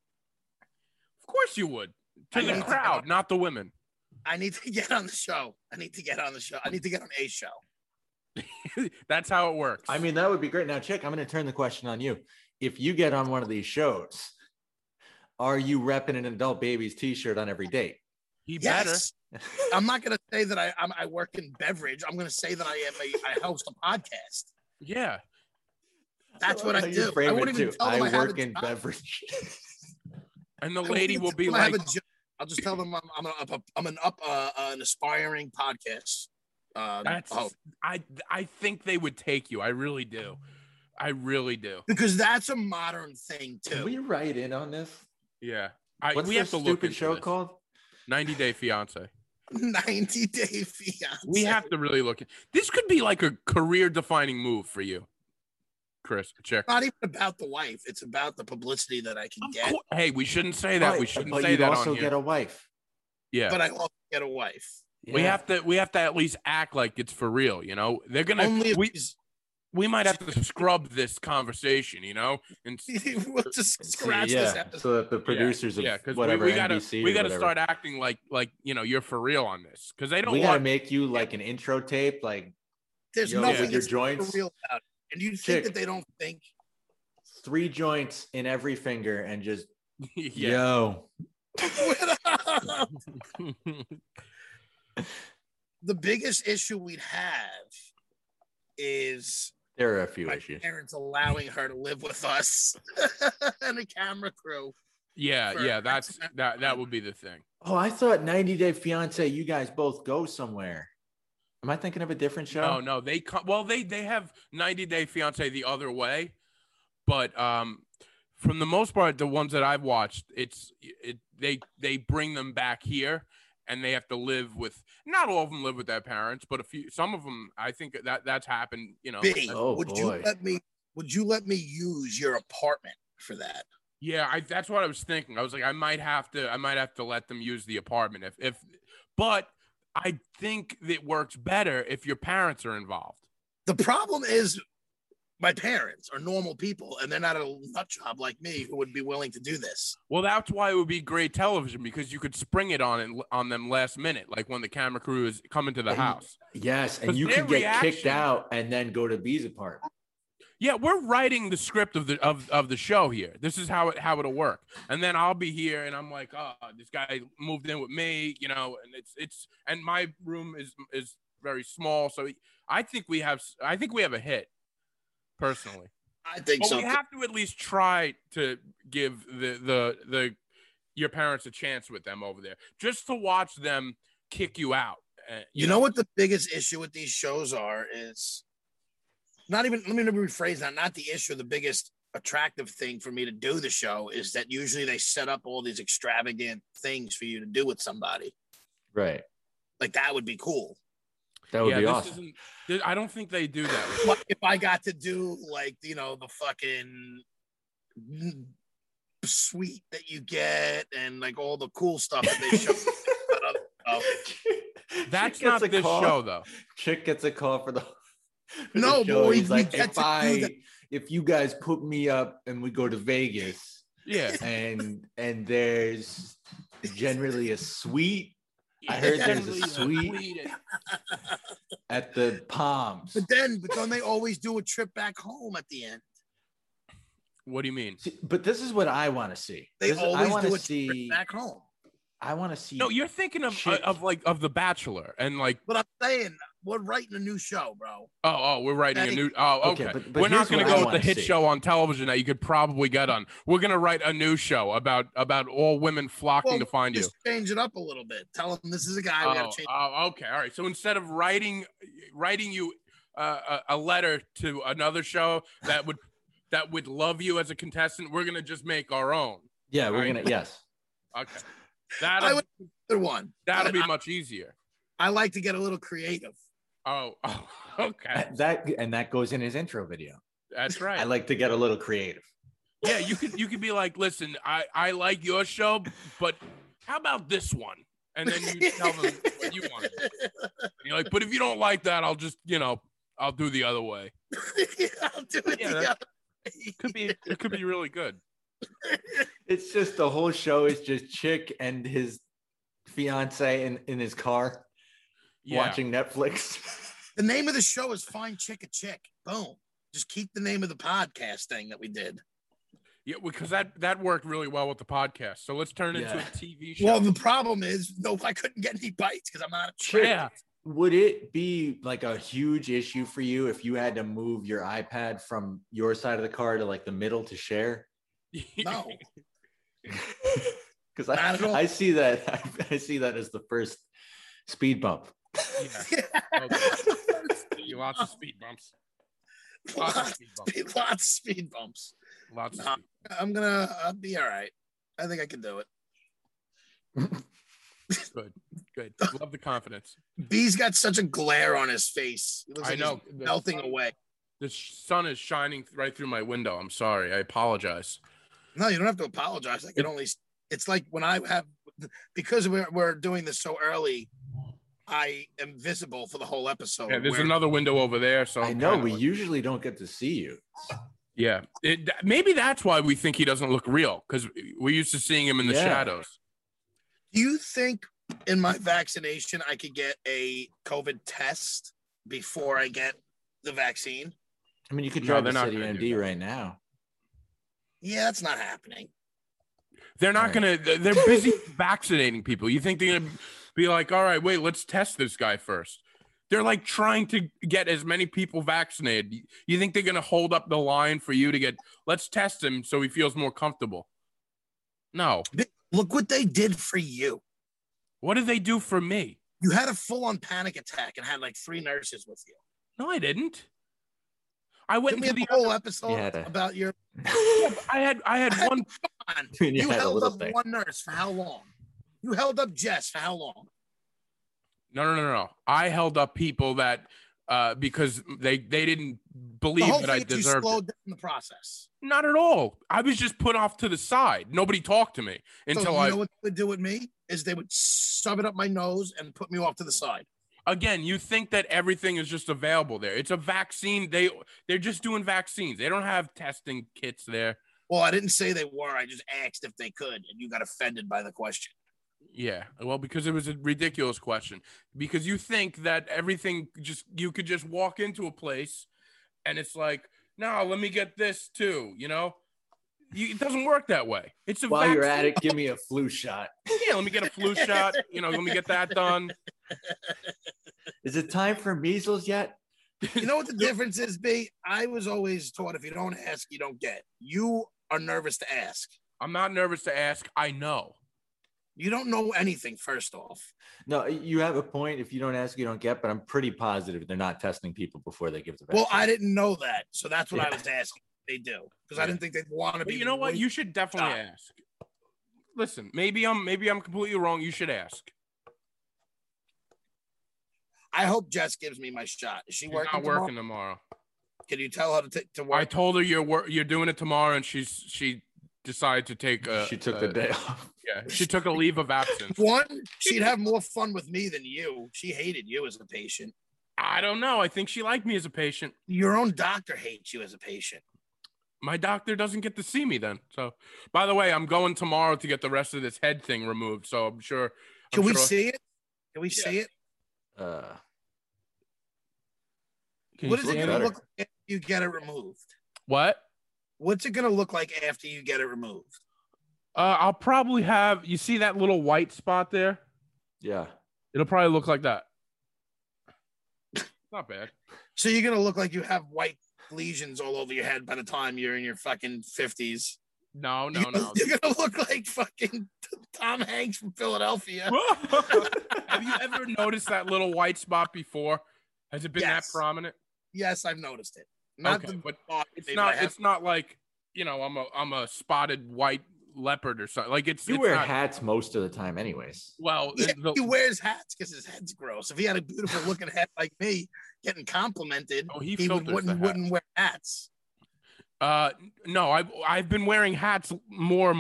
Speaker 2: of course you would to
Speaker 3: I
Speaker 2: the
Speaker 3: know.
Speaker 2: crowd, not the women.
Speaker 3: I need to get on the show. I need to get on the show. I need to get on a show.
Speaker 2: That's how it works.
Speaker 4: I mean, that would be great. Now, Chick, I'm going to turn the question on you. If you get on one of these shows, are you repping an adult babies T-shirt on every date?
Speaker 2: he better.
Speaker 3: Yes. I'm not gonna say that I I'm, I work in beverage. I'm gonna say that I am a I host a podcast.
Speaker 2: Yeah.
Speaker 3: That's what I
Speaker 4: You
Speaker 3: do.
Speaker 4: frame
Speaker 3: I
Speaker 4: it
Speaker 3: won't even
Speaker 4: too.
Speaker 3: tell them I,
Speaker 4: I
Speaker 3: have
Speaker 4: work
Speaker 3: a
Speaker 4: in
Speaker 3: job.
Speaker 4: beverage.
Speaker 2: And the
Speaker 3: I won't
Speaker 2: lady
Speaker 3: even
Speaker 2: will
Speaker 3: tell
Speaker 2: be
Speaker 3: them I have
Speaker 2: like,
Speaker 3: a job. I'll just tell them I'm I'm, an up, I'm an up uh, uh, an aspiring podcast. Um,
Speaker 2: That's
Speaker 3: oh,
Speaker 2: I I think they would take you. I really do. I really do.
Speaker 3: because that's a modern thing
Speaker 4: Can
Speaker 3: too.
Speaker 4: we write in on this?
Speaker 2: Yeah. I,
Speaker 4: What's
Speaker 2: we
Speaker 4: this
Speaker 2: have to look
Speaker 4: stupid
Speaker 2: into
Speaker 4: show
Speaker 2: this.
Speaker 4: called?
Speaker 2: 90 Day Fiance.
Speaker 3: 90 day fiance.
Speaker 2: We have to really look. in- This could be like a career defining move for you, Chris. Check.
Speaker 3: not even about the wife. It's about the publicity that I can
Speaker 2: Of
Speaker 3: get.
Speaker 2: cour- Hey, we shouldn't say that. We
Speaker 4: Right,
Speaker 2: shouldn't
Speaker 4: but
Speaker 2: say
Speaker 4: you'd
Speaker 2: that
Speaker 4: also
Speaker 2: on here.
Speaker 4: get a wife.
Speaker 2: yeah.
Speaker 3: Oh, But I also get a wife.
Speaker 2: We
Speaker 4: Yeah.
Speaker 2: have to we have to at least act like it's for real, you know? They're gonna
Speaker 3: Only if
Speaker 2: we,
Speaker 3: she's-
Speaker 2: we might have to scrub this conversation, you know? And s-
Speaker 3: we'll just
Speaker 4: See,
Speaker 3: scratch this
Speaker 4: yeah,
Speaker 3: episode.
Speaker 4: so that the producers
Speaker 2: yeah,
Speaker 4: of
Speaker 2: because we,
Speaker 4: whatever
Speaker 2: we gotta
Speaker 4: NBC
Speaker 2: we
Speaker 4: or
Speaker 2: gotta
Speaker 4: whatever,
Speaker 2: start acting like like you know you're for real on this because they don't
Speaker 4: we
Speaker 2: want
Speaker 4: gotta make you like an intro tape, like
Speaker 3: There's
Speaker 4: yo,
Speaker 3: nothing
Speaker 4: with your
Speaker 3: that's
Speaker 4: joints,
Speaker 3: real about it. And you think
Speaker 4: Chick.
Speaker 3: that they don't think
Speaker 4: three joints in every finger, and just
Speaker 2: yeah.
Speaker 4: yo,
Speaker 3: the biggest issue we'd have is
Speaker 4: there are a few
Speaker 3: my
Speaker 4: issues.
Speaker 3: parents allowing her to live with us and a camera crew.
Speaker 2: Yeah,
Speaker 3: For-
Speaker 2: yeah, that's that that would be the thing.
Speaker 4: Oh, I thought 90 Day Fiance, you guys both go somewhere. Am I thinking of a different show?
Speaker 2: Oh, No, no, they come. Well, they they have 90 Day Fiance the other way, but um, from the most part, the ones that I've watched, it's it they they bring them back here, and they have to live with not all of them live with their parents, but a few some of them. I think that that's happened. You know,
Speaker 3: B,
Speaker 4: Oh,
Speaker 3: would
Speaker 4: boy.
Speaker 3: you let me would you let me use your apartment for that?
Speaker 2: yeah, I, that's what I was thinking. I was like, I might have to, I might have to let them use the apartment if if, but I think it works better if your parents are involved.
Speaker 3: The problem is my parents are normal people and they're not a nut job like me who would be willing to do this.
Speaker 2: Well, that's why it would be great television because you could spring it on it, on them last minute, like when the camera crew is coming to the
Speaker 4: And-
Speaker 2: house.
Speaker 4: Yes, and
Speaker 2: 'Cause
Speaker 4: you
Speaker 2: their
Speaker 4: can get kicked
Speaker 2: reaction-
Speaker 4: out and then go to B's apartment.
Speaker 2: Yeah, we're writing the script of the of, of the show here. This is how it how it'll work. And then I'll be here and I'm like, oh, this guy moved in with me, you know, and it's it's and my room is is very small, so I think we have I think we have a hit personally.
Speaker 3: I think
Speaker 2: But
Speaker 3: so.
Speaker 2: we have to at least try to give the the the your parents a chance with them over there, just to watch them kick you out. uh,
Speaker 3: You know what the biggest issue with these shows are is not even let me rephrase that. Not the issue. The biggest attractive thing for me to do the show is that usually they set up all these extravagant things for you to do with somebody.
Speaker 4: Right.
Speaker 3: Like that would be cool.
Speaker 4: That would
Speaker 2: yeah,
Speaker 4: be
Speaker 2: this
Speaker 4: awesome.
Speaker 2: isn't. th- I don't think they do that. with-
Speaker 3: Like if I got to do like you know the fucking suite that you get and like all the cool stuff that they show. Oh.
Speaker 2: That's
Speaker 4: Chick
Speaker 2: not
Speaker 4: gets a
Speaker 2: this
Speaker 4: call.
Speaker 2: show though.
Speaker 4: Chick gets a call for the. for the
Speaker 3: No,
Speaker 4: show.
Speaker 3: boy,
Speaker 4: He's
Speaker 3: we
Speaker 4: like,
Speaker 3: get to
Speaker 4: if
Speaker 3: do that."
Speaker 4: I, if you guys put me up and we go to Vegas,
Speaker 2: Yeah,
Speaker 4: and and there's generally a suite I
Speaker 2: Yeah,
Speaker 4: heard
Speaker 3: there's a
Speaker 2: definitely
Speaker 4: suite.
Speaker 2: deleted.
Speaker 4: at the Palms.
Speaker 3: but then, but don't they always do a trip back home at the end?
Speaker 2: What do you mean?
Speaker 4: See, But this is what I want to see.
Speaker 3: They
Speaker 4: This is- I
Speaker 3: always
Speaker 4: want
Speaker 3: do
Speaker 4: to
Speaker 3: a trip
Speaker 4: see.
Speaker 3: back home.
Speaker 4: I want to see.
Speaker 2: No, you're thinking of
Speaker 4: Shit.
Speaker 2: of like of The Bachelor and like
Speaker 3: But I'm saying we're writing a new show, bro.
Speaker 2: oh oh we're writing a
Speaker 3: Hey.
Speaker 2: new oh
Speaker 4: Okay,
Speaker 2: okay.
Speaker 4: but- but
Speaker 2: we're not
Speaker 4: here's
Speaker 2: going to
Speaker 4: what I
Speaker 2: go with
Speaker 4: wanna
Speaker 2: the hit
Speaker 4: see.
Speaker 2: show on television that you could probably get on. We're going to write a new show about about all women flocking
Speaker 3: Well,
Speaker 2: to find you.
Speaker 3: Just change it up a little bit. Tell them this is a guy we
Speaker 2: Oh,
Speaker 3: gotta change.
Speaker 2: oh, okay. All right. So instead of writing writing you uh, a, a letter to another show that would that would love you as a contestant, we're gonna just make our own.
Speaker 4: yeah, we're
Speaker 2: Right.
Speaker 4: gonna. Yes.
Speaker 2: Okay.
Speaker 3: I
Speaker 2: That'll
Speaker 3: would- Another one.
Speaker 2: that'll be
Speaker 3: I,
Speaker 2: much easier.
Speaker 3: I like to get a little creative.
Speaker 2: Oh, oh okay.
Speaker 4: That- That and that goes in his intro video.
Speaker 2: That's
Speaker 4: I
Speaker 2: right.
Speaker 4: like to get a little creative.
Speaker 2: Yeah, you could you could be like, listen, I, I like your show, but how about this one? And then you tell them what you want. And you're like, but if you don't like that, I'll just, you know, I'll do the other way.
Speaker 3: I'll do it.
Speaker 2: Yeah,
Speaker 3: the
Speaker 2: that-
Speaker 3: other way.
Speaker 2: Could be it could be really good.
Speaker 4: It's just the whole show is just Chick and his fiance in, in his car
Speaker 2: Yeah.
Speaker 4: watching Netflix.
Speaker 3: The name of the show is Fine Chick a Chick. Boom. Just keep the name of the podcast thing that we did.
Speaker 2: Yeah, because that that worked really well with the podcast. So let's turn it into
Speaker 4: Yeah.
Speaker 2: a TV show.
Speaker 3: Well, the problem is, no, I couldn't get any bites because I'm not a chick.
Speaker 2: yeah.
Speaker 4: Would it be like a huge issue for you if you had to move your iPad from your side of the car to like the middle to share?
Speaker 3: No.
Speaker 4: Because
Speaker 3: Not at all.
Speaker 4: I, I see that I, see that as the first speed bump.
Speaker 2: Yeah. Okay. Lots of speed bumps. Lots of
Speaker 3: Lots
Speaker 2: speed bumps.
Speaker 3: of speed bumps.
Speaker 2: Lots of
Speaker 3: Nah.
Speaker 2: speed.
Speaker 3: I'm going to I'll be all right. I think I can do it.
Speaker 2: Good. Love the confidence.
Speaker 3: B's got such a glare on his face. He looks
Speaker 2: I
Speaker 3: like
Speaker 2: know.
Speaker 3: he's
Speaker 2: The
Speaker 3: melting
Speaker 2: sun-
Speaker 3: away.
Speaker 2: The sun is shining right through my window. I'm sorry. I apologize.
Speaker 3: No, you don't have to apologize. I can only. It's like when I have, because we're, we're doing this so early, I am visible for the whole episode.
Speaker 2: Yeah, there's
Speaker 3: where-
Speaker 2: another window over there. So
Speaker 4: Oh, I
Speaker 2: I'm
Speaker 4: know
Speaker 2: kinda
Speaker 4: we
Speaker 2: like-
Speaker 4: usually don't get to see you.
Speaker 2: yeah. It, th- maybe that's why we think he doesn't look real because we're used to seeing him in the
Speaker 4: Yeah.
Speaker 2: shadows.
Speaker 3: Do you think in my vaccination I could get a COVID test before I get the vaccine?
Speaker 4: I mean, you could
Speaker 2: No,
Speaker 4: drive
Speaker 2: they're
Speaker 4: to
Speaker 2: not
Speaker 4: City
Speaker 2: gonna do
Speaker 4: MD
Speaker 2: that.
Speaker 4: right now.
Speaker 3: Yeah, that's not happening.
Speaker 2: They're not gonna.
Speaker 4: Right.
Speaker 2: They're they're busy vaccinating people. You think they're gonna be like, all right, wait, let's test this guy first. They're like trying to get as many people vaccinated. You think they're gonna hold up the line for you to get? Let's test him so he feels more comfortable. No.
Speaker 3: Look what they did for you.
Speaker 2: What did they do for me?
Speaker 3: You had a full on panic attack and had like three nurses with you.
Speaker 2: No, I didn't. I went
Speaker 3: Didn't we
Speaker 2: into
Speaker 3: have
Speaker 2: the.
Speaker 3: a whole episode
Speaker 4: Yeah, that-
Speaker 3: about your
Speaker 2: I had I had one.
Speaker 3: on.
Speaker 4: I mean, you
Speaker 3: You
Speaker 4: had a
Speaker 3: held
Speaker 4: little
Speaker 3: up
Speaker 4: thing.
Speaker 3: one nurse for how long? You held up Jess for how long?
Speaker 2: No, no, no, no. I held up people that uh, because they they didn't
Speaker 3: The
Speaker 2: believe
Speaker 3: whole
Speaker 2: that I
Speaker 3: thing is you
Speaker 2: deserved. it.
Speaker 3: slowed down the process.
Speaker 2: Not at all. I was just put off to the side. Nobody talked to me until
Speaker 3: so you
Speaker 2: I
Speaker 3: know what they would do with me is they would shove it up my nose and put me off to the side.
Speaker 2: again, you think that everything is just available there. It's a vaccine. They they're just doing vaccines. They don't have testing kits there.
Speaker 3: Well, I didn't say they were. I just asked if they could, and you got offended by the question.
Speaker 2: Yeah. Well, because it was a ridiculous question. Because you think that everything just you could just walk into a place and it's like, "No, let me get this too," you know? You, it doesn't work that way. It's a
Speaker 4: While you're at
Speaker 2: vaccine.
Speaker 4: it, give me a flu shot.
Speaker 2: Yeah, let me get a flu shot, you know, let me get that done.
Speaker 4: Is it time for measles yet?
Speaker 3: You know what the difference is, B? I was always taught if you don't ask, you don't get. You are nervous to ask.
Speaker 2: I'm not nervous to ask. I know.
Speaker 3: You don't know anything, first off.
Speaker 4: No, you have a point. If you don't ask, you don't get. But I'm pretty positive they're not testing people before they give the vaccine.
Speaker 3: Well, I didn't know that. So that's what I
Speaker 4: Yeah.
Speaker 3: was asking. They do. Because
Speaker 2: Yeah.
Speaker 3: I didn't think they'd want to
Speaker 2: But
Speaker 3: be.
Speaker 2: you know what? You should definitely
Speaker 3: Ah.
Speaker 2: ask. Listen, maybe I'm maybe I'm completely wrong. You should ask.
Speaker 3: I hope Jess gives me my shot. Is she
Speaker 2: She's
Speaker 3: working?
Speaker 2: not
Speaker 3: tomorrow?
Speaker 2: working tomorrow.
Speaker 3: Can you tell her to, t- to
Speaker 2: I
Speaker 3: work?
Speaker 2: told her you're wor- you're doing it tomorrow, and she's she decided to take. A,
Speaker 4: she took
Speaker 2: a-
Speaker 4: the day off.
Speaker 2: Yeah, she took a leave of absence.
Speaker 3: One, she'd have more fun with me than you. She hated you as a patient.
Speaker 2: I don't know. I think she liked me as a patient.
Speaker 3: Your own doctor hates you as a patient.
Speaker 2: My doctor doesn't get to see me then. So, by the way, I'm going tomorrow to get the rest of this head thing removed. So I'm sure. I'm
Speaker 3: Can we
Speaker 2: sure-
Speaker 3: see it? Can we see it?
Speaker 4: Uh,
Speaker 2: Can
Speaker 3: what
Speaker 2: you
Speaker 3: is
Speaker 2: see it?
Speaker 3: it going to
Speaker 4: look better?
Speaker 3: look like after you get it removed?
Speaker 2: What?
Speaker 3: What's it going to look like after you get it removed?
Speaker 2: Uh, I'll probably have you see that little white spot there.
Speaker 4: yeah.
Speaker 2: It'll probably look like that. Not bad.
Speaker 3: So you're going to look like you have white lesions all over your head by the time you're in your fucking 50s.
Speaker 2: No, no,
Speaker 3: You're gonna-
Speaker 2: no.
Speaker 3: You're going to look like fucking Tom Hanks from Philadelphia.
Speaker 2: Have you ever noticed that little white spot before? Has it been
Speaker 3: Yes.
Speaker 2: that prominent?
Speaker 3: Yes, I've noticed it. Not
Speaker 2: okay,
Speaker 3: the
Speaker 2: but
Speaker 3: spot,
Speaker 2: it's
Speaker 3: maybe I
Speaker 2: not.
Speaker 3: have-
Speaker 2: It's not like you know. I'm a I'm a spotted white leopard or something. Like it's
Speaker 4: You
Speaker 2: it's
Speaker 4: wear
Speaker 2: not-
Speaker 4: hats most of the time, anyways.
Speaker 2: Well,
Speaker 3: Yeah,
Speaker 2: the-
Speaker 3: he wears hats because his head's gross. If he had a beautiful looking head like me, getting complimented,
Speaker 2: Oh, he
Speaker 3: he
Speaker 2: filters
Speaker 3: would,
Speaker 2: the
Speaker 3: wouldn't
Speaker 2: hat.
Speaker 3: wouldn't wear hats.
Speaker 2: uh, no, I've I've been wearing hats more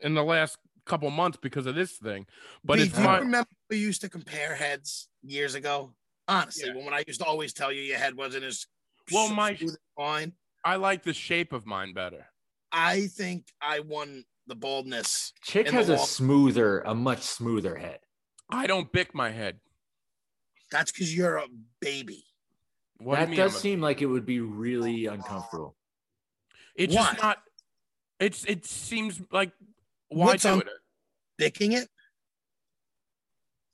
Speaker 2: in the last couple months because of this thing. But
Speaker 3: Lee,
Speaker 2: it's
Speaker 3: do you
Speaker 2: my
Speaker 3: remember we used to compare heads years ago? Honestly,
Speaker 2: Yeah.
Speaker 3: when I used to always tell you your head wasn't as
Speaker 2: Well, my-
Speaker 3: smooth as mine.
Speaker 2: I like the shape of mine better.
Speaker 3: I think I won the baldness.
Speaker 4: Chick
Speaker 3: And the
Speaker 4: has a
Speaker 3: wall-
Speaker 4: smoother, a much smoother head.
Speaker 2: I don't bick my head.
Speaker 3: That's because you're a baby.
Speaker 2: What do you
Speaker 4: that
Speaker 2: mean?
Speaker 4: does
Speaker 2: I'm a-
Speaker 4: seem like it would be really uncomfortable.
Speaker 2: it's
Speaker 3: Why?
Speaker 2: just not. It's it seems like why
Speaker 3: What's
Speaker 2: do
Speaker 3: un-
Speaker 2: it?
Speaker 3: Dicking it?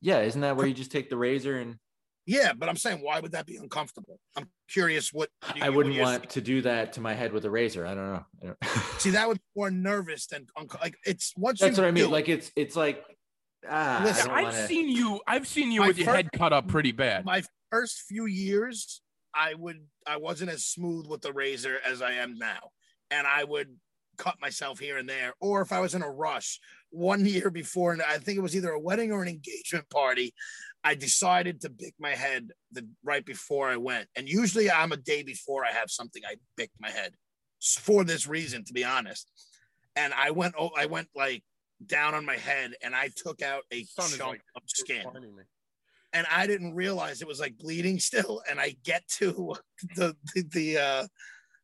Speaker 4: Yeah, isn't that where you just take the razor and
Speaker 3: Yeah, but I'm saying why would that be uncomfortable? I'm curious what you-
Speaker 4: I
Speaker 3: what
Speaker 4: wouldn't
Speaker 3: you're-
Speaker 4: want to do that to my head with a razor. I don't know. I don't-
Speaker 3: See, that would be more nervous than unco- like it's once
Speaker 4: That's
Speaker 3: you
Speaker 4: what I mean.
Speaker 3: do-
Speaker 4: Like it's it's like ah, I
Speaker 3: Listen,
Speaker 4: don't
Speaker 2: I've
Speaker 4: wanna-
Speaker 2: seen you. I've seen you
Speaker 3: My
Speaker 2: with your
Speaker 3: fir-
Speaker 2: head cut up pretty bad.
Speaker 3: my first few years, I would I wasn't as smooth with the razor as I am now, and I would cut myself here and there. Or if I was in a rush, one year before, and I think it was either a wedding or an engagement party, I decided to bick my head the right before I went. And usually, I'm a day before I have something I bick my head s- for this reason, to be honest. And I went, oh, I went like down on my head, and I took out a
Speaker 2: Son is
Speaker 3: chunk
Speaker 2: like-
Speaker 3: of skin and I didn't realize it was like bleeding still. And I get to the the the, uh,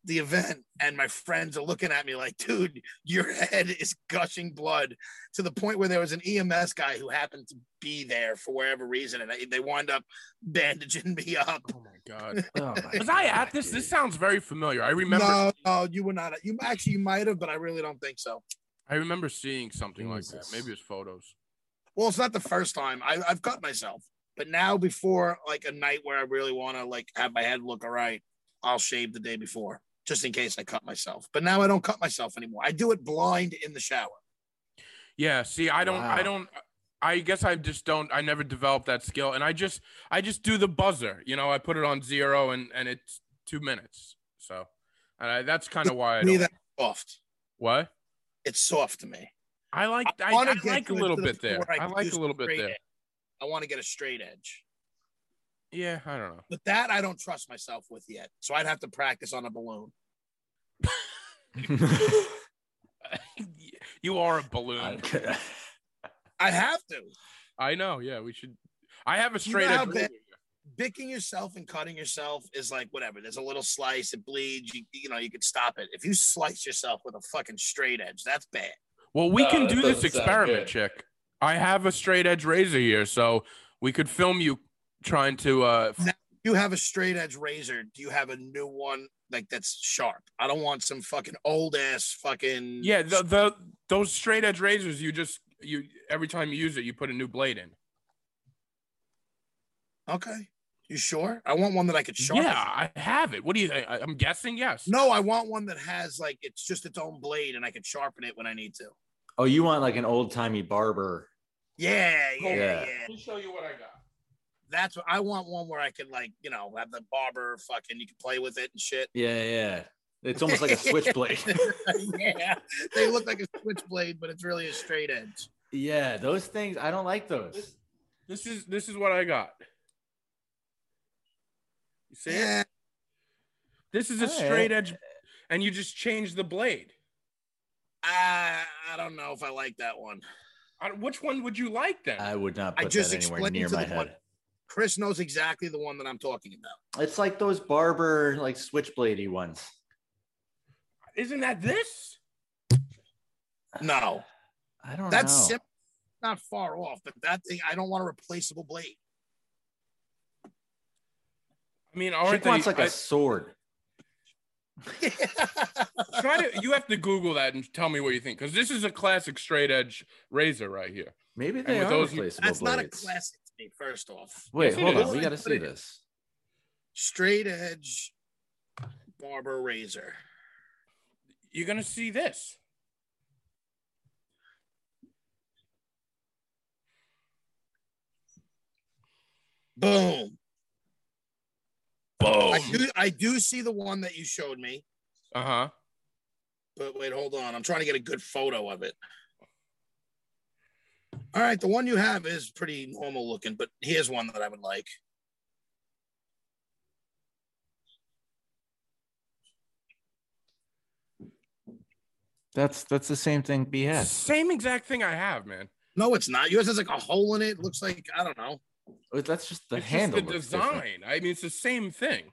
Speaker 3: the event, and my friends are looking at me like, "Dude, your head is gushing blood." To the point where there was an EMS guy who happened to be there for whatever reason, and I, they wound up bandaging me up.
Speaker 2: Oh my god.
Speaker 4: Oh my
Speaker 2: Was I
Speaker 4: God,
Speaker 2: at this? This
Speaker 4: dude.
Speaker 2: sounds very familiar. I remember.
Speaker 3: No, no, you were not. You actually you might have, but I really don't think so.
Speaker 2: I remember seeing something like that.
Speaker 4: Jesus.
Speaker 2: Maybe it's photos.
Speaker 3: Well, it's not the first time I, I've cut myself, but now before like a night where I really want to like have my head look all right, I'll shave the day before just in case I cut myself. But now I don't cut myself anymore. I do it blind in the shower.
Speaker 2: Yeah. See, I don't. I
Speaker 4: Wow.
Speaker 2: don't. I guess I just don't. I never developed that skill, and I just. I just do the buzzer. You know, I put it on zero, and and it's two minutes. So, and I, that's kind of why I
Speaker 3: me,
Speaker 2: don't.
Speaker 3: that's soft.
Speaker 2: What?
Speaker 3: It's soft to me.
Speaker 2: I like. I,
Speaker 3: wanna
Speaker 2: I
Speaker 3: get
Speaker 2: like a
Speaker 3: to it
Speaker 2: little
Speaker 3: to the
Speaker 2: bit there.
Speaker 3: point where
Speaker 2: I
Speaker 3: can
Speaker 2: like
Speaker 3: do
Speaker 2: a little bit
Speaker 3: straight
Speaker 2: there.
Speaker 3: edge. I want to get a straight edge,
Speaker 2: Yeah. I don't know.
Speaker 3: but that I don't trust myself with yet. So I'd have to practice on a balloon.
Speaker 2: you are a balloon.
Speaker 4: I-
Speaker 3: I have to.
Speaker 2: I know. Yeah, we should. I have a
Speaker 3: You know
Speaker 2: straight
Speaker 3: how
Speaker 2: edge.
Speaker 3: bad- Bicking yourself and cutting yourself is like whatever. There's a little slice, it bleeds. You, you know, you could stop it. If you slice yourself with a fucking straight edge, that's bad.
Speaker 2: Well, we
Speaker 5: No,
Speaker 2: can
Speaker 5: that
Speaker 2: do this
Speaker 5: doesn't sound
Speaker 2: experiment,
Speaker 5: good.
Speaker 2: chick. I have a straight edge razor here, so we could film you trying to. uh f-
Speaker 3: You have a straight edge razor. Do you have a new one like that's sharp? I don't want some fucking old ass fucking.
Speaker 2: Yeah, the, the those straight edge razors, you just you every time you use it, you put a new blade in.
Speaker 3: Okay. You sure? I want one that I could sharpen.
Speaker 2: Yeah, I have it. What do you? think? I, I'm guessing yes.
Speaker 3: No, I want one that has like it's just its own blade and I can sharpen it when I need to.
Speaker 4: oh, you want like an old timey barber?
Speaker 3: Yeah, yeah, yeah.
Speaker 4: Yeah.
Speaker 2: me show you what I got.
Speaker 3: That's what I want one where I can like, you know, have the barber fucking you can play with it and shit.
Speaker 4: Yeah, yeah. It's almost like a switchblade.
Speaker 3: yeah. They look like a switchblade, but it's really a straight edge.
Speaker 4: yeah, those things. I don't like those.
Speaker 2: This is this is what I got. You see it?
Speaker 3: Yeah.
Speaker 2: This is a
Speaker 4: All right.
Speaker 2: straight edge, and you just change the blade.
Speaker 3: I, I don't know if I like that one.
Speaker 2: I, which one would you like then?
Speaker 4: I would not
Speaker 3: I
Speaker 4: put
Speaker 3: just
Speaker 4: that anywhere
Speaker 3: explained
Speaker 4: near
Speaker 3: to
Speaker 4: my
Speaker 3: the one-
Speaker 4: head.
Speaker 3: Chris knows exactly the one that I'm talking about.
Speaker 4: It's like those barber like switchbladey ones.
Speaker 2: Isn't that this?
Speaker 3: No,
Speaker 4: I don't
Speaker 3: that's
Speaker 4: know.
Speaker 3: sim- not far off, but that thing, I don't want a replaceable blade.
Speaker 2: I mean,
Speaker 4: She
Speaker 2: aren't they?
Speaker 4: wants like a
Speaker 2: I-
Speaker 4: sword.
Speaker 2: try to. You have to Google that and tell me what you think, because this is a classic straight edge razor right here.
Speaker 4: Maybe they
Speaker 2: with
Speaker 4: are
Speaker 2: those, you-
Speaker 4: replaceable
Speaker 3: That's not a
Speaker 4: blades.
Speaker 3: classic to me, first off.
Speaker 4: Wait,
Speaker 2: Yes, it
Speaker 4: hold
Speaker 2: is.
Speaker 4: on. We got to see
Speaker 3: Put it-
Speaker 4: this.
Speaker 3: Straight edge barber razor.
Speaker 2: You're gonna see this.
Speaker 3: Boom.
Speaker 2: Boom.
Speaker 3: I do, I do see the one that you showed me,
Speaker 2: Uh huh.
Speaker 3: but wait, hold on. I'm trying to get a good photo of it. All right, the one you have is pretty normal looking, but here's one that I would like.
Speaker 4: That's that's the same thing B has.
Speaker 2: Same exact thing I have, man.
Speaker 3: No, it's not. Yours has like a hole in it. Looks like I don't know.
Speaker 4: Oh, That's just the
Speaker 2: it's just
Speaker 4: handle.
Speaker 2: the
Speaker 4: looks different.
Speaker 2: design. I mean, it's the same thing.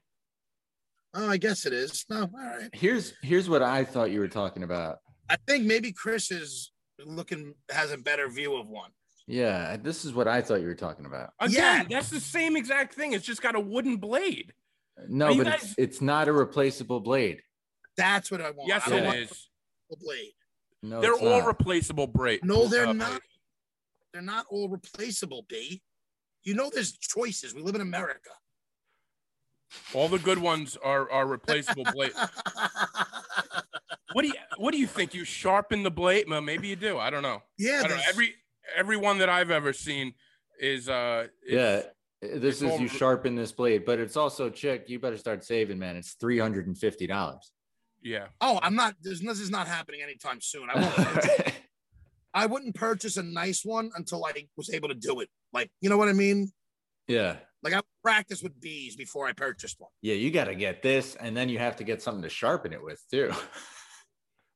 Speaker 3: Oh, I guess it is. No, all right.
Speaker 4: Here's here's what I thought you were talking about.
Speaker 3: I think maybe Chris is looking has a better view of one.
Speaker 4: Yeah, I- this is what I thought you were talking about.
Speaker 2: Again,
Speaker 3: Yeah.
Speaker 2: that's the same exact thing. It's just got a wooden blade.
Speaker 4: No,
Speaker 2: Are you
Speaker 4: but
Speaker 2: guys-
Speaker 4: it's it's not a replaceable blade.
Speaker 3: That's what I want.
Speaker 2: Yes,
Speaker 3: I don't
Speaker 2: it
Speaker 3: want
Speaker 2: is.
Speaker 3: the blade.
Speaker 4: No,
Speaker 2: they're
Speaker 4: Oh, it's
Speaker 2: all
Speaker 4: not.
Speaker 2: replaceable blades.
Speaker 3: No, they're not. They're not all replaceable, B. You know there's choices. We live in America.
Speaker 2: All the good ones are are replaceable blades. What do you What do you think? You sharpen the blade? Well, maybe you do. I don't know. I
Speaker 3: yeah,
Speaker 2: don't know.
Speaker 3: there's-
Speaker 2: Every every one that I've ever seen is uh is-
Speaker 4: Yeah. This is
Speaker 2: all
Speaker 4: you
Speaker 2: re-
Speaker 4: sharpen this blade, but it's also chick. You better start saving, man. It's three hundred and fifty dollars.
Speaker 2: yeah.
Speaker 3: oh, I'm not there's this is not happening anytime soon. I won't I wouldn't purchase a nice one until I was able to do it. Like, you know what I mean?
Speaker 4: yeah,
Speaker 3: Like I practiced with bees before I purchased one.
Speaker 4: yeah. You got to get this, and then you have to get something to sharpen it with too.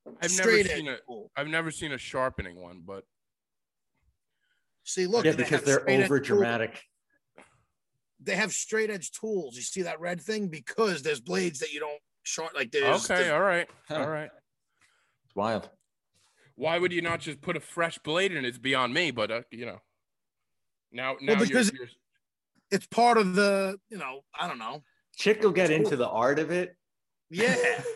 Speaker 2: I've never
Speaker 3: Straight
Speaker 2: seen
Speaker 3: edge.
Speaker 2: a
Speaker 3: Cool.
Speaker 2: I've never seen a sharpening one, but
Speaker 3: See, look,
Speaker 4: yeah,
Speaker 3: they
Speaker 4: because
Speaker 3: have
Speaker 4: they're
Speaker 3: straight edge
Speaker 4: over
Speaker 3: tools.
Speaker 4: dramatic.
Speaker 3: They have straight edge tools. You see that red thing? Because there's blades that you don't short like there's
Speaker 2: okay,
Speaker 3: there's-
Speaker 2: all right,
Speaker 4: Huh.
Speaker 2: all right.
Speaker 4: It's wild.
Speaker 2: Why would you not just put a fresh blade in? It's beyond me, but uh, you know. Now, now
Speaker 3: Well, because-
Speaker 2: you're, you're
Speaker 3: it's part of the, you know, I don't know.
Speaker 4: Chick will get into the art of it.
Speaker 3: Yeah.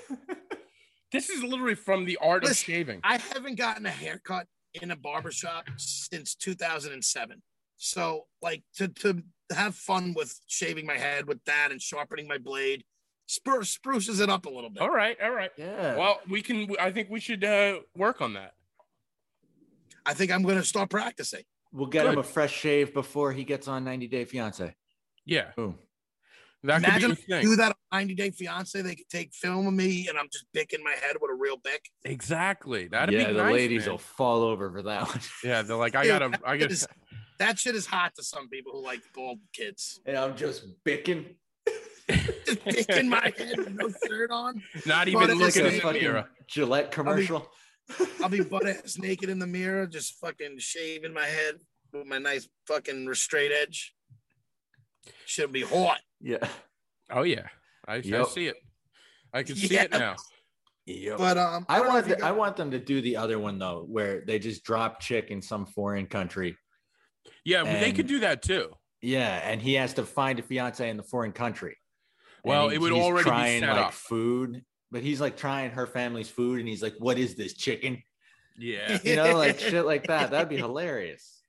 Speaker 2: This is literally from the art of
Speaker 3: Listen,
Speaker 2: shaving.
Speaker 3: I haven't gotten a haircut in a barbershop since 2007. So, like, to, to have fun with shaving my head with that and sharpening my blade spru- spruces it up a little bit.
Speaker 2: All right, all right.
Speaker 4: Yeah.
Speaker 2: Well, we can. I think we should uh, work on that.
Speaker 3: I think I'm going to start practicing.
Speaker 4: we'll get him
Speaker 2: good.
Speaker 4: a fresh shave before he gets on 90 Day Fiance.
Speaker 2: Yeah,
Speaker 4: Boom.
Speaker 2: that
Speaker 3: Imagine
Speaker 2: could be the
Speaker 3: Do
Speaker 2: thing.
Speaker 3: that on 90 Day Fiance. They could take film of me and I'm just bicking my head with a real bick.
Speaker 2: Exactly. That'd
Speaker 4: yeah,
Speaker 2: be
Speaker 4: the
Speaker 2: nice,
Speaker 4: ladies
Speaker 2: man.
Speaker 4: will fall over for that one.
Speaker 2: Yeah, they're like, I
Speaker 3: Dude,
Speaker 2: gotta, I
Speaker 3: It
Speaker 2: gotta.
Speaker 3: is, that shit is hot to some people who like bald kids.
Speaker 4: and I'm just bicking.
Speaker 3: Just bicking my head with no shirt on.
Speaker 2: Not
Speaker 3: But
Speaker 2: even
Speaker 3: it is
Speaker 2: looking
Speaker 3: a
Speaker 2: in the
Speaker 4: fucking
Speaker 2: mirror.
Speaker 4: Gillette commercial.
Speaker 3: I'll be butt ass naked in the mirror, just fucking shaving my head with my nice fucking straight edge. Should be hot.
Speaker 4: yeah.
Speaker 2: Oh yeah, I, I
Speaker 4: Yep.
Speaker 2: see it. I can see
Speaker 3: Yeah.
Speaker 2: it now.
Speaker 3: But um,
Speaker 4: I
Speaker 3: don't know
Speaker 4: want
Speaker 3: if you
Speaker 4: the, I want them to do the other one though, where they just drop chick in some foreign country.
Speaker 2: Yeah, well, they could
Speaker 4: And-
Speaker 2: do that too.
Speaker 4: Yeah, and he has to find a fiance in the foreign country. And
Speaker 2: Well,
Speaker 4: he-
Speaker 2: it would
Speaker 4: he's
Speaker 2: already be
Speaker 4: trying,
Speaker 2: set
Speaker 4: like,
Speaker 2: up.
Speaker 4: Food, but he's like trying her family's food, and he's like, "What is this chicken?"
Speaker 2: Yeah,
Speaker 4: You know, like shit like that. That'd be hilarious.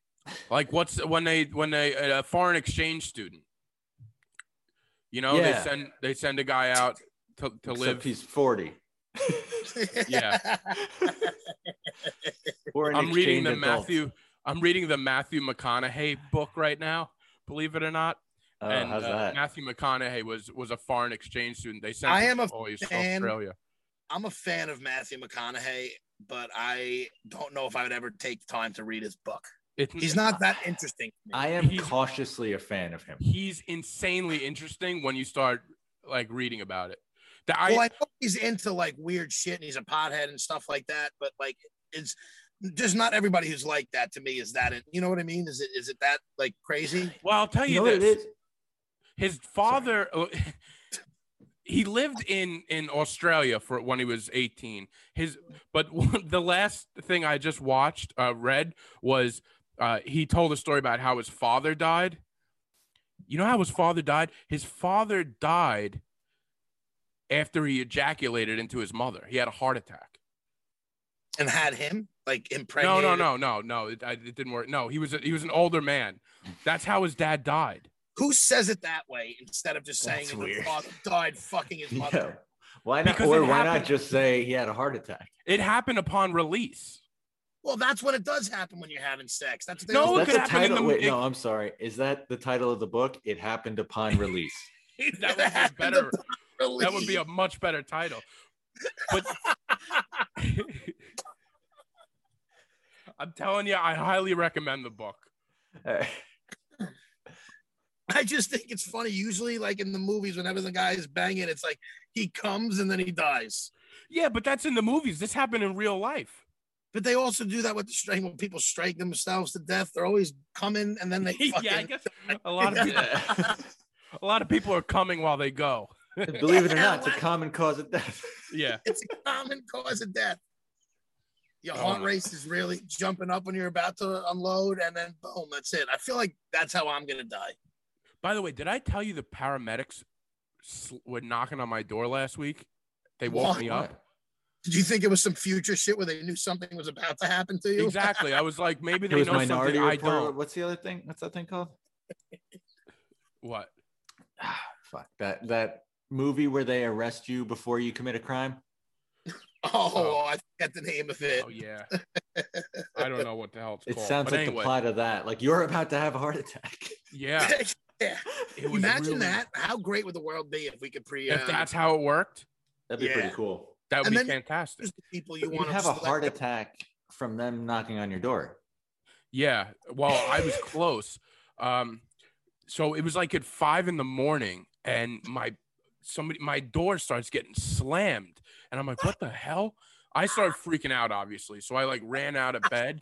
Speaker 2: like what's when they when they a foreign exchange student. You know,
Speaker 4: Yeah.
Speaker 2: they send they send a guy out to, to
Speaker 4: Except
Speaker 2: live.
Speaker 4: he's forty.
Speaker 2: Yeah.
Speaker 4: Or an
Speaker 2: I'm reading the
Speaker 4: exchange adult.
Speaker 2: Matthew. I'm reading the Matthew McConaughey book right now. Believe it or not,
Speaker 4: Oh,
Speaker 2: and
Speaker 4: how's
Speaker 2: uh,
Speaker 4: that?
Speaker 2: Matthew McConaughey was was a foreign exchange student. They sent
Speaker 3: I
Speaker 2: him
Speaker 3: am a
Speaker 2: to always
Speaker 3: fan.
Speaker 2: Australia.
Speaker 3: I'm a fan of Matthew McConaughey, but I don't know if I would ever take time to read his book.
Speaker 2: It's,
Speaker 3: He's not that interesting. to me.
Speaker 4: I am
Speaker 2: he's-
Speaker 4: cautiously a fan of him.
Speaker 2: He's insanely interesting when you start like reading about it. The, I,
Speaker 3: well, I know he's into like weird shit and he's a pothead and stuff like that, but like it's just not everybody who's like that to me is that it, you know what I mean? Is it is it that like crazy?
Speaker 2: well, I'll tell
Speaker 4: You
Speaker 2: you,
Speaker 4: know what
Speaker 2: this.
Speaker 4: it is?
Speaker 2: his father he lived in in australia for when he was 18 his but one, the last thing i just watched uh read was uh he told a story about how his father died you know how his father died his father died after he ejaculated into his mother he had a heart attack
Speaker 3: And had him like
Speaker 2: no
Speaker 3: impregnated.
Speaker 2: no no no no it, I- it didn't work no he was a, he was an older man that's how his dad died
Speaker 3: Who says it that way instead of just saying that
Speaker 4: That's
Speaker 3: the
Speaker 4: weird.
Speaker 3: father died fucking his
Speaker 4: Yeah.
Speaker 3: mother?
Speaker 4: Why not?
Speaker 2: Because
Speaker 4: or
Speaker 2: it
Speaker 4: why not
Speaker 2: happened-
Speaker 4: just say he had a heart attack?
Speaker 2: it happened upon release
Speaker 3: Well, that's when it does happen when you're having sex. That's what they
Speaker 2: No,
Speaker 3: always-
Speaker 2: Oh, it could
Speaker 4: That's the
Speaker 2: happen in
Speaker 4: title.
Speaker 2: the-
Speaker 4: Wait,
Speaker 2: it-
Speaker 4: no, I'm sorry. Is that the title of the book? It happened upon release.
Speaker 2: that would be better That would be a much better title. But I'm telling you, I highly recommend the book.
Speaker 4: Uh,
Speaker 3: I just think it's funny. Usually, like in the movies, whenever the guy is banging, it's like he comes and then he dies.
Speaker 2: Yeah, but that's in the movies. This happened in real life.
Speaker 3: But they also do that with the strike when people strike themselves to death. They're always coming and then they fucking.
Speaker 2: yeah, I guess a lot of people,
Speaker 4: yeah.
Speaker 2: a lot of people are coming while they go.
Speaker 4: Believe it or not, it's a common cause of death.
Speaker 2: Yeah.
Speaker 3: It's a common cause of death. Your
Speaker 2: Oh
Speaker 3: heart
Speaker 2: my-
Speaker 3: race is really jumping up when you're about to unload, and then boom, that's it. I feel like that's how I'm gonna die.
Speaker 2: By the way, did I tell you the paramedics sl- were knocking on my door last week? They woke
Speaker 3: What?
Speaker 2: me up.
Speaker 3: Did you think it was some future shit where they knew something was about to happen to you?
Speaker 2: Exactly. I was like, maybe
Speaker 4: It
Speaker 2: they
Speaker 4: was
Speaker 2: know something
Speaker 4: minority
Speaker 2: I
Speaker 4: report.
Speaker 2: don't.
Speaker 4: What's the other thing? What's that thing called?
Speaker 2: What?
Speaker 4: Ah, fuck that that movie where they arrest you before you commit a crime.
Speaker 3: Oh,
Speaker 2: Oh.
Speaker 3: I forget the name of it.
Speaker 2: Oh yeah. I don't know what the hell it's
Speaker 4: It
Speaker 2: called.
Speaker 4: sounds
Speaker 2: but
Speaker 4: like
Speaker 2: anyway,
Speaker 4: the plot of that. Like you're about to have a heart attack.
Speaker 2: yeah.
Speaker 3: Yeah.
Speaker 2: It was
Speaker 3: Imagine
Speaker 2: really-
Speaker 3: that. How great would the world be if we could pre? uh,
Speaker 2: If that's how it worked,
Speaker 4: That'd be
Speaker 3: Yeah.
Speaker 4: pretty cool.
Speaker 2: that would
Speaker 3: And
Speaker 2: be
Speaker 3: then-
Speaker 2: fantastic.
Speaker 3: choose the people you
Speaker 4: You would
Speaker 3: want
Speaker 4: have
Speaker 3: to
Speaker 4: a heart attack from them knocking on your door.
Speaker 2: Yeah. Well, I was close. Um, so it was like at five in the morning, and my somebody my door starts getting slammed, and I'm like, what the hell? I started freaking out, obviously. So I like ran out of bed,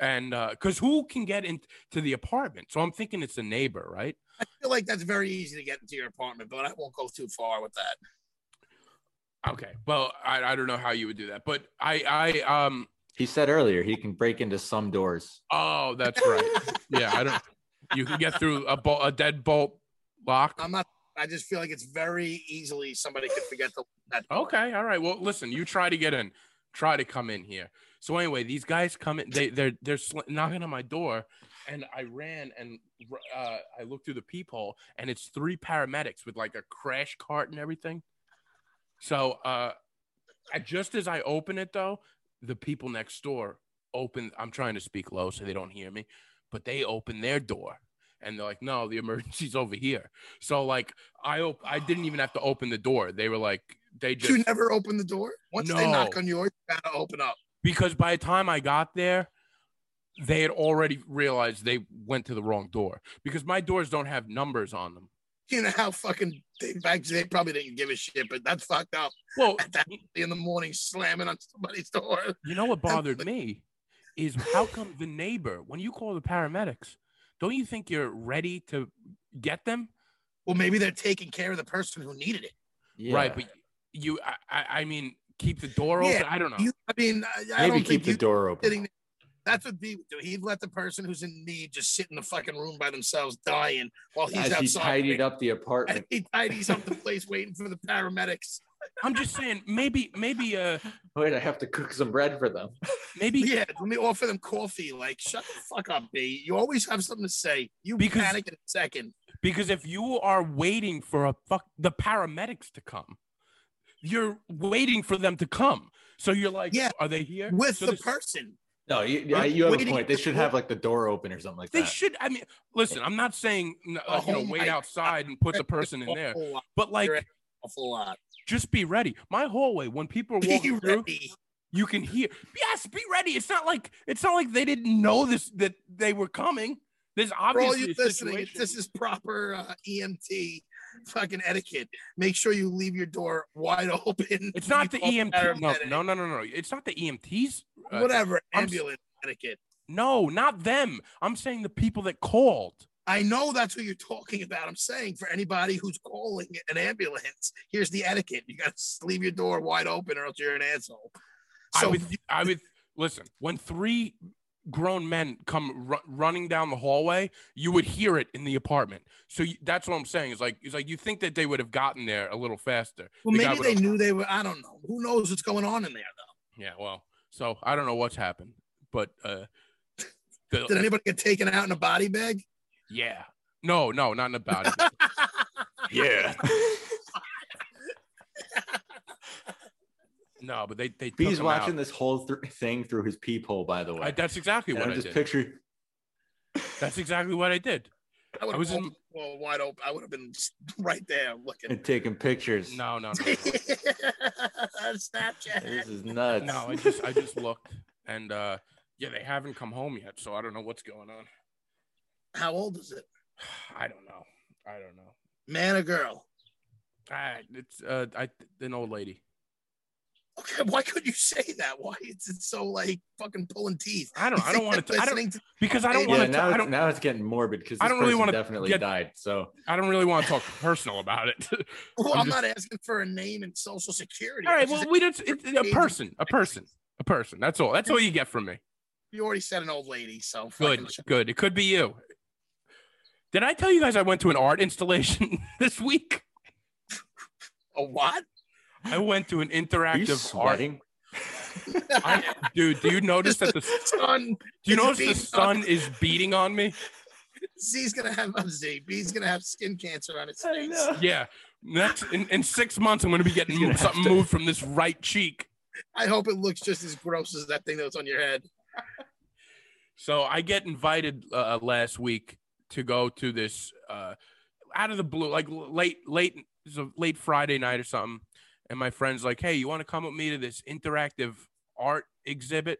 Speaker 2: and because who can get into the apartment? So I'm thinking it's a neighbor, right?
Speaker 3: I feel like that's very easy to get into your apartment, but I won't go too far with that.
Speaker 2: Okay. Well, I, I don't know how you would do that, but I I um
Speaker 4: He said earlier he can break into some doors.
Speaker 2: oh that's right. yeah, I don't. You can get through a bolt, a deadbolt lock.
Speaker 3: I'm not. I just feel like it's very easily somebody could forget to that.
Speaker 2: Okay, all right. Well, listen, you try to get in, try to come in here. So anyway, these guys come in. They they're they're sl- knocking on my door, and I ran and uh, I looked through the peephole, and it's three paramedics with like a crash cart and everything. So uh, I, just as I open it though, the people next door open. I'm trying to speak low so they don't hear me, but they open their door. And they're like, no, the emergency's over here. So like, I op- I didn't even have to open the door. They were like, they just
Speaker 3: You never open the door once they
Speaker 2: No.
Speaker 3: knock on yours. You gotta open up.
Speaker 2: because by the time I got there, they had already realized they went to the wrong door because my doors don't have numbers on them.
Speaker 3: You know how fucking they, actually, they probably didn't give a shit, but that's fucked up.
Speaker 2: Well,
Speaker 3: At that in the morning, slamming on somebody's door.
Speaker 2: you know what bothered me is how come the neighbor, when you call the paramedics, don't you think you're ready to get them?
Speaker 3: Well, maybe they're taking care of the person who needed it.
Speaker 4: Yeah.
Speaker 2: Right, but you, I, I, I mean, keep the door
Speaker 3: Yeah,
Speaker 2: open. I don't know.
Speaker 3: You, I mean, I, I
Speaker 4: maybe
Speaker 3: don't
Speaker 4: keep
Speaker 3: think
Speaker 4: the
Speaker 3: you
Speaker 4: door open.
Speaker 3: sitting. That's what B would do. He'd let the person who's in need just sit in the fucking room by themselves, dying, while he's
Speaker 4: As he
Speaker 3: outside.
Speaker 4: tidied up the
Speaker 3: and
Speaker 4: apartment.
Speaker 3: he tidies up the place waiting for the paramedics.
Speaker 2: I'm just saying, maybe, maybe, uh,
Speaker 4: Wait, I have to cook some bread for them.
Speaker 2: maybe
Speaker 3: Yeah, let me offer them coffee. Like, shut the fuck up, B. You always have something to say. You
Speaker 2: Because-
Speaker 3: panic in a second.
Speaker 2: Because if you are waiting for a fuck the paramedics to come, you're waiting for them to come. So you're like,
Speaker 3: Yeah.
Speaker 2: are they here?
Speaker 3: With
Speaker 2: So
Speaker 3: the
Speaker 2: this-
Speaker 3: person.
Speaker 4: No, you,
Speaker 3: We're
Speaker 4: yeah, you have a
Speaker 3: waiting
Speaker 4: point. They
Speaker 3: for
Speaker 4: should
Speaker 3: the-
Speaker 4: have like the door open or something like
Speaker 2: They
Speaker 4: that.
Speaker 2: should. I mean, listen, I'm not saying n-
Speaker 3: Oh
Speaker 2: like, you know wait
Speaker 3: my
Speaker 2: outside and put the person in there,
Speaker 3: Awful lot,
Speaker 2: but like
Speaker 3: Correct. awful lot.
Speaker 2: just be ready. My hallway when people are
Speaker 3: Be
Speaker 2: walking through,
Speaker 3: ready.
Speaker 2: you can hear. Yes, be ready. It's not like it's not like they didn't know this that they were coming. There's
Speaker 3: For all
Speaker 2: obviously
Speaker 3: you
Speaker 2: a
Speaker 3: listening,
Speaker 2: situation.
Speaker 3: this is proper uh, EMT fucking etiquette. Make sure you leave your door wide open.
Speaker 2: It's not the
Speaker 3: You call
Speaker 2: EMT. No,
Speaker 3: paramedic.
Speaker 2: no, no, no, no. It's not the EMTs. uh,
Speaker 3: Whatever,
Speaker 2: I'm s-
Speaker 3: ambulance etiquette.
Speaker 2: No, not them. I'm saying the people that called.
Speaker 3: I know that's what you're talking about. I'm saying for anybody who's calling an ambulance, here's the etiquette. You got to leave your door wide open or else you're an asshole.
Speaker 2: I
Speaker 3: So
Speaker 2: would, I would listen when three grown men come ru- running down the hallway. You would hear it in the apartment. So you, that's what I'm saying. Is like, it's like you think that they would have gotten there a little faster.
Speaker 3: well,
Speaker 2: the guy
Speaker 3: maybe they
Speaker 2: would've-
Speaker 3: knew they were, I don't know. Who knows what's going on in there,
Speaker 2: Yeah. Well, so I don't know what's happened, but uh, the-
Speaker 3: though? Did anybody get taken out in a body bag?
Speaker 2: yeah, no, no, not in a body.
Speaker 4: Yeah.
Speaker 2: no, but they they took
Speaker 4: He's
Speaker 2: him
Speaker 4: watching
Speaker 2: out.
Speaker 4: this whole thr- thing through his peephole, by the way.
Speaker 2: I, that's exactly
Speaker 4: And
Speaker 2: what
Speaker 4: I'm
Speaker 2: I
Speaker 4: just
Speaker 2: did.
Speaker 4: picturing.
Speaker 2: that's exactly what I did.
Speaker 3: I would
Speaker 2: I
Speaker 3: have
Speaker 2: was
Speaker 3: been
Speaker 2: in-
Speaker 3: well, wide open. I would have been right there looking.
Speaker 4: and taking pictures.
Speaker 2: No, no, no.
Speaker 3: Snapchat.
Speaker 4: This is nuts.
Speaker 2: No, I just I just looked and uh yeah, they haven't come home yet, so I don't know what's going on.
Speaker 3: How old is it?
Speaker 2: I don't know. I don't know.
Speaker 3: Man or girl?
Speaker 2: I, it's uh I an old lady.
Speaker 3: Okay, why could you say that? Why is it so like fucking pulling teeth?
Speaker 2: I don't I don't want to I don't
Speaker 3: Listening
Speaker 2: because I don't
Speaker 4: yeah,
Speaker 2: want to
Speaker 4: now,
Speaker 2: I
Speaker 4: it's-
Speaker 2: don't
Speaker 4: now it's getting morbid because
Speaker 2: I
Speaker 4: this
Speaker 2: don't really
Speaker 4: person
Speaker 2: wanna
Speaker 4: definitely
Speaker 2: get-
Speaker 4: died. So
Speaker 2: I don't really want to talk personal about it.
Speaker 3: Well,
Speaker 2: I'm
Speaker 3: I'm,
Speaker 2: just-
Speaker 3: not asking for a name and social security.
Speaker 2: All right,
Speaker 3: I'm just
Speaker 2: well we don't it's a person, a person. A person. That's all. That's all you get from me.
Speaker 3: You already said an old lady, so
Speaker 2: Good.
Speaker 3: fucking sh-
Speaker 2: Good. It could be you. Did I tell you guys I went to an art installation this week?
Speaker 3: A what?
Speaker 2: I went to an
Speaker 4: Are you
Speaker 2: interactive art.
Speaker 4: sweating?
Speaker 2: I- Dude, do you notice that the
Speaker 3: Son,
Speaker 2: do you
Speaker 3: It's
Speaker 2: notice the
Speaker 3: beating
Speaker 2: sun
Speaker 3: on-
Speaker 2: is beating on me?
Speaker 3: Z's gonna have I'm Z. B's gonna have skin cancer on his
Speaker 4: I
Speaker 3: face.
Speaker 4: know.
Speaker 2: Yeah. Next in, in six months, I'm gonna be getting
Speaker 4: He's gonna have
Speaker 2: something
Speaker 4: to-
Speaker 2: moved from this right cheek.
Speaker 3: I hope it looks just as gross as that thing that was on your head.
Speaker 2: So I get invited uh, last week to go to this uh, out of the blue, like l- late, late, it was a late Friday night or something. And my friend's like, "Hey, you want to come with me to this interactive art exhibit?"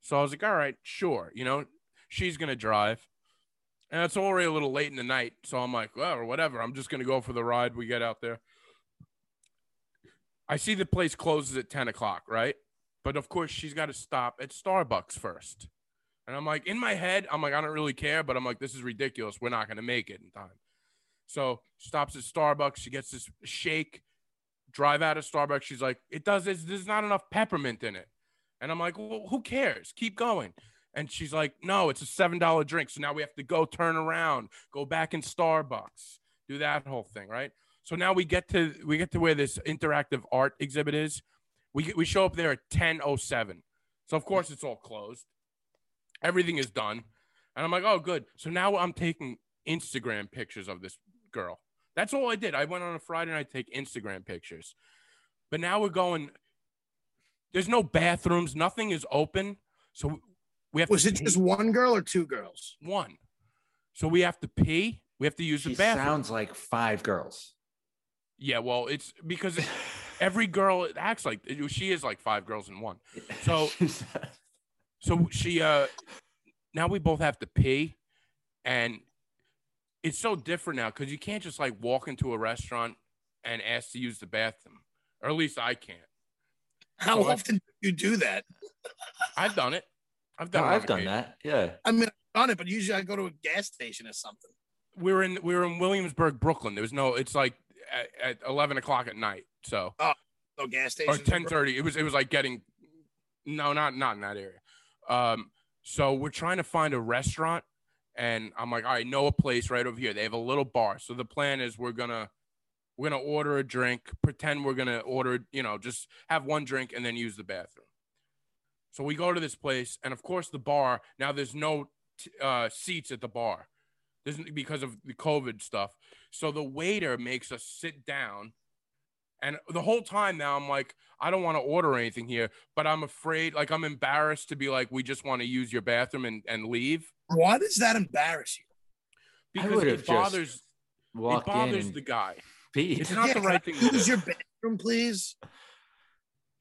Speaker 2: So I was like, "All right, sure." You know, she's gonna drive, and it's already a little late in the night. So I'm like, "Well, whatever. I'm just gonna go for the ride." We get out there. I see the place closes at ten o'clock, right? But of course, she's got to stop at Starbucks first. And I'm like, in my head, I'm like, I don't really care, but I'm like, this is ridiculous. We're not going to make it in time. So stops at Starbucks. She gets this shake, drive out of Starbucks. She's like, it does this. There's not enough peppermint in it. And I'm like, well, who cares? Keep going. And she's like, no, it's a $7 drink. So now we have to go turn around, go back in Starbucks, do that whole thing. Right. So now we get to, we get to where this interactive art exhibit is. We, get- we show up there at 1007. So of course it's all closed everything is done and i'm like oh good so now i'm taking instagram pictures of this girl that's all i did i went on a friday night to take instagram pictures but now we're going there's no bathrooms nothing is open so we have
Speaker 3: Was
Speaker 2: to
Speaker 3: it
Speaker 2: pee-
Speaker 3: just one girl or two girls?
Speaker 2: one so we have to pee we have to use
Speaker 4: She
Speaker 2: the bathroom
Speaker 4: sounds like five girls.
Speaker 2: yeah well it's because every girl acts like she is like five girls in one So- So she uh now we both have to pee and it's so different now because you can't just like walk into a restaurant and ask to use the bathroom. Or at least I can't.
Speaker 3: How
Speaker 2: Well, I-
Speaker 3: often do you do that?
Speaker 2: I've done it. I've
Speaker 4: No,
Speaker 2: done it on
Speaker 4: I've done
Speaker 2: occasion.
Speaker 4: that. Yeah.
Speaker 3: I mean, I've done it, but usually I go to a gas station or something.
Speaker 2: We were in we were in Williamsburg, Brooklyn. There was no it's like at, at eleven o'clock at night. So
Speaker 3: No gas station.
Speaker 2: or ten thirty. It was it was like getting no, not not in that area. Um, so we're trying to find a restaurant, and I'm like, all right, know a place right over here. They have a little bar. So the plan is we're gonna we're gonna order a drink, pretend we're gonna order, you know, just have one drink and then use the bathroom. So we go to this place, and of course the bar. Now there's no t- uh, seats at the bar, there's because of the COVID stuff. So the waiter makes us sit down, and the whole time now I'm like, I don't want to order anything here, but I'm afraid, like I'm embarrassed to be like, we just want to use your bathroom and and leave
Speaker 3: Why does that embarrass you?
Speaker 4: I
Speaker 2: because
Speaker 4: would've
Speaker 2: it
Speaker 4: just
Speaker 2: bothers it
Speaker 4: Walked in
Speaker 2: bothers
Speaker 4: and
Speaker 2: the guy.
Speaker 4: peed.
Speaker 2: It's not the right thing to
Speaker 3: Use
Speaker 2: do.
Speaker 3: your bathroom, please.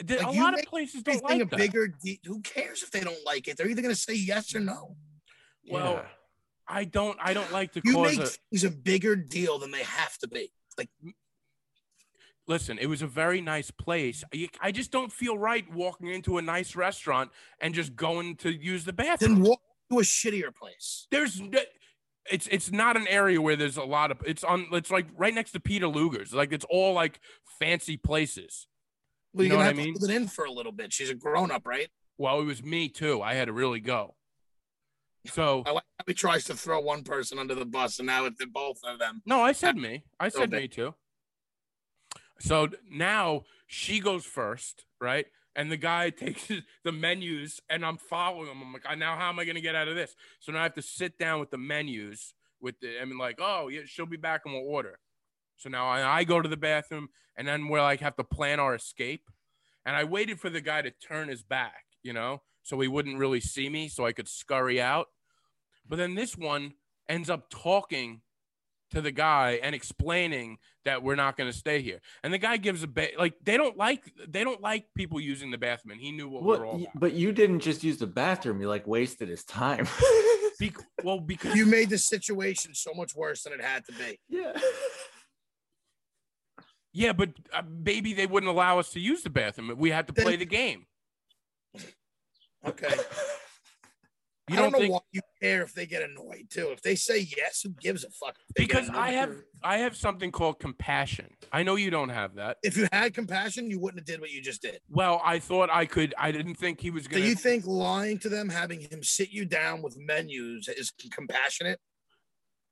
Speaker 2: There-
Speaker 3: like,
Speaker 2: a
Speaker 3: you
Speaker 2: lot of
Speaker 3: make
Speaker 2: places don't
Speaker 3: Everything
Speaker 2: like
Speaker 3: a
Speaker 2: that.
Speaker 3: bigger. De- who cares if they don't like it? They're either gonna say yes or no.
Speaker 2: Well,
Speaker 4: Yeah.
Speaker 2: I don't. I don't like to
Speaker 3: You
Speaker 2: cause
Speaker 3: make
Speaker 2: a.
Speaker 3: things a bigger deal than they have to be.
Speaker 2: Listen, it was a very nice place. I, I just don't feel right walking into a nice restaurant and just going to use the bathroom.
Speaker 3: Then walk to a shittier place.
Speaker 2: there's n- it's it's not an area where there's a lot of it's on it's like right next to Peter Luger's like it's all like fancy places.
Speaker 3: Well,
Speaker 2: You
Speaker 3: you're
Speaker 2: know
Speaker 3: gonna
Speaker 2: what I
Speaker 3: have
Speaker 2: mean?
Speaker 3: to hold it in for a little bit. She's a grown up, right?
Speaker 2: Well, it was me too. I had to really go. So
Speaker 3: I like how he tries to throw one person under the bus, and now it's the both of them.
Speaker 2: no, I said me. I said
Speaker 3: bit.
Speaker 2: me too. So now she goes first, right? And the guy takes his- the menus, and I'm following him. I'm like, I now how am I going to get out of this? So now I have to sit down with the menus with the I mean, like, oh yeah, she'll be back and we'll order. So now I, I go to the bathroom, and then we're like have to plan our escape. And I waited for the guy to turn his back, you know, so he wouldn't really see me, so I could scurry out. But then this one ends up talking to the guy and explaining that we're not going to stay here. And the guy gives a ba- like they don't like they don't like people using the bathroom. And he knew what, we
Speaker 4: What,
Speaker 2: were all
Speaker 4: y-
Speaker 2: about.
Speaker 4: but you didn't just use the bathroom. You like wasted his time.
Speaker 2: Bec- well because
Speaker 3: You made the situation so much worse than it had to be.
Speaker 4: yeah.
Speaker 2: yeah, but uh, maybe they wouldn't allow us to use the bathroom. We had to play the game.
Speaker 3: Okay.
Speaker 2: You
Speaker 3: I don't,
Speaker 2: don't,
Speaker 3: know
Speaker 2: think
Speaker 3: why you care if they get annoyed too. If they say yes, who gives a fuck? if they get
Speaker 2: because I
Speaker 3: annoyed?
Speaker 2: have I have something called compassion. I know you don't have that.
Speaker 3: If you had compassion, you wouldn't have did what you just did.
Speaker 2: Well, I thought I could. I didn't think he was
Speaker 3: Do
Speaker 2: gonna.
Speaker 3: you think lying to them, having him sit you down with menus, is compassionate?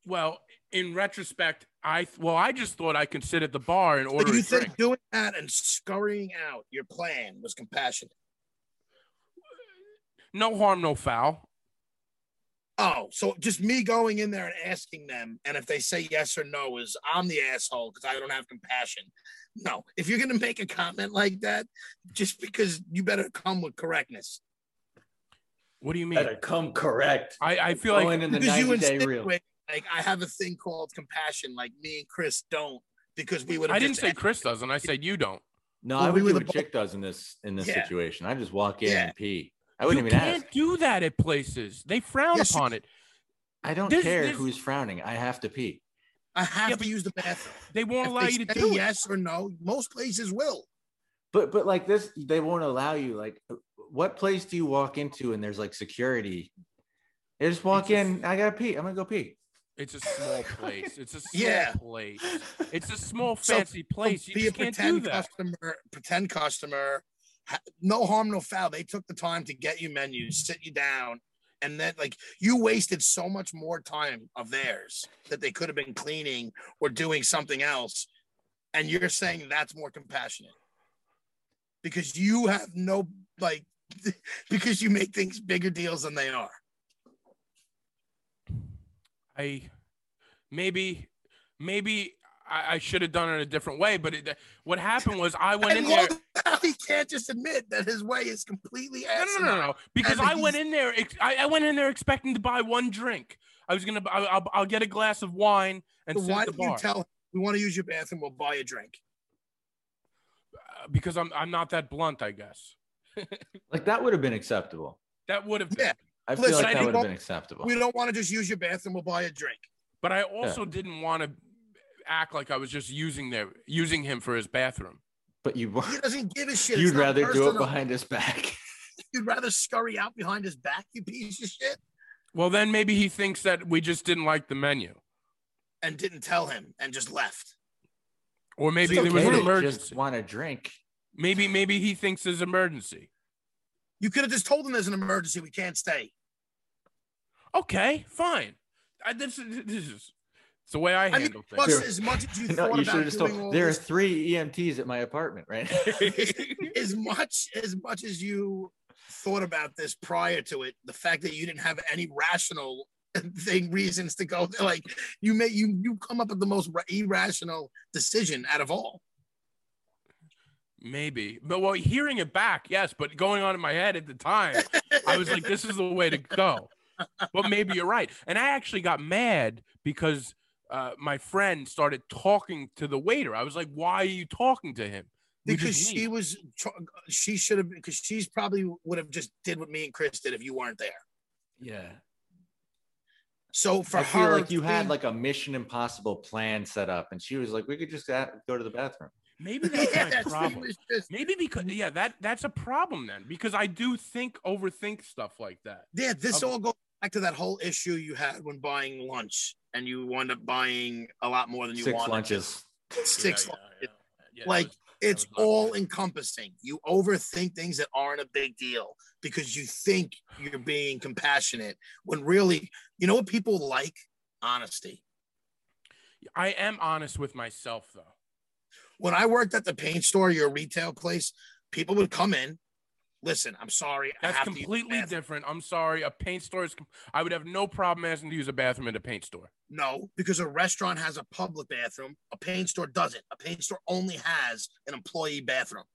Speaker 2: well, in retrospect, I well, I just thought I could sit at the bar and
Speaker 3: Do
Speaker 2: order
Speaker 3: you
Speaker 2: a
Speaker 3: think
Speaker 2: drink.
Speaker 3: doing that and scurrying out your plan was compassionate?
Speaker 2: No harm, no foul.
Speaker 3: Oh, so just me going in there and asking them, and if they say yes or no, is I'm the asshole because I don't have compassion. No, if you're gonna make a comment like that, just because you better come with correctness.
Speaker 2: What do you mean?
Speaker 4: Better Oh, come correct.
Speaker 2: I, I feel like
Speaker 4: Going in the
Speaker 3: Because you
Speaker 4: 90 day reel.
Speaker 3: insinuate, like I have a thing called compassion, like me and Chris don't, because we would.
Speaker 2: I didn't say Chris doesn't. I said you don't.
Speaker 4: No,
Speaker 3: Well,
Speaker 4: I
Speaker 3: we
Speaker 4: would
Speaker 3: were
Speaker 4: do
Speaker 3: the
Speaker 4: what Chick does in this in this
Speaker 3: Yeah.
Speaker 4: situation. I just walk in
Speaker 3: Yeah.
Speaker 4: and pee. I wouldn't
Speaker 2: you
Speaker 4: even
Speaker 2: can't
Speaker 4: ask.
Speaker 2: do that at places. They frown
Speaker 3: Yes, you
Speaker 2: upon it.
Speaker 4: I don't
Speaker 2: There's-
Speaker 4: care
Speaker 2: there's-
Speaker 4: who's frowning. I have to pee.
Speaker 3: I have
Speaker 2: Yeah,
Speaker 3: to use the bathroom.
Speaker 2: They won't
Speaker 3: If
Speaker 2: allow
Speaker 3: they
Speaker 2: you to
Speaker 3: say
Speaker 2: do it.
Speaker 3: yes or no, most places will.
Speaker 4: But but like this, they won't allow you. Like, uh, what place do you walk into and there's like security? They just walk
Speaker 2: It's a-
Speaker 4: in. I gotta pee. I'm gonna go pee.
Speaker 2: It's a small place. It's a small
Speaker 3: Yeah.
Speaker 2: place. It's a small
Speaker 3: So,
Speaker 2: fancy place. You
Speaker 3: be a
Speaker 2: just can't do
Speaker 3: pretend
Speaker 2: that.
Speaker 3: customer, pretend customer. ha- No harm, no foul. They took the time to get you menus, sit you down, and then like you wasted so much more time of theirs that they could have been cleaning or doing something else. And you're saying that's more compassionate because you have no like because you make things bigger deals than they are.
Speaker 2: I maybe maybe I, I should have done it a different way. But it, what happened was I went
Speaker 3: I
Speaker 2: in there.
Speaker 3: love how he can't just admit that his way is completely
Speaker 2: No,
Speaker 3: asinine.
Speaker 2: no, no, no. Because
Speaker 3: And
Speaker 2: I went in there. ex- I, I went in there expecting to buy one drink. I was gonna. I, I'll, I'll get a glass of wine and
Speaker 3: So
Speaker 2: sit
Speaker 3: why
Speaker 2: at the
Speaker 3: did you
Speaker 2: bar
Speaker 3: tell him we want to use your bathroom? We'll buy you a drink.
Speaker 2: Uh, because I'm I'm not that blunt. I guess
Speaker 4: Like that would have been acceptable.
Speaker 2: that would have been.
Speaker 3: Yeah.
Speaker 4: I feel
Speaker 3: Listen,
Speaker 4: like
Speaker 2: I
Speaker 4: that
Speaker 2: didn't
Speaker 4: would have
Speaker 3: want-
Speaker 4: been acceptable.
Speaker 3: We don't want to just use your bathroom. We'll buy a drink.
Speaker 2: But I also didn't want to act like I was just using their using him for his bathroom.
Speaker 4: But you
Speaker 3: He doesn't give a shit. It's
Speaker 4: you'd
Speaker 3: not
Speaker 4: rather do it
Speaker 3: personal.
Speaker 4: behind his back.
Speaker 3: You'd rather scurry out behind his back, you piece of shit,
Speaker 2: Well, then maybe he thinks that we just didn't like the menu,
Speaker 3: and didn't tell him and just left.
Speaker 2: or maybe
Speaker 4: It's
Speaker 2: there was
Speaker 4: okay
Speaker 2: an
Speaker 4: to
Speaker 2: emergency.
Speaker 4: Just want a drink.
Speaker 2: Maybe maybe he thinks there's emergency.
Speaker 3: You could have just told him there's an emergency. We can't stay.
Speaker 2: Okay, fine. I, this, is- this is it's the way I
Speaker 3: I mean,
Speaker 2: handle
Speaker 3: plus,
Speaker 2: things.
Speaker 4: Sure.
Speaker 3: as much as you
Speaker 4: No,
Speaker 3: thought
Speaker 4: you should
Speaker 3: about
Speaker 4: have just
Speaker 3: doing all
Speaker 4: told. There are
Speaker 3: this,
Speaker 4: three EMTs at my apartment right
Speaker 3: as much as much as you thought about this prior to it, the fact that you didn't have any rational thing reasons to go, like you may you you come up with the most ra- irrational decision out of all.
Speaker 2: Maybe, but well, hearing it back, yes. But going on in my head at the time, I was like, "This is the way to go." But maybe you're right, and I actually got mad because uh, my friend started talking to the waiter. I was like, "Why are you talking to him?" We
Speaker 3: because
Speaker 2: just
Speaker 3: she
Speaker 2: leave.
Speaker 3: was tr- she should have because she's probably would have just did what me and Chris did if you weren't there.
Speaker 4: yeah.
Speaker 3: So for
Speaker 4: I feel
Speaker 3: her,
Speaker 4: like you had
Speaker 3: being-
Speaker 4: like a Mission Impossible plan set up, and she was like, "We could just go go to the bathroom."
Speaker 2: maybe that's my
Speaker 3: Yes, she
Speaker 2: problem.
Speaker 3: was just-
Speaker 2: Maybe
Speaker 3: Mm-hmm.
Speaker 2: because yeah, that that's a problem then because I do think overthink stuff like that.
Speaker 3: yeah, this
Speaker 2: Um,
Speaker 3: all goes back to that whole issue you had when buying lunch, and you wound up buying a lot more than you
Speaker 4: Six
Speaker 3: wanted.
Speaker 4: lunches.
Speaker 3: Six.
Speaker 2: Yeah,
Speaker 3: lun-
Speaker 2: yeah, yeah. Yeah, that
Speaker 3: Like
Speaker 2: was-
Speaker 3: it's
Speaker 2: that was not
Speaker 3: all
Speaker 2: good.
Speaker 3: encompassing. You overthink things that aren't a big deal because you think you're being compassionate when really, you know what people like? Honesty.
Speaker 2: I am honest with myself though.
Speaker 3: when I worked at the paint store, your retail place, people would come in. Listen, I'm sorry. I
Speaker 2: That's
Speaker 3: have to use the
Speaker 2: completely
Speaker 3: bathroom."
Speaker 2: different. I'm sorry. A paint store is. com- I would have no problem asking to use a bathroom at a paint store.
Speaker 3: No, because a restaurant has a public bathroom. A paint store doesn't. A paint store only has an employee bathroom.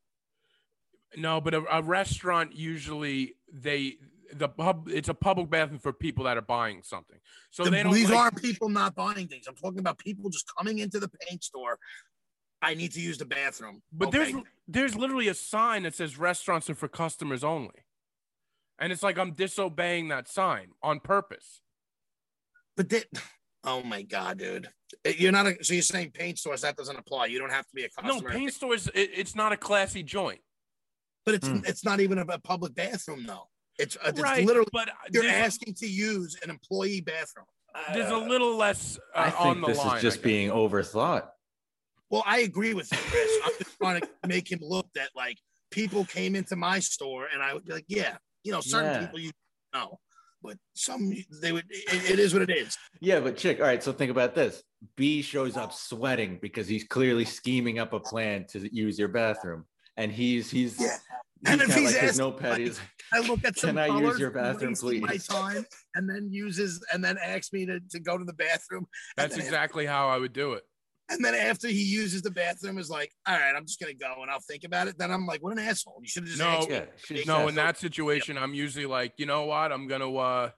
Speaker 2: No, but a, a restaurant usually they the pub. It's a public bathroom for people that are buying something. So
Speaker 3: The-
Speaker 2: they don't.
Speaker 3: these
Speaker 2: like-
Speaker 3: aren't people not buying things. I'm talking about people just coming into the paint store. I need to use the bathroom.
Speaker 2: But
Speaker 3: Okay.
Speaker 2: there's there's literally a sign that says restaurants are for customers only, and it's like I'm disobeying that sign on purpose.
Speaker 3: but they, oh my god, dude, Uh, you're not. A, so you're saying paint stores that doesn't apply. You don't have to be a
Speaker 2: No,
Speaker 3: customer.
Speaker 2: paint stores. It, it's not a classy joint.
Speaker 3: but it's
Speaker 4: Hmm.
Speaker 3: it's not even a, a public bathroom though. It's, uh, it's
Speaker 2: right,
Speaker 3: literally
Speaker 2: but
Speaker 3: you're
Speaker 2: there's,
Speaker 3: asking to use an employee bathroom.
Speaker 2: there's a little less uh,
Speaker 4: I
Speaker 2: on
Speaker 4: think
Speaker 2: the
Speaker 4: this
Speaker 2: line.
Speaker 4: is just
Speaker 2: I guess.
Speaker 4: being overthought.
Speaker 3: Well, I agree with you, Chris. I'm just trying to make him look that like people came into my store and I would be like, yeah, you know, certain
Speaker 4: Yeah.
Speaker 3: people you know, but some they would. It, it is what it is.
Speaker 4: Yeah, but chick, all right, so think about this. B shows up sweating because he's clearly scheming up a plan to use your bathroom. And he's he's
Speaker 3: Yeah.
Speaker 4: he's
Speaker 3: And if
Speaker 4: got
Speaker 3: he's
Speaker 4: like his
Speaker 3: asking,
Speaker 4: notepad.
Speaker 3: like-
Speaker 4: He's
Speaker 3: I look at some
Speaker 4: Can I use
Speaker 3: colors,
Speaker 4: your bathroom,
Speaker 3: wasting My
Speaker 4: please?
Speaker 3: time, and then uses and then asks me to, to go to the bathroom.
Speaker 2: That's
Speaker 3: and then,
Speaker 2: exactly how I would do it.
Speaker 3: And then after he uses the bathroom, is like, all right, I'm just gonna go and I'll think about it. Then I'm like, what an asshole! You should have just
Speaker 2: No.
Speaker 3: asked me.
Speaker 4: yeah, she's
Speaker 2: Oh, No,
Speaker 4: just-
Speaker 2: in that situation, I'm usually like, you know what? I'm gonna. uh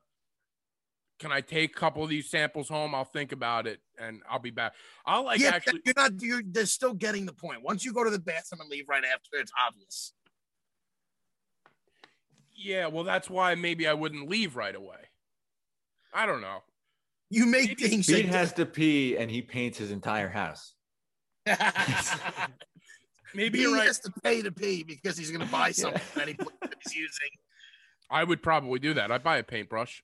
Speaker 2: Can I take a couple of these samples home? I'll think about it, and I'll be back. I'll like
Speaker 3: yeah,
Speaker 2: actually.
Speaker 3: you're not. You're they're still getting the point. Once you go to the bathroom and leave right after, it's obvious.
Speaker 2: Yeah, well, that's why maybe I wouldn't leave right away. I don't know.
Speaker 3: You make things.
Speaker 4: Pete has to pee and he paints his entire house.
Speaker 2: Maybe
Speaker 3: He
Speaker 2: you're right.
Speaker 3: has to pay to pee because he's going to buy
Speaker 4: Yeah.
Speaker 3: something that he that he's using.
Speaker 2: I would probably do that. I'd buy a paintbrush.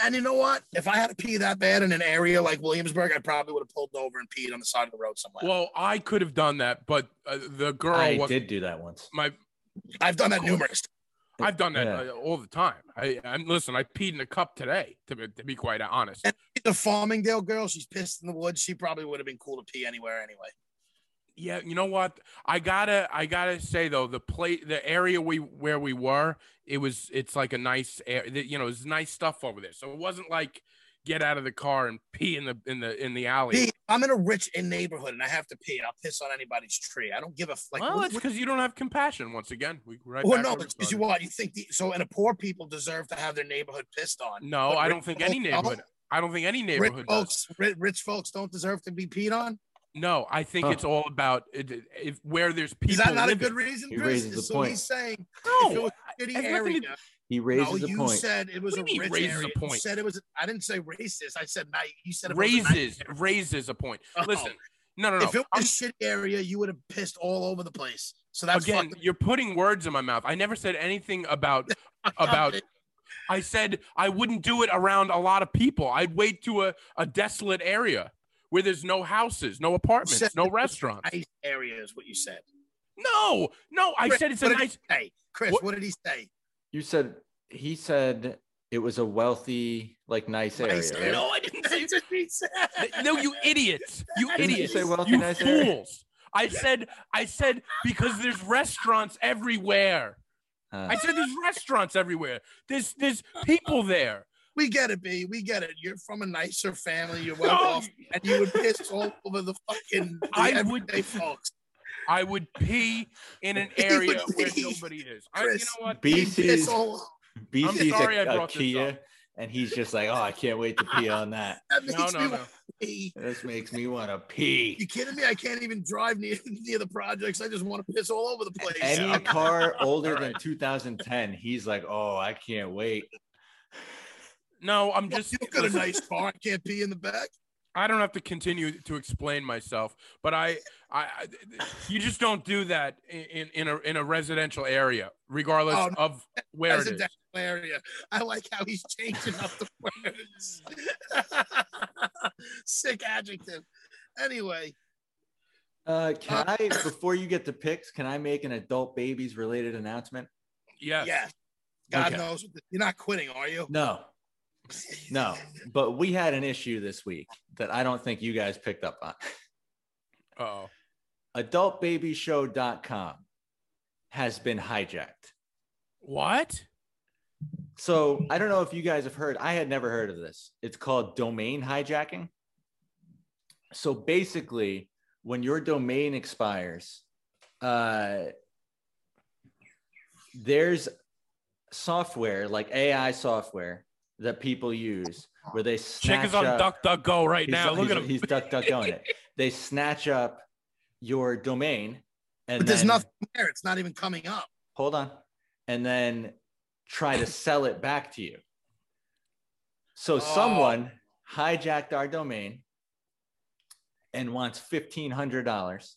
Speaker 3: And you know what? If I had to pee that bad in an area like Williamsburg, I probably would have pulled over and peed on the side of the road somewhere.
Speaker 2: Well, I could have done that, but uh, the girl
Speaker 4: I
Speaker 2: was
Speaker 4: did do that once.
Speaker 2: my.
Speaker 3: I've done that numerous.
Speaker 2: I've done that
Speaker 4: Yeah.
Speaker 2: uh, all the time. I, I listen. I peed in a cup today. To be, to be quite honest,
Speaker 3: The Farmingdale girl, she's pissed in the woods. She probably would have been cool to pee anywhere anyway.
Speaker 2: yeah. You know what? I gotta. I gotta say though, the play, the area we where we were, it was. It's like a nice. air- the- You know, it's nice stuff over there. So it wasn't like get out of the car and pee in the in the in the alley.
Speaker 3: Pee, I'm in a rich in neighborhood and I have to pee. I'll piss on anybody's tree. I don't give a f- like.
Speaker 2: well,
Speaker 3: what-
Speaker 2: it's because you don't have compassion. Once again, we right.
Speaker 3: well,
Speaker 2: back
Speaker 3: no,
Speaker 2: where we
Speaker 3: because you
Speaker 2: started.
Speaker 3: what you think the, so, and the poor people deserve to have their neighborhood pissed on.
Speaker 2: No,
Speaker 3: But
Speaker 2: I
Speaker 3: rich
Speaker 2: don't think any
Speaker 3: folks
Speaker 2: neighborhood.
Speaker 3: don't?
Speaker 2: I don't think any
Speaker 3: Rich
Speaker 2: neighborhood. does.
Speaker 3: folks, ri- rich folks don't deserve to be peed on.
Speaker 2: No, I think
Speaker 4: Huh.
Speaker 2: it's all about it, it- if where there's people.
Speaker 3: Is that not a
Speaker 2: living.
Speaker 3: good reason,
Speaker 4: He
Speaker 3: Chris?
Speaker 4: raises the
Speaker 3: so
Speaker 4: point.
Speaker 3: he's saying if it
Speaker 2: No,
Speaker 3: was a shitty
Speaker 2: has nothing
Speaker 3: area.
Speaker 2: to-
Speaker 4: He
Speaker 3: No,
Speaker 4: raises a
Speaker 3: you
Speaker 4: point.
Speaker 3: said it was
Speaker 2: What do you mean
Speaker 3: a rich
Speaker 2: raises a
Speaker 3: area. You
Speaker 2: point?
Speaker 3: said it was. I didn't say racist. I said night. You said if it was a night-
Speaker 2: raises raises a point.
Speaker 3: Oh.
Speaker 2: Listen, no, no, no.
Speaker 3: If it
Speaker 2: I'm-
Speaker 3: was a shitty area, you would have pissed all over the place. So that's
Speaker 2: again,
Speaker 3: fucking-
Speaker 2: you're putting words in my mouth. I never said anything about about. I said I wouldn't do it around a lot of people. I'd wait to a, a desolate area where there's no houses, no
Speaker 3: said
Speaker 2: apartments,
Speaker 3: it
Speaker 2: no
Speaker 3: was
Speaker 2: restaurants.
Speaker 3: nice area is what you said.
Speaker 2: No, no. I
Speaker 3: Chris,
Speaker 2: said it's a
Speaker 3: what did he
Speaker 2: nice.
Speaker 3: say? Chris,
Speaker 2: What-
Speaker 3: what, did he say?
Speaker 4: You said he said it was a wealthy, like nice area.
Speaker 3: Nice
Speaker 4: right?
Speaker 3: area. No, I didn't say that's what he said.
Speaker 2: No, you idiots! You
Speaker 4: Didn't you
Speaker 2: idiots!
Speaker 4: say
Speaker 2: You,
Speaker 4: wealthy nice area?
Speaker 2: fools! I said, I said because there's restaurants everywhere.
Speaker 4: Huh.
Speaker 2: I said there's restaurants everywhere. There's there's people there.
Speaker 3: We get it, B. We get it. You're from a nicer family. You're well
Speaker 2: No.
Speaker 3: off, and you would piss all over the fucking the
Speaker 2: I would-
Speaker 3: everyday folks.
Speaker 2: I would pee in an
Speaker 3: He
Speaker 2: area
Speaker 3: would
Speaker 2: where
Speaker 3: pee.
Speaker 2: nobody is. I, you know
Speaker 3: Chris.
Speaker 2: what?
Speaker 3: He'd piss
Speaker 4: BC's
Speaker 3: all
Speaker 4: BC's
Speaker 2: sorry I
Speaker 4: a, a
Speaker 2: brought this
Speaker 4: Kia, and he's just like, oh, I can't wait to pee on that.
Speaker 3: That
Speaker 2: No,
Speaker 3: makes
Speaker 2: no,
Speaker 3: me
Speaker 2: no.
Speaker 3: want to pee.
Speaker 4: This makes me want to
Speaker 3: You
Speaker 4: pee.
Speaker 3: kidding me? I can't even drive near near the projects. I just want to piss all over the place.
Speaker 4: Any
Speaker 2: Yeah.
Speaker 4: car older than
Speaker 2: Alright.
Speaker 4: 2010, he's like, oh, I can't wait.
Speaker 2: No, I'm
Speaker 3: Well,
Speaker 2: just.
Speaker 3: you got a
Speaker 2: listen,
Speaker 3: nice car. I can't pee in the back.
Speaker 2: I don't have to continue to explain myself, but I, I, I- you just don't do that in in a in a residential area, regardless
Speaker 3: Oh, no.
Speaker 2: of where
Speaker 3: That's
Speaker 2: it
Speaker 3: a
Speaker 2: is.
Speaker 3: down area. I like how he's changing up the words. Sick adjective. Anyway,
Speaker 4: Uh, can I, before you get to picks, can I make an adult babies related announcement?
Speaker 2: Yes.
Speaker 3: yeah. God
Speaker 4: Okay.
Speaker 3: knows you're not quitting, are you?
Speaker 4: No, no, but we had an issue this week that I don't think you guys picked up on.
Speaker 2: Oh.
Speaker 4: Adultbabyshow.com has been hijacked.
Speaker 2: What?
Speaker 4: So I don't know if you guys have heard. I had never heard of this. It's called domain hijacking. So basically, when your domain expires, uh, there's software like AI software that people use where they snatch
Speaker 2: Chick is on
Speaker 4: up,
Speaker 2: DuckDuckGo right
Speaker 4: he's-
Speaker 2: now. Look
Speaker 4: he's-
Speaker 2: at him.
Speaker 4: He's duck duck going it. They snatch up your domain, and
Speaker 3: But there's
Speaker 4: then-
Speaker 3: nothing there. It's not even coming up.
Speaker 4: hold on, and then try to sell it back to you. So
Speaker 3: Oh.
Speaker 4: someone hijacked our domain and wants fifteen hundred dollars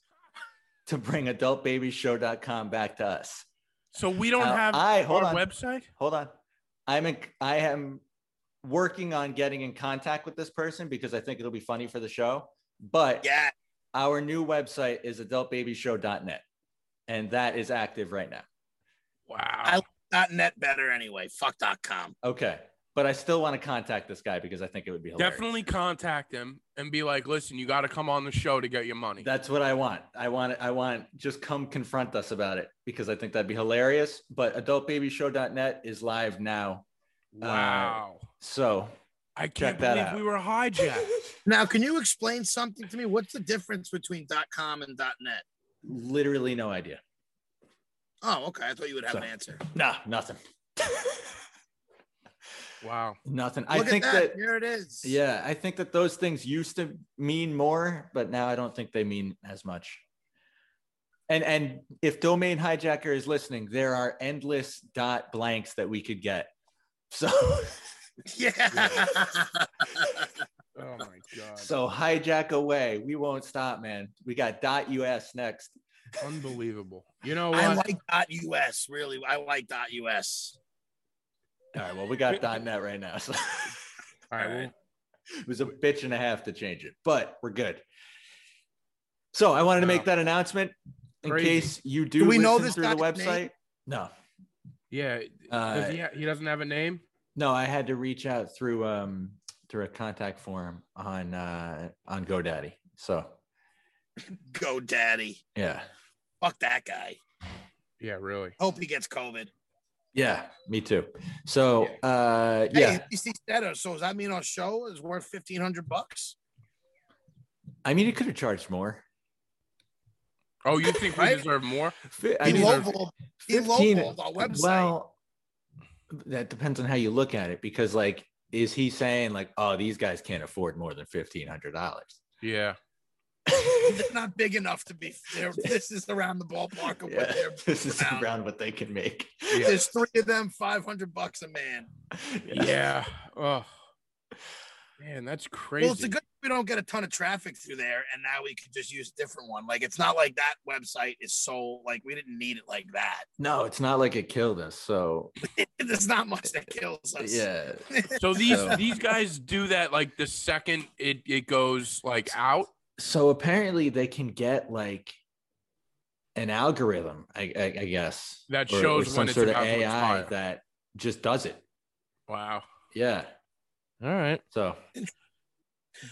Speaker 4: to bring adultbabyshow.com back to us.
Speaker 2: So we don't
Speaker 4: Uh,
Speaker 2: have
Speaker 4: I- hold
Speaker 2: our
Speaker 4: on.
Speaker 2: website.
Speaker 4: hold on. I'm in, I am working on getting in contact with this person because I think it'll be funny for the show. But
Speaker 3: Yeah.
Speaker 4: our new website is adultbabyshow.net, and that is active right now.
Speaker 2: Wow.
Speaker 3: Dot net better anyway. Fuck dot com.
Speaker 4: Okay, but I still want to contact this guy because I think it would be hilarious.
Speaker 2: Definitely contact him and be like, listen, you got to come on the show to get your money.
Speaker 4: That's what I want. I want it. I want just come confront us about it because I think that'd be hilarious. But adultbabyshow.net is live now. uh,
Speaker 2: wow.
Speaker 4: So
Speaker 2: I can't
Speaker 4: that
Speaker 2: believe
Speaker 4: out.
Speaker 2: we were hijacked.
Speaker 3: Now, can you explain something to me? What's the difference between dot com and dot net?
Speaker 4: literally no idea.
Speaker 3: Oh, okay. I thought you would have
Speaker 4: So-
Speaker 3: an answer.
Speaker 4: Nah, nothing.
Speaker 2: wow.
Speaker 4: Nothing. I
Speaker 3: Look
Speaker 4: think
Speaker 3: at
Speaker 4: that
Speaker 3: that. Here it is.
Speaker 4: yeah, I think that those things used to mean more, but now I don't think they mean as much. And and if domain hijacker is listening, there are endless dot blanks that we could get. So
Speaker 3: Yeah.
Speaker 2: Oh my god.
Speaker 4: so hijack away. We won't stop, man. We got dot US next.
Speaker 2: Unbelievable. You know
Speaker 3: I
Speaker 2: what?
Speaker 3: like dot US. Really, I like dot US.
Speaker 4: All right. Well, we got dot net right now. So
Speaker 2: All right, well,
Speaker 4: it was a bitch and a half to change it, but we're good. So I wanted to
Speaker 2: Wow.
Speaker 4: make that announcement in
Speaker 2: Crazy.
Speaker 4: case you do,
Speaker 3: Do we
Speaker 4: listen
Speaker 3: know this
Speaker 4: through the
Speaker 3: guy's
Speaker 4: website.
Speaker 3: name?
Speaker 4: No.
Speaker 2: yeah.
Speaker 4: Uh,
Speaker 2: Does he, ha- he doesn't have a name.
Speaker 4: No, I had to reach out through um through a contact form on uh on GoDaddy. So
Speaker 3: Go daddy.
Speaker 4: yeah.
Speaker 3: Fuck that guy.
Speaker 2: Yeah, really.
Speaker 3: Hope he gets COVID.
Speaker 4: Yeah, me too. So uh
Speaker 3: Hey,
Speaker 4: yeah,
Speaker 3: at least he's dead. So does that mean our show is worth fifteen hundred bucks?
Speaker 4: I mean it could have charged more.
Speaker 2: Oh, you think we
Speaker 3: Right?
Speaker 2: deserve more?
Speaker 4: Fi- I
Speaker 3: He
Speaker 4: mean,
Speaker 3: lowballed. He
Speaker 4: 15
Speaker 3: lowballed our website.
Speaker 4: Well, that depends on how you look at it because like is he saying like oh these guys can't afford more than $1500
Speaker 2: Yeah.
Speaker 3: They're not big enough to be. they're- This is around the ballpark of
Speaker 4: yeah,
Speaker 3: what they're.
Speaker 4: this is
Speaker 3: around.
Speaker 4: around what they can make
Speaker 2: Yeah.
Speaker 3: There's three of them, five hundred bucks a man.
Speaker 2: yeah. Oh. Man, that's crazy.
Speaker 3: Well, it's a good. We don't get a ton of traffic through there, and now we could just use a different one. Like it's not like that website is so like we didn't need it like that.
Speaker 4: no it's not like it killed us so
Speaker 3: There's not much that kills us.
Speaker 4: yeah
Speaker 2: so these
Speaker 4: So-
Speaker 2: these guys do that like the second it it goes like out.
Speaker 4: so apparently they can get like an algorithm i i, I guess
Speaker 2: That shows when it's about to
Speaker 4: ai
Speaker 2: expire.
Speaker 4: that just does it
Speaker 2: Wow.
Speaker 4: yeah
Speaker 2: All right.
Speaker 4: so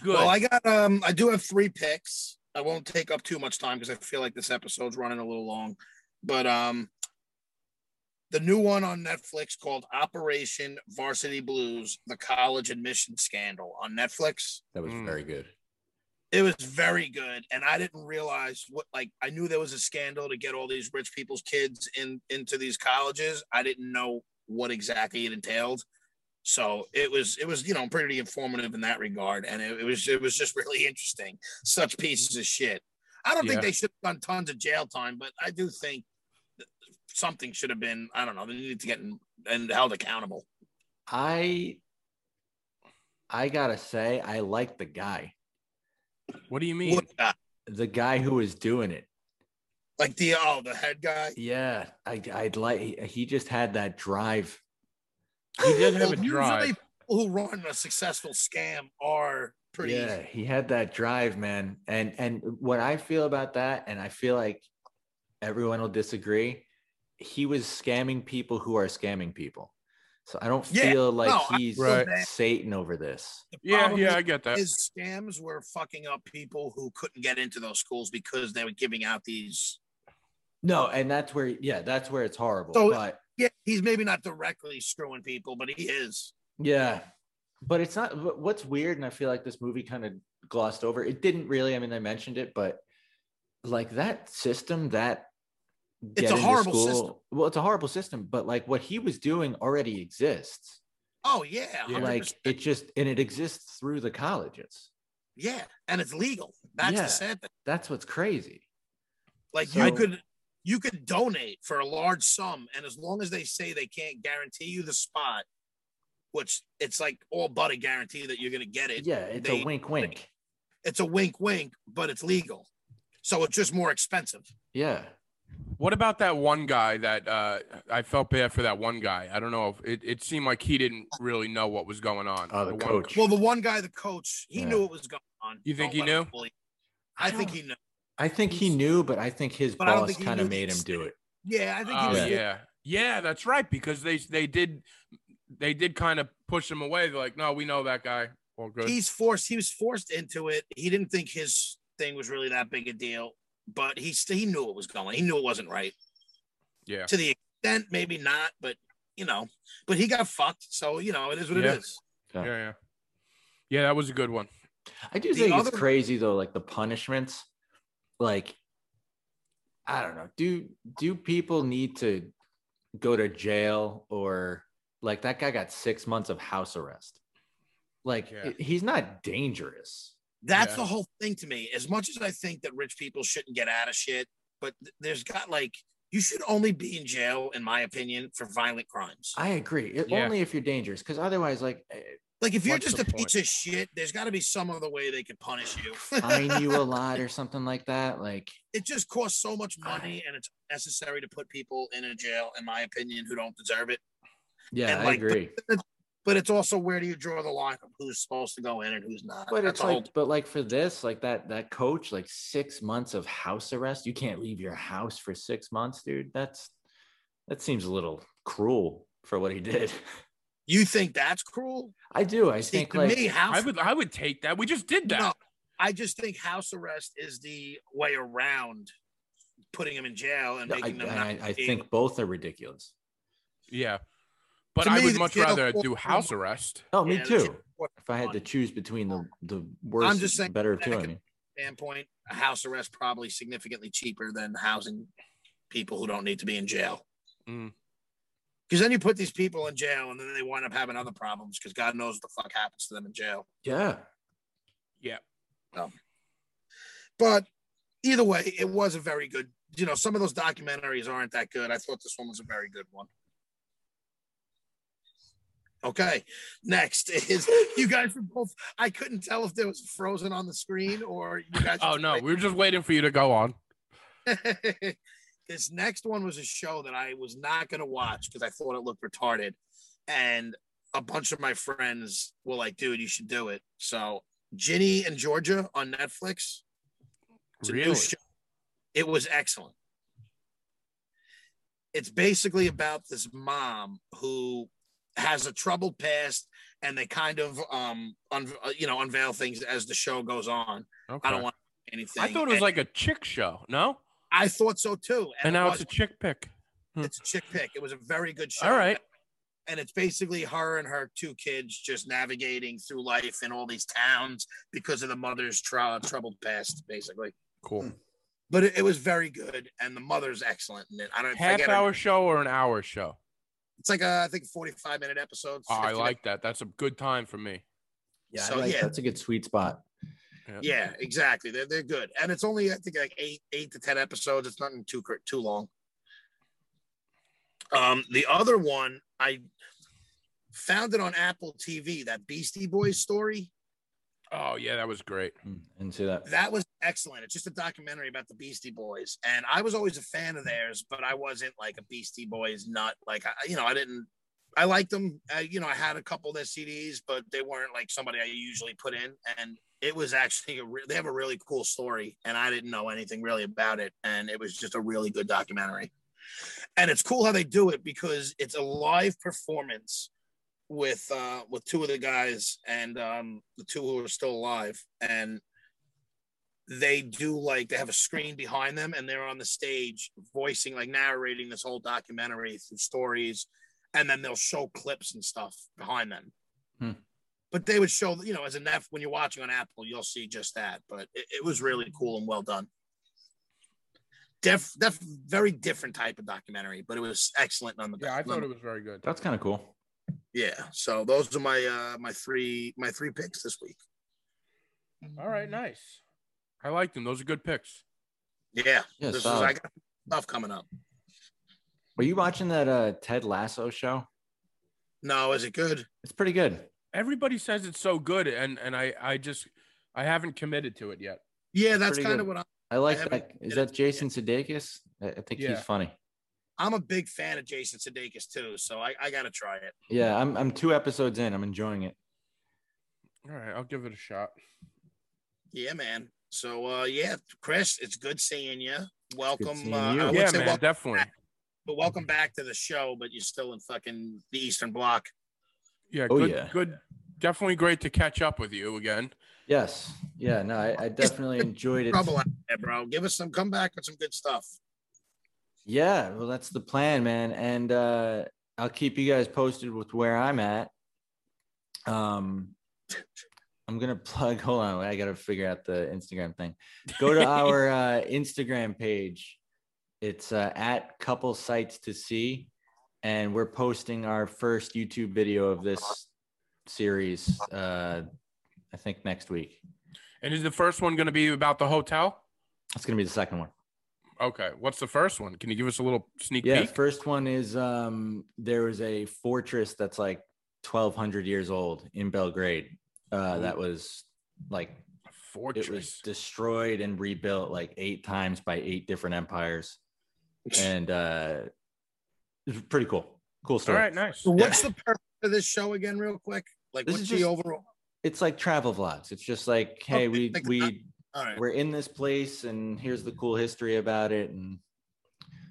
Speaker 2: Good.
Speaker 3: Well, I got um, I do have three picks. I won't take up too much time because I feel like this episode's running a little long. But um, the new one on Netflix called Operation Varsity Blues: The College Admission Scandal on Netflix.
Speaker 4: that was
Speaker 2: Mm.
Speaker 4: very good
Speaker 3: It was very good, and I didn't realize what like I knew there was a scandal to get all these rich people's kids in into these colleges. I didn't know what exactly it entailed. So it was it was you know pretty informative in that regard, and it, it was it was just really interesting. Such pieces of shit. I don't
Speaker 2: Yeah.
Speaker 3: think they should have done tons of jail time, but I do think that something should have been. I don't know. They needed to get in, and held accountable.
Speaker 4: I I gotta say, I like the guy,
Speaker 2: what do you mean?
Speaker 3: What, uh,
Speaker 4: the guy who was doing it.
Speaker 3: like the oh the head guy.
Speaker 4: Yeah, I, I'd like. He just had that drive.
Speaker 2: He did have a
Speaker 3: Well, usually
Speaker 2: drive.
Speaker 3: people who run a successful scam are pretty
Speaker 4: yeah, he had that drive, man. And and what I feel about that, and I feel like everyone will disagree. He was scamming people who are scamming people. So I don't
Speaker 3: Yeah,
Speaker 4: feel like
Speaker 3: no, I
Speaker 4: he's
Speaker 2: Right.
Speaker 4: Satan over this.
Speaker 3: The
Speaker 2: Yeah,
Speaker 3: problem
Speaker 2: yeah, I get
Speaker 4: Uh,
Speaker 2: that.
Speaker 3: Is scams were fucking up people who couldn't get into those schools because they were giving out these.
Speaker 4: No, and that's where yeah, that's where it's horrible.
Speaker 3: So-
Speaker 4: but
Speaker 3: Yeah, he's maybe not directly screwing people, but he is.
Speaker 4: Yeah. But it's not wh- what's weird, and I feel like this movie kind of glossed over. It didn't really, I mean, they mentioned it, but like that system that
Speaker 3: a
Speaker 4: get into
Speaker 3: horrible system.
Speaker 4: Well, it's a horrible system, but like what he was doing already exists.
Speaker 3: Oh yeah,
Speaker 2: Yeah.
Speaker 3: 100%.
Speaker 4: Like it just and it exists through the colleges.
Speaker 3: yeah, and it's legal. That's
Speaker 4: Yeah.
Speaker 3: the sad thing.
Speaker 4: That's what's crazy.
Speaker 3: Like
Speaker 4: So-
Speaker 3: you could, you could donate for a large sum, and as long as they say they can't guarantee you the spot, which it's like all but a guarantee that you're gonna get it.
Speaker 4: Yeah, it's
Speaker 3: they-
Speaker 4: a wink wink.
Speaker 3: it's a wink wink, but it's legal. So it's just more expensive.
Speaker 4: Yeah.
Speaker 2: What about that one guy that uh, I felt bad for? That one guy. I don't know if it, it seemed like he didn't really know what was going on.
Speaker 4: Oh, the
Speaker 2: one-
Speaker 4: coach.
Speaker 3: Well, the one guy, the coach, he
Speaker 4: Yeah.
Speaker 3: knew what was going on.
Speaker 2: You think he
Speaker 3: Don't let him
Speaker 2: knew?
Speaker 3: bully. I think he knew.
Speaker 4: I think he knew, but I think his
Speaker 3: But I don't
Speaker 4: boss
Speaker 3: think he
Speaker 4: kind of
Speaker 3: knew
Speaker 4: made him
Speaker 3: this.
Speaker 4: do it.
Speaker 3: Yeah, I think he
Speaker 2: Oh
Speaker 3: was.
Speaker 2: yeah. yeah, that's right. Because they they did they did kind of push him away. They're like, no, we know that guy. All good.
Speaker 3: He's forced. He was forced into it. He didn't think his thing was really that big a deal, but he st- he knew it was going. He knew it wasn't right.
Speaker 2: yeah,
Speaker 3: To the extent, maybe not, but you know. But he got fucked. So you know, it is what
Speaker 2: Yeah.
Speaker 3: it is.
Speaker 2: yeah, yeah, yeah. That was a good one.
Speaker 4: I do
Speaker 3: The
Speaker 4: think
Speaker 3: other-
Speaker 4: it's crazy though, like the punishments. Like, I don't know. Do do people need to go to jail or like that guy got six months of house arrest? Like
Speaker 2: Yeah.
Speaker 4: it- he's not dangerous.
Speaker 3: That's
Speaker 2: Yeah.
Speaker 3: the whole thing to me. As much as I think that rich people shouldn't get out of shit, but th- there's got like you should only be in jail, in my opinion, for violent crimes.
Speaker 4: I agree. It,
Speaker 2: Yeah.
Speaker 4: Only if you're dangerous, because otherwise, like eh,
Speaker 3: Like if you're
Speaker 2: What's
Speaker 3: just
Speaker 2: the
Speaker 3: a piece of shit, there's got to be some other way they could punish you.
Speaker 4: fine you a lot or something like that. Like
Speaker 3: it just costs so much
Speaker 4: Ah.
Speaker 3: money, and it's necessary to put people in a jail, in my opinion, who don't deserve it.
Speaker 4: yeah,
Speaker 3: And,
Speaker 4: I
Speaker 3: like, the-
Speaker 4: agree.
Speaker 3: But it's also where do you draw the line of who's supposed to go in and who's not?
Speaker 4: But
Speaker 3: That's
Speaker 4: it's
Speaker 3: a whole-
Speaker 4: like, but like for this, like that that coach, like six months of house arrest. You can't leave your house for six months, dude. That's that seems a little cruel for what he did.
Speaker 3: you think that's cruel?
Speaker 4: I do. I
Speaker 3: See,
Speaker 4: think
Speaker 3: to
Speaker 4: like
Speaker 3: me, house
Speaker 2: I would I would take that. We just did that.
Speaker 3: No, I just think house arrest is the way around putting them in jail and
Speaker 4: I,
Speaker 3: making them.
Speaker 4: and
Speaker 3: not
Speaker 4: I, I
Speaker 3: be-
Speaker 4: think both are ridiculous.
Speaker 2: Yeah, but
Speaker 3: To
Speaker 2: I
Speaker 3: me,
Speaker 2: would
Speaker 3: the
Speaker 2: much
Speaker 3: jail
Speaker 2: rather
Speaker 3: for-
Speaker 2: do house arrest.
Speaker 4: Oh, me
Speaker 3: Yeah, that's
Speaker 4: too.
Speaker 3: what-
Speaker 4: If I had to
Speaker 3: fun.
Speaker 4: choose between the the worst, I'm
Speaker 3: just saying
Speaker 4: better of
Speaker 3: that
Speaker 4: two.
Speaker 3: I
Speaker 4: I
Speaker 3: could-
Speaker 4: mean,
Speaker 3: standpoint, a house arrest probably significantly cheaper than housing people who don't need to be in jail. Because
Speaker 2: Mm.
Speaker 3: then you put these people in jail, and then they wind up having other problems because God knows what the fuck happens to them in jail.
Speaker 4: yeah,
Speaker 2: Yeah,
Speaker 3: But either way, it was a very good. You know, some of those documentaries aren't that good. I thought this one was a very good one. Okay, next is you guys were both. I couldn't tell if there was frozen on the screen or you guys.
Speaker 2: Oh no, we were just waiting for you to go on.
Speaker 3: this next one was a show that I was not going to watch because I thought it looked retarded. And a bunch of my friends were like, dude, you should do it. So, Ginny and Georgia on Netflix. It's a new
Speaker 2: Really?
Speaker 3: show. It was excellent. It's basically about this mom who has a troubled past and they kind of um un- uh, you know unveil things as the show goes on.
Speaker 2: Okay.
Speaker 3: I don't want anything.
Speaker 2: I thought it was
Speaker 3: And
Speaker 2: like a chick show. No,
Speaker 3: I thought so too.
Speaker 2: and
Speaker 3: it
Speaker 2: now
Speaker 3: was.
Speaker 2: it's a chick pick. Hmm.
Speaker 3: It's a chick pick. It was a very good show.
Speaker 2: All right.
Speaker 3: And it's basically her and her two kids just navigating through life in all these towns because of the mother's tra- troubled past, basically. Hmm.
Speaker 2: Cool.
Speaker 3: But it, it was very good, and the mother's excellent in it. I don't
Speaker 2: Half
Speaker 3: forget her-
Speaker 2: hour show or an hour show?
Speaker 3: It's like a, I think forty-five minute episode.
Speaker 2: Oh, I
Speaker 3: 50
Speaker 2: like that. That's a good time for me.
Speaker 4: yeah, I
Speaker 3: So,
Speaker 4: like-
Speaker 3: yeah.
Speaker 4: That's a good sweet spot.
Speaker 3: minute- Yeah, exactly. They're they're good, and it's only I think like eight eight to ten episodes. It's nothing too cr- too long. Um, the other one I found it on Apple TV. That Beastie Boys story.
Speaker 2: Oh yeah, that was great.
Speaker 4: Mm, And see that.
Speaker 3: That was excellent. It's just a documentary about the Beastie Boys, and I was always a fan of theirs, but I wasn't like a Beastie Boys nut. Like I, you know, I didn't. I liked them. I, you know, I had a couple of their CDs, but they weren't like somebody I usually put in. And it was actually a. Re- they have a really cool story, and I didn't know anything really about it, and it was just a really good documentary. And it's cool how they do it because it's a live performance with uh with two of the guys and um the two who are still alive and they do like they have a screen behind them and they're on the stage voicing like narrating this whole documentary through stories and then they'll show clips and stuff behind them
Speaker 4: Hmm.
Speaker 3: but they would show you know as an f when you're watching on apple you'll see just that but it, it was really cool and well done Def, def, very different type of documentary, but it was excellent on the
Speaker 2: was very good.
Speaker 4: That's kind of cool.
Speaker 3: yeah. So those are my uh my three my three picks this week.
Speaker 2: All
Speaker 3: Mm-hmm.
Speaker 2: right, nice. I like them. Those are good picks.
Speaker 3: Yeah.
Speaker 4: Yeah,
Speaker 3: this is
Speaker 4: solid.
Speaker 3: I got stuff coming up.
Speaker 4: Were you watching that uh, Ted Lasso show?
Speaker 3: No, is it good?
Speaker 4: It's pretty good.
Speaker 2: Everybody says it's so good, and and I I just I haven't committed to it yet.
Speaker 3: Yeah, that's
Speaker 4: pretty
Speaker 3: kind of
Speaker 4: good.
Speaker 3: what I'm
Speaker 4: I like
Speaker 3: haven't
Speaker 4: that. Is
Speaker 3: hit
Speaker 4: that Jason Sudeikis? I, I think
Speaker 2: Yeah.
Speaker 4: he's funny.
Speaker 3: I'm a big fan of Jason Sudeikis too, so I, I gotta try it.
Speaker 4: Yeah, I'm I'm two episodes in. I'm enjoying it.
Speaker 2: All right, I'll give it a shot.
Speaker 3: Yeah, man. So uh, yeah, Chris, it's good seeing you. Welcome.
Speaker 4: seeing
Speaker 3: uh,
Speaker 4: you.
Speaker 3: I would
Speaker 2: Yeah,
Speaker 3: say
Speaker 2: man,
Speaker 3: wel-
Speaker 2: definitely.
Speaker 3: but welcome back to the show. But you're still in fucking the Eastern Bloc.
Speaker 2: Yeah,
Speaker 4: Oh,
Speaker 2: good,
Speaker 4: yeah.
Speaker 2: good. Definitely great to catch up with you again.
Speaker 4: Yes. Yeah. No, I, I definitely enjoyed it.
Speaker 3: Trouble out there, bro. Give us some. Come back with some good stuff.
Speaker 4: Yeah. Well, that's the plan, man. And uh, I'll keep you guys posted with where I'm at. Um, I'm gonna plug. Hold on, I gotta figure out the Instagram thing. Go to our uh, Instagram page. It's uh, at couple sites to see, and we're posting our first YouTube video of this series. Uh, I think next week.
Speaker 2: And is the first one going to be about the hotel?
Speaker 4: It's gonna be the second one.
Speaker 2: Okay, what's the first one? Can you give us a little sneak
Speaker 4: Yeah,
Speaker 2: peek?
Speaker 4: first one is um there was a fortress that's like 1200 years old in Belgrade. Uh that was like
Speaker 2: Fortress.
Speaker 4: it was destroyed and rebuilt like eight times by eight different empires. And uh it was pretty cool. Cool
Speaker 2: All
Speaker 4: story.
Speaker 2: right, nice.
Speaker 3: So what's the purpose of this show again, real quick? Like,
Speaker 4: This
Speaker 3: what's
Speaker 4: is
Speaker 3: the
Speaker 4: just-
Speaker 3: overall?
Speaker 4: It's like travel vlogs. It's just like, hey,
Speaker 3: Okay,
Speaker 4: we
Speaker 3: like-
Speaker 4: we
Speaker 3: All right.
Speaker 4: we're in this place and here's the cool history about it and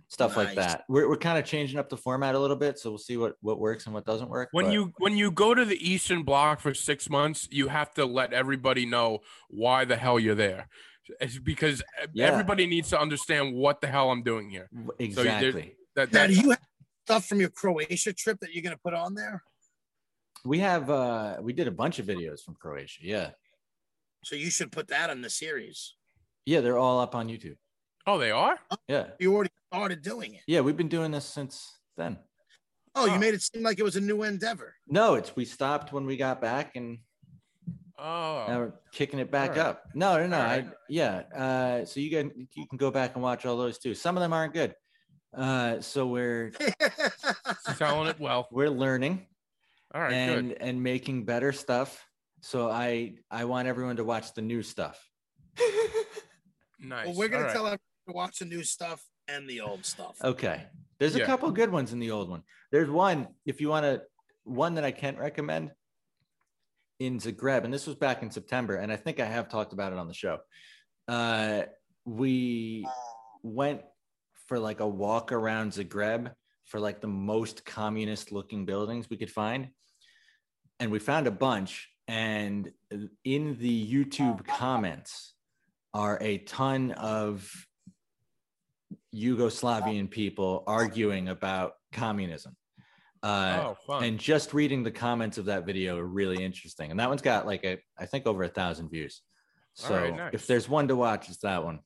Speaker 4: stuff like
Speaker 3: Nice.
Speaker 4: that. We're we're kind of changing up the format a little bit, so we'll see what what works and what doesn't work.
Speaker 2: When
Speaker 4: but-
Speaker 2: you when you go to the Eastern Bloc for six months, you have to let everybody know why the hell you're there, it's because e,
Speaker 4: Yeah.
Speaker 2: everybody needs to understand what the hell I'm doing here.
Speaker 4: W-
Speaker 2: you did-
Speaker 4: Exactly.
Speaker 2: That, that
Speaker 3: Now, do you have stuff from your Croatia trip that you're gonna put on there?
Speaker 4: we have uh we did a bunch of videos from Croatia. Yeah.
Speaker 3: So you should put that in the series.
Speaker 4: Yeah, they're all up on YouTube.
Speaker 2: oh, they are.
Speaker 3: Uh,
Speaker 4: Yeah.
Speaker 3: You already started doing it.
Speaker 4: Yeah, we've been doing this since then.
Speaker 3: Oh,
Speaker 2: Oh.
Speaker 3: you made it seem like it was a new endeavor.
Speaker 4: No, it's we stopped when we got back and
Speaker 2: Oh,
Speaker 4: now we're kicking it back
Speaker 2: Alright.
Speaker 4: up. No, no, no. I,
Speaker 2: Alright.
Speaker 4: yeah. Uh so you can you can go back and watch all those too. Some of them aren't good. Uh so we're
Speaker 2: selling it well.
Speaker 4: we're learning
Speaker 2: All right,
Speaker 4: and
Speaker 2: good.
Speaker 4: and making better stuff. So I I want everyone to watch the new stuff.
Speaker 2: Nice.
Speaker 3: Well, we're gonna
Speaker 2: All right.
Speaker 3: tell everyone to watch the new stuff and the old stuff.
Speaker 4: Okay. There's
Speaker 2: Yeah.
Speaker 4: a couple good ones in the old one. There's one, if you want to, one that I can't recommend in Zagreb, and this was back in September, and I think I have talked about it on the show. Uh, we went for like a walk around Zagreb for like the most communist looking buildings we could find. And we found a bunch. And in the YouTube comments are a ton of Yugoslavian people arguing about communism. Uh,
Speaker 2: oh, fun.
Speaker 4: And just reading the comments of that video are really interesting. And that one's got like a, I think over a thousand views. So
Speaker 2: All right, nice.
Speaker 4: if there's one to watch, it's that one.